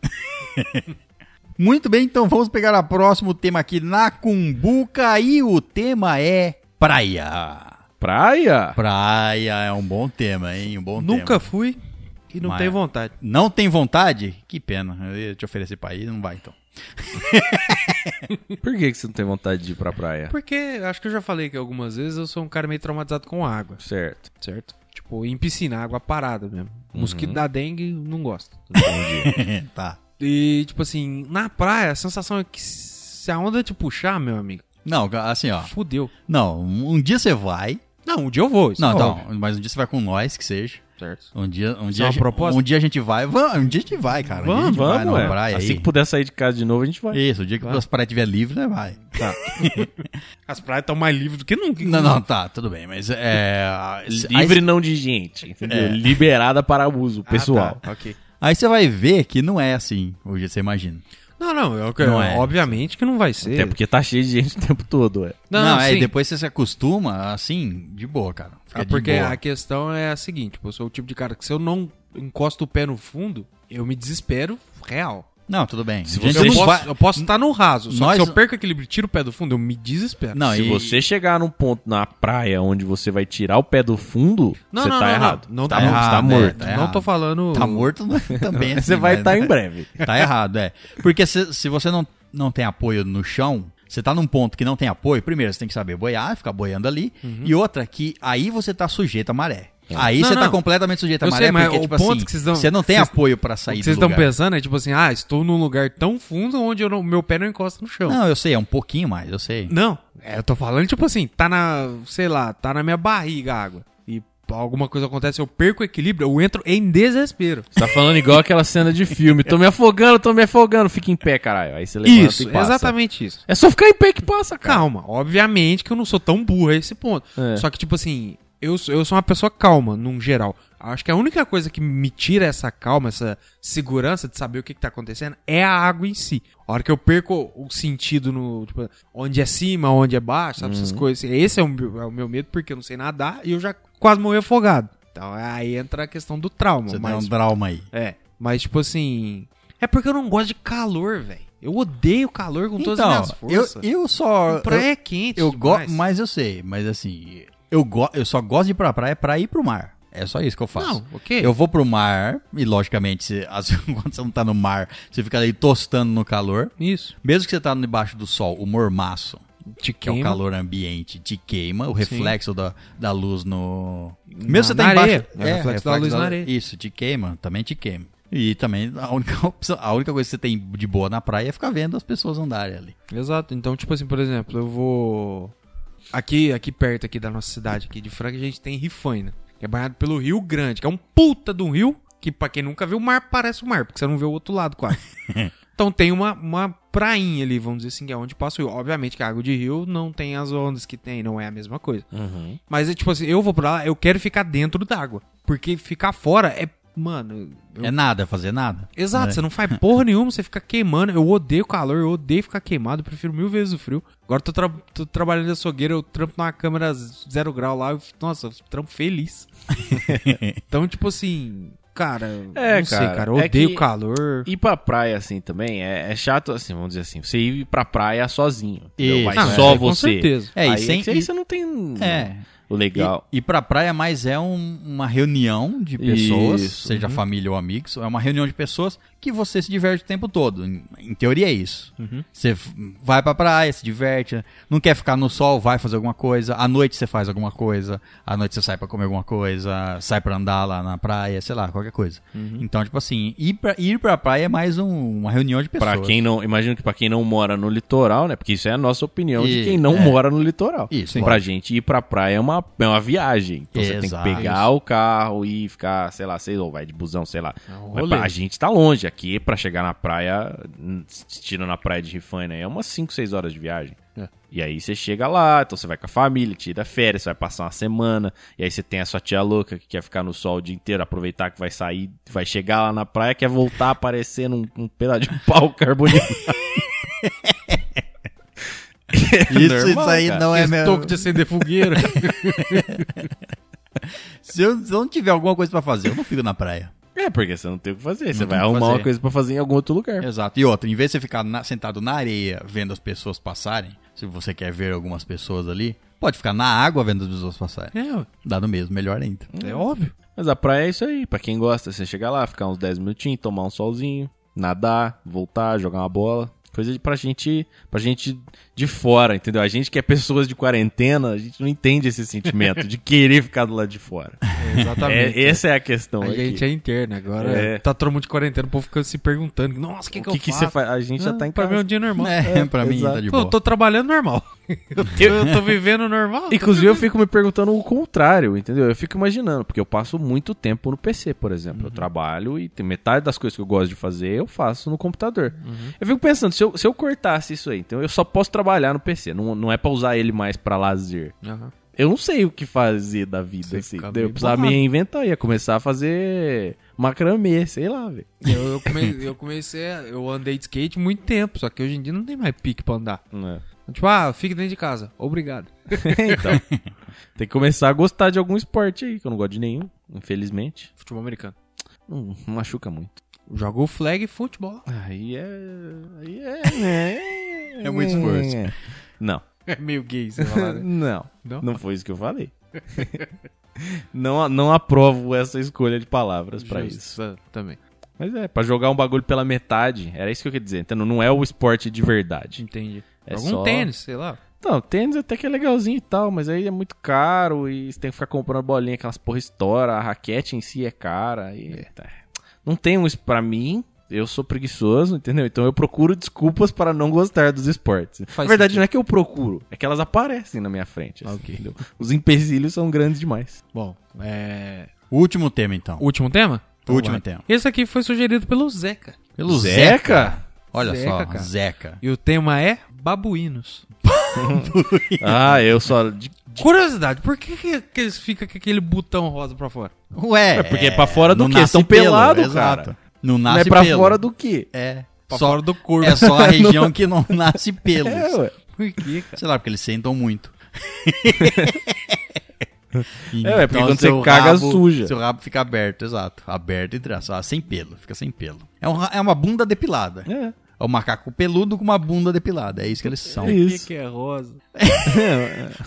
A: Muito bem, então vamos pegar o próximo tema aqui na Cumbuca e o tema é praia.
C: Praia!
A: Praia é um bom tema, hein? Um bom tema.
B: Nunca fui e não
A: Mas-
B: tenho vontade.
A: Não tem vontade? Que pena. Eu ia te oferecer pra ir, não vai então.
C: Por que, que você não tem vontade de ir pra praia?
B: É. Porque acho que eu já falei que algumas vezes eu sou um cara meio traumatizado com água,
C: Certo.
B: certo? Tipo, em piscina, água parada mesmo.
A: Uhum.
B: Mosquito da dengue, não gosto.
A: tá.
B: E, tipo assim, na praia, a sensação é que se a onda te puxar, meu amigo,
A: Não, assim, ó.
B: fudeu.
A: Não, um dia você vai.
B: Não, um dia eu vou. Isso
A: Não,
B: é
A: então,
B: óbvio,
A: mas um dia você vai com nós, que seja.
B: Certo.
A: Um dia, um
B: Isso
A: dia,
B: é uma
A: a gente-
B: proposta?
A: um dia a gente vai. Vamos, um dia a gente vai, cara. um dia a
C: Vamos,
A: gente vai
C: vamos,
A: na
C: ué.
A: praia
C: Assim
A: aí.
C: que puder sair de casa de novo, a gente vai.
A: Isso, o dia que as praias estiver livre, né, vai.
B: As praias estão mais livres do que nunca.
A: Não, não, tá, tudo bem, mas é. a-
C: Livre não de gente, entendeu? Liberada para uso
B: Ah,
C: pessoal.
B: tá, ok.
A: Aí você vai ver que não é assim, o jeito que você imagina.
B: Não, não, eu,
A: Não é.
B: obviamente que não vai ser.
C: Até porque tá cheio de gente o tempo todo, ué.
A: Não, é,
B: sim.
A: depois você se acostuma, assim, de boa, cara. Fica
B: Ah,
A: de
B: porque
A: boa.
B: a questão é a seguinte, tipo, eu sou o tipo de cara que se eu não encosto o pé no fundo, eu me desespero real.
A: Não, tudo bem.
C: Se
A: Gente,
C: você
B: Eu,
A: não
B: posso,
A: vai-
B: eu posso estar no raso, só
A: Nós-
B: que se eu perco equilíbrio e tiro o pé do fundo, eu me desespero.
A: Não,
C: Se
A: e-
C: você chegar num ponto na praia onde você vai tirar o pé do fundo,
B: Não,
C: você
B: não,
C: tá
B: não,
C: errado.
B: não. Não
C: tá,
B: tá
C: morto,
A: errado,
C: tá
A: é,
C: morto.
A: tá
B: não
A: errado.
B: tô falando...
A: Tá morto né? também.
C: Você
B: tá
A: assim,
C: vai
A: mas-
C: estar em breve.
A: Tá errado, é. Porque se, se você não, não tem apoio no chão, Você tá num ponto que não tem apoio, primeiro você tem que saber boiar, ficar boiando ali. E outra que aí você tá sujeito à maré. Aí
B: Uhum. É. Não,
A: você tá
B: não.
A: completamente sujeito à
B: Eu
A: maré,
B: sei, mas
A: porque,
B: o
A: tipo
B: ponto
A: assim,
B: que vocês dão-
A: você não tem
B: vocês-
A: apoio pra
B: O
A: sair
B: que
A: do
B: vocês estão
A: lugar.
B: pensando é tipo assim, ah, estou num lugar tão fundo onde eu não- meu pé não encosta no chão.
A: Não, eu sei, é um pouquinho mais, eu sei.
B: Não, é, eu tô falando tipo assim, tá na, sei lá, tá na minha barriga a água. E alguma coisa acontece, eu perco o equilíbrio, eu entro em desespero.
C: Você tá falando igual aquela cena de filme. Tô me afogando, tô me afogando. Fica em pé, caralho. Aí você levanta
B: isso,
C: e passa.
B: exatamente isso.
C: É só ficar em pé que passa, cara.
B: Calma, obviamente que eu não sou tão burro a esse ponto.
C: É.
B: Só que tipo assim, eu, sou- eu sou uma pessoa calma, num geral. Acho que a única coisa que me tira essa calma, essa segurança de saber o que, que tá acontecendo é a água em si. A hora que eu perco o sentido no. Tipo, onde é cima, onde é baixo, sabe?
A: Uhum.
B: Essas coisas. Esse é o, meu- é o meu medo, porque eu não sei nadar e eu já quase morri afogado. Então aí entra a questão do trauma.
A: Você tem
B: mas
A: um trauma aí.
B: é, mas tipo assim. É porque eu não gosto de calor, velho. Eu odeio calor com todas as
A: Então,
B: minhas
A: eu,
B: forças.
A: eu só... eu-
B: praia é quente.
A: Eu
B: demais.
A: gosto, mas eu sei, mas assim, eu, go eu só gosto de ir pra praia pra ir pro mar. É só isso que eu faço.
B: Não, é. ok.
A: Eu vou pro mar, e logicamente, se- às vezes, quando você não tá no mar, você fica ali tostando no calor.
B: Isso.
A: Mesmo que você tá debaixo do sol, o mormaço,
B: Te
A: que é o calor ambiente, te queima, o reflexo da, da luz no. Mesmo que você
B: na
A: tá embaixo.
B: areia. É o reflexo da luz na areia.
A: Isso, te queima, também te queima. E também a única, opção- a única coisa que você tem de boa na praia é ficar vendo as pessoas andarem ali.
B: Exato. Então, tipo assim, por exemplo, eu vou. Aqui, aqui perto aqui da nossa cidade, aqui de Franca, a gente tem Rifaina, que é banhado pelo Rio Grande, que é um puta de um rio, que pra quem nunca viu o mar, parece o mar, porque você não vê o outro lado quase. então tem uma, uma prainha ali, vamos dizer assim, que é onde passa o rio. Obviamente que a água de rio não tem as ondas que tem, não é a mesma coisa.
C: Uhum.
B: Mas é tipo assim, eu vou pra lá, eu quero ficar dentro d'água. Porque ficar fora é. Mano, eu-
A: É nada, é fazer nada.
B: Exato,
A: né?
B: você não faz porra nenhuma, você fica queimando. Eu odeio calor, eu odeio ficar queimado, eu prefiro mil vezes o frio. Agora eu tô, tra- tô trabalhando de açougueiro, eu trampo numa câmera zero grau lá, eu, nossa, eu trampo feliz. então, tipo assim, cara,
C: É,
B: não sei,
C: cara,
B: cara, eu
C: é
B: odeio
C: que-
B: calor.
C: Ir pra praia assim também é, é chato, assim, vamos dizer assim. Você ir pra praia sozinho.
A: Isso.
C: entendeu? Vai
A: Ah,
C: só
B: é,
C: você.
B: Com certeza.
A: É,
C: aí,
A: e
C: é
A: sem-
C: que aí
A: e-
C: você não tem
B: né?
A: É.
C: o legal.
A: E, e pra praia mais é um- uma reunião de pessoas,
C: Isso.
A: seja família ou amigos, é uma reunião de pessoas que você se diverte o tempo todo. Em, em teoria é isso. Você f- vai pra praia, se diverte, não quer ficar no sol, vai fazer alguma coisa. À noite você faz alguma coisa, à noite você sai pra comer alguma coisa, sai pra andar lá na praia, sei lá, qualquer coisa. Então, tipo assim, ir pra, ir pra praia é mais um- uma reunião de pessoas.
C: Pra quem não, imagino que pra quem não mora no litoral, né? Porque isso é a nossa opinião de
A: E-
C: quem não
A: é.
C: mora no litoral.
A: Isso,
C: Pra
A: lógico.
C: gente ir pra praia é uma, é uma viagem. Então você tem que
A: Exato.
C: pegar o carro e ficar, sei lá, sei ou vai de busão, sei lá.
B: É um
C: Mas
B: rolê.
C: pra- a gente tá longe aqui pra chegar na praia, hum, se tira na praia de Rifaina, é umas 5, 6 horas de viagem.
B: É.
C: E aí você chega lá, então você vai com a família, tira férias, você vai passar uma semana, e aí você tem a sua tia louca que quer ficar no sol o dia inteiro, aproveitar que vai sair, vai chegar lá na praia, quer voltar aparecendo um, um pedaço de pau carbonizado.
A: Isso, isso aí
C: cara.
A: não é
B: Esse
A: meu-
B: toco de acender fogueira.
A: Se eu, se eu não tiver alguma coisa pra fazer, eu não fico na praia.
C: É, porque você não tem o que fazer, você
A: Não tem
C: vai
A: o que
C: arrumar uma
A: fazer.
C: coisa pra fazer em algum outro lugar.
A: Exato. E outra, em vez de você ficar na- sentado na areia vendo as pessoas passarem, se você quer ver algumas pessoas ali, pode ficar na água vendo as pessoas passarem.
B: é, ué,
A: Dá no mesmo, melhor ainda.
B: é óbvio.
C: Mas a praia é isso aí, pra quem gosta, você chegar lá, ficar uns 10 minutinhos, tomar um solzinho, nadar, voltar, jogar uma bola. Coisa de, pra gente, pra gente de fora, entendeu? A gente que é pessoas de quarentena, a gente não entende esse sentimento de querer ficar do lado de fora.
B: Exatamente. né?
C: É, essa é a questão
B: a
C: aqui.
B: gente é interna agora.
C: É.
B: Tá todo mundo de quarentena, o povo fica se perguntando: Nossa, o que,
C: o
B: que,
C: que,
B: eu
C: que
B: faço?
C: você faz? A gente já tá em
B: Pra mim é um
C: casa.
B: dia normal.
A: É, pra mim
C: exato.
A: tá de
B: Pô,
A: boa.
B: eu tô trabalhando normal. Eu tô, eu tô vivendo normal.
C: Inclusive, eu fico me perguntando o contrário, entendeu? Eu fico imaginando, porque eu passo muito tempo no PC, por exemplo.
B: Uhum.
C: Eu trabalho e tem metade das coisas que eu gosto de fazer eu faço no computador.
B: Uhum,
C: Eu fico pensando, se eu, se eu cortasse isso aí, então eu só posso trabalhar no PC, não, não é pra usar ele mais pra lazer.
B: Aham.
C: Eu não sei o que fazer da vida,
B: Você
C: assim,
B: fica
C: entendeu? Eu
B: meio
C: precisava me
B: bolado.
C: reinventar, ia começar a fazer macramê, sei lá, velho.
B: Eu, eu, come- eu comecei, a- eu andei de skate muito tempo, só que hoje em dia não tem mais pique pra andar. Tipo, ah, fica dentro de casa. Obrigado.
C: então, tem que começar a gostar de algum esporte aí, que eu não gosto de nenhum, infelizmente.
B: Futebol americano.
C: Hum, machuca muito.
B: Joga o flag e futebol.
C: Aí é. Aí é.
A: É muito esforço.
C: Não.
B: É meio gay, você falar, né?
C: Não.
B: Não?
C: Não foi isso que eu falei. não, a- não aprovo essa escolha de palavras pra isso.
B: Justo, Ah, Também.
C: Mas é, pra jogar um bagulho pela metade, era isso que eu queria dizer. Então não é o esporte de verdade.
B: Entendi.
C: É
B: Algum
C: só-
B: tênis, sei lá.
C: Não, tênis até que é legalzinho e tal, mas aí é muito caro e você tem que ficar comprando bolinha, aquelas porra estoura, a raquete em si é cara. E... tá. Não tem um es- pra mim, eu sou preguiçoso, entendeu? Então eu procuro desculpas para não gostar dos esportes.
B: Faz
C: na verdade,
B: sentido.
C: não é que eu procuro, é que elas aparecem na minha frente. assim,
B: Ok.
C: entendeu? Os empecilhos são grandes demais.
B: Bom, é.
A: Último tema, então.
B: Último tema? Então,
A: Último
B: vai.
A: tema.
B: Esse aqui foi sugerido pelo Zeca.
A: Pelo
C: Zeca?
A: Olha
B: Zeca,
A: só,
B: cara.
A: Zeca.
B: E o tema é babuínos.
C: ah, eu só. de-
B: Curiosidade, por que, que, que eles ficam com aquele botão rosa pra fora?
A: Ué,
C: É, porque é pra fora do
A: não
C: quê?
A: nasce
C: Estão
A: pelo,
C: pelado,
A: exato.
C: cara.
A: Não
C: Não
A: nasce
C: é pra
A: pelo.
C: fora do quê?
A: É,
B: Pra
A: só,
B: fora do corpo.
A: é só a região que não nasce pelos.
C: É, ué.
B: Por que, cara?
A: Sei lá, porque eles sentam muito.
C: É, ué, porque quando
A: Então, seu
C: você caga, suja.
A: Seu rabo fica aberto, exato. Aberto e traçado. Sem pelo, fica sem pelo. É, um ra- é uma bunda depilada. É.
C: É,
A: um macaco peludo com uma bunda depilada. É isso que eles são.
C: É
B: Por
C: isso.
B: que, que é rosa?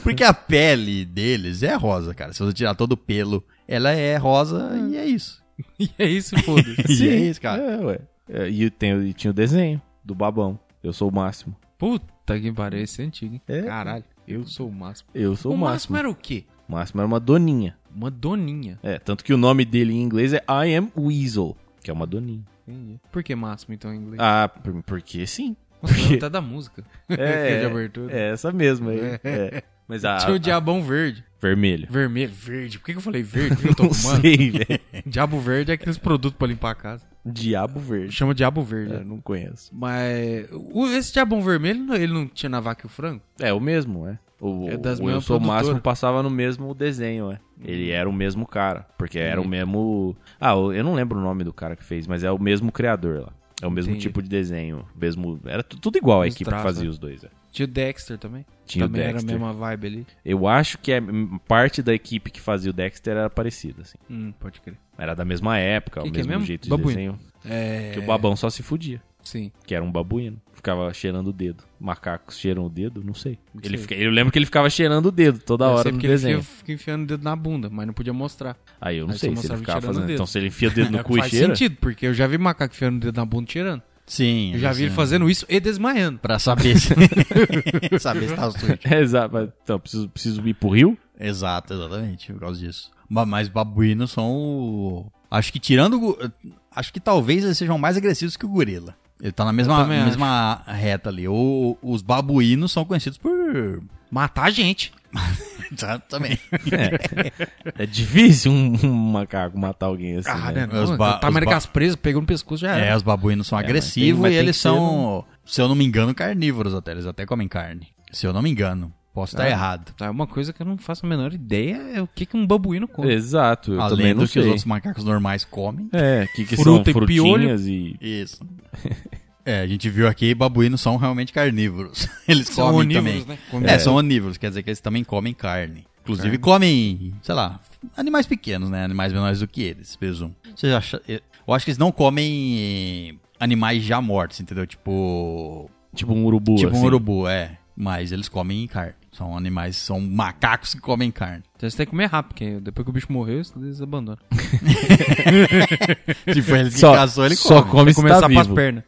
A: Porque a pele deles é rosa, cara. Se você tirar todo o pelo, ela é rosa e é isso.
B: E é isso, foda-se.
A: E é isso, cara.
C: É, ué. É, e, tem, e tinha o desenho do babão. Eu sou o máximo.
B: Puta que pariu, esse é antigo, hein?
C: É.
B: Caralho, eu sou o máximo.
C: Eu sou o,
B: o
C: máximo.
B: máximo era o quê?
C: O máximo era uma doninha.
B: Uma doninha.
C: É, tanto que o nome dele em inglês é I am Weasel, que é uma doninha.
B: Entendi. Por que máximo, então, em inglês?
C: Ah, por- porque sim.
B: Nossa,
C: por quê?
B: não, tá da música. Que de abertura.
C: é essa mesma aí. É. Mas a,
B: Tinha o
C: a-
B: diabão verde.
C: vermelho.
B: Vermelho, verde. Por que, que eu falei verde? Por que eu tô
C: Não
B: fumando?
C: sei, velho.
B: Diabo verde é aqueles produtos pra limpar a casa.
C: Diabo verde.
B: Chama diabo verde.
C: É, não conheço.
B: Mas o- esse diabão vermelho, ele não tinha na vaca e o frango?
C: É o mesmo, é. O,
B: É das
C: o Eu
B: mesmas
C: Sou o
B: produtoras.
C: Máximo passava no mesmo desenho, é. Ele era o mesmo cara, porque era o mesmo... Ah, o- eu não lembro o nome do cara que fez, mas é o mesmo criador lá. É o mesmo
B: Entendi.
C: tipo de desenho, mesmo... Era tu- tudo igual a
B: Mesmo
C: equipe
B: traço,
C: que fazia
B: né?
C: os dois, é.
B: Tinha o Dexter também.
C: Tinha o
B: também era a
C: Dexter.
B: mesma vibe ali.
C: Eu acho que é m- parte da equipe que fazia o Dexter era parecida, assim.
B: Hum, pode crer.
C: Era da mesma época,
B: Que
C: o
B: que é
C: mesmo,
B: mesmo?
C: jeito de
B: Babuíno.
C: desenho.
B: É.
C: Que o babão só se fudia,
B: Sim.
C: que era um babuíno. Ficava cheirando o dedo. Macacos cheiram o dedo? Não sei.
B: Não
C: Ele
B: sei.
C: fica- eu lembro que ele ficava cheirando o dedo toda
B: Eu
C: hora
B: sei
C: no
B: porque ele
C: desenho.
B: fica, fica enfiando o dedo na bunda, mas não podia mostrar.
C: Aí eu não
B: Aí
C: sei
B: só
C: se ele
B: mostrava ele
C: ficava
B: cheirando o
C: fazendo.
B: dedo.
C: Então se ele enfia o dedo no cu e
B: Faz
C: cheira...
B: sentido, porque eu já vi macaco enfiando o dedo na bunda e cheirando.
A: Sim.
B: Eu já vi ele
A: sim.
B: fazendo isso e desmaiando.
A: Pra saber se... saber se tá sujo.
C: É, exato. mas, Então, preciso, preciso ir pro rio?
A: Exato, exatamente, por causa disso. Ma- Mas babuínos são. o- Acho que tirando. o go- Acho que talvez eles sejam mais agressivos que o gorila. Ele tá na mesma,
B: também acho.
A: mesma reta ali. O- os babuínos são conhecidos por.
B: Matar a gente.
A: tá, também.
C: É difícil um, um macaco matar alguém assim,
B: ah,
C: né?
B: né?
A: Os
B: Não,
A: ba-
B: tá tamanho
A: os
B: daquelas presas, pegou no pescoço já era.
A: É, os babuínos são
C: mas tem-
A: agressivos
C: mas
A: e
C: tem
A: eles
C: que ser
A: são, um, se eu não me engano, carnívoros até. Eles até comem carne. Se eu não me engano. Posso estar
B: Ah.
A: errado.
B: Tá, uma coisa que eu não faço a menor ideia é o que, que um babuíno
A: É.
B: come.
C: Exato, eu também
A: Além
C: não
A: do que os
C: sei.
A: outros macacos normais comem.
C: É, que, que
B: Fruta
C: são
B: e piolho.
C: frutinhas e...
A: Isso. É, a gente viu aqui, babuínos são realmente carnívoros. Eles
B: São
A: comem
B: onívoros,
A: também.
B: né? Comem
A: É,
B: carne.
A: são onívoros, quer dizer que eles também comem carne. Inclusive comem, sei lá, animais pequenos, né? Animais menores do que eles, presumo. Vocês acham- Eu acho que eles não comem animais já mortos, entendeu? Tipo.
C: Tipo um urubu,
A: tipo
C: assim.
A: um urubu, é. Mas eles comem carne. São animais, são macacos que comem carne.
B: Então você tem que comer rápido, porque depois que o bicho morreu, eles abandonam.
A: Tipo, eles que
C: Só,
A: caçou, ele
C: só
A: come.
C: come se
B: Começar
C: tá
B: pras
C: vivo.
B: pernas.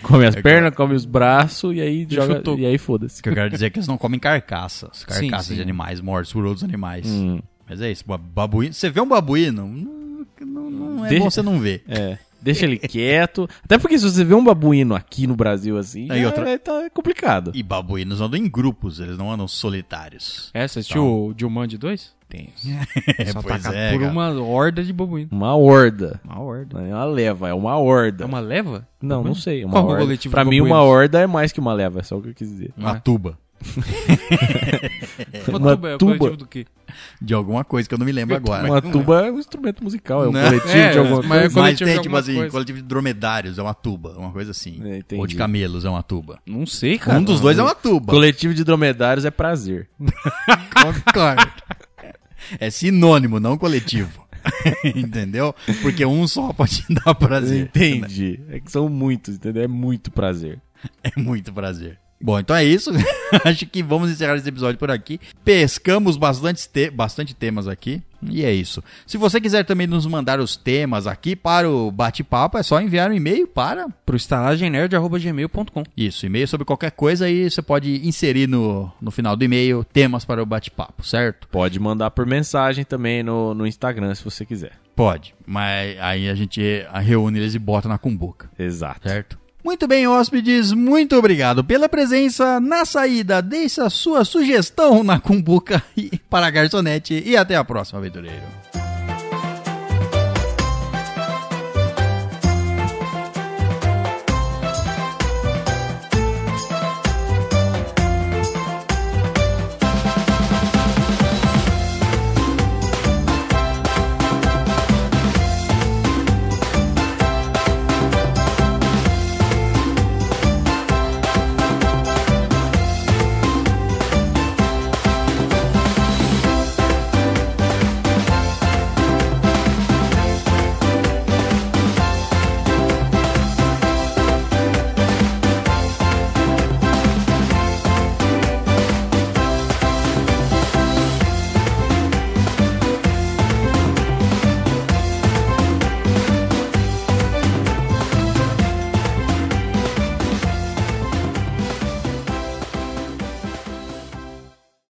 C: Come as
A: É,
C: pernas, come os braços e aí
B: Deixa
C: joga...
B: o toco.
C: E aí
A: O
C: foda-se.
A: que eu quero dizer é que eles não comem carcaças. Carcaças
B: sim.
A: de animais mortos por outros animais.
C: Hum,
A: Mas é isso, ba- babuíno. Você vê um babuíno, não, não- não é
C: Deixa-
A: bom você não ver.
C: é. Deixa ele quieto. Até porque se você vê um babuíno aqui no Brasil assim,
A: Aí
C: já
A: outra-
C: vai tá complicado.
A: E babuínos andam em grupos, eles não andam solitários.
B: É, você assistiu o Jumanji 2? Tem.
A: Tá. É,
B: Só
A: pois
B: atacado
A: é,
B: por
A: cara.
B: uma horda de babuíno.
C: Uma horda.
B: Uma horda.
C: Não é uma leva, é uma horda.
B: É uma leva?
C: Não, não sei.
B: Qual
C: Uma
B: que é o
C: horda.
B: coletivo
C: pra
B: de
C: mim, uma
B: babuínos?
C: horda é mais que uma leva, é só o que eu quis dizer.
A: Uma
B: É.
A: tuba.
B: Uma,
C: Uma
B: tuba, é o
C: tuba.
B: coletivo do quê?
A: De alguma coisa que eu não me lembro agora.
C: Uma tuba é um instrumento musical, é um
A: Né?
C: coletivo
B: É,
C: de alguma
B: mas-
C: coisa.
B: coletivo
A: Mas
B: de
A: tem, tipo
B: alguma
A: assim,
B: coisa.
A: coletivo de dromedários é uma tuba, uma coisa assim.
C: É, entendi.
A: Ou de camelos é uma tuba.
B: Não sei, cara.
A: um dos dois é uma tuba.
C: Coletivo de dromedários é prazer.
A: Concordo. é sinônimo, não coletivo. Entendeu? Porque um só pode dar prazer.
C: Entendi. É que são muitos, entendeu? É muito prazer.
A: É muito prazer. Bom, então é isso. Acho que vamos encerrar esse episódio por aqui. Pescamos bastante, te- bastante temas aqui. E é isso. Se você quiser também nos mandar os temas aqui para o bate-papo, é só enviar um e-mail para
B: Pro estalagemnerd.gmail.com.
A: isso, e-mail sobre qualquer coisa aí, você pode inserir no, no final do e-mail temas para o bate-papo, certo?
C: Pode mandar por mensagem também no, no Instagram, se você quiser.
A: Pode, mas aí a gente reúne eles e bota na cumbuca.
C: Exato.
A: certo? Muito bem, hóspedes, muito obrigado pela presença. Na saída, deixe a sua sugestão na cumbuca e para a garçonete e até a próxima, aventureiro.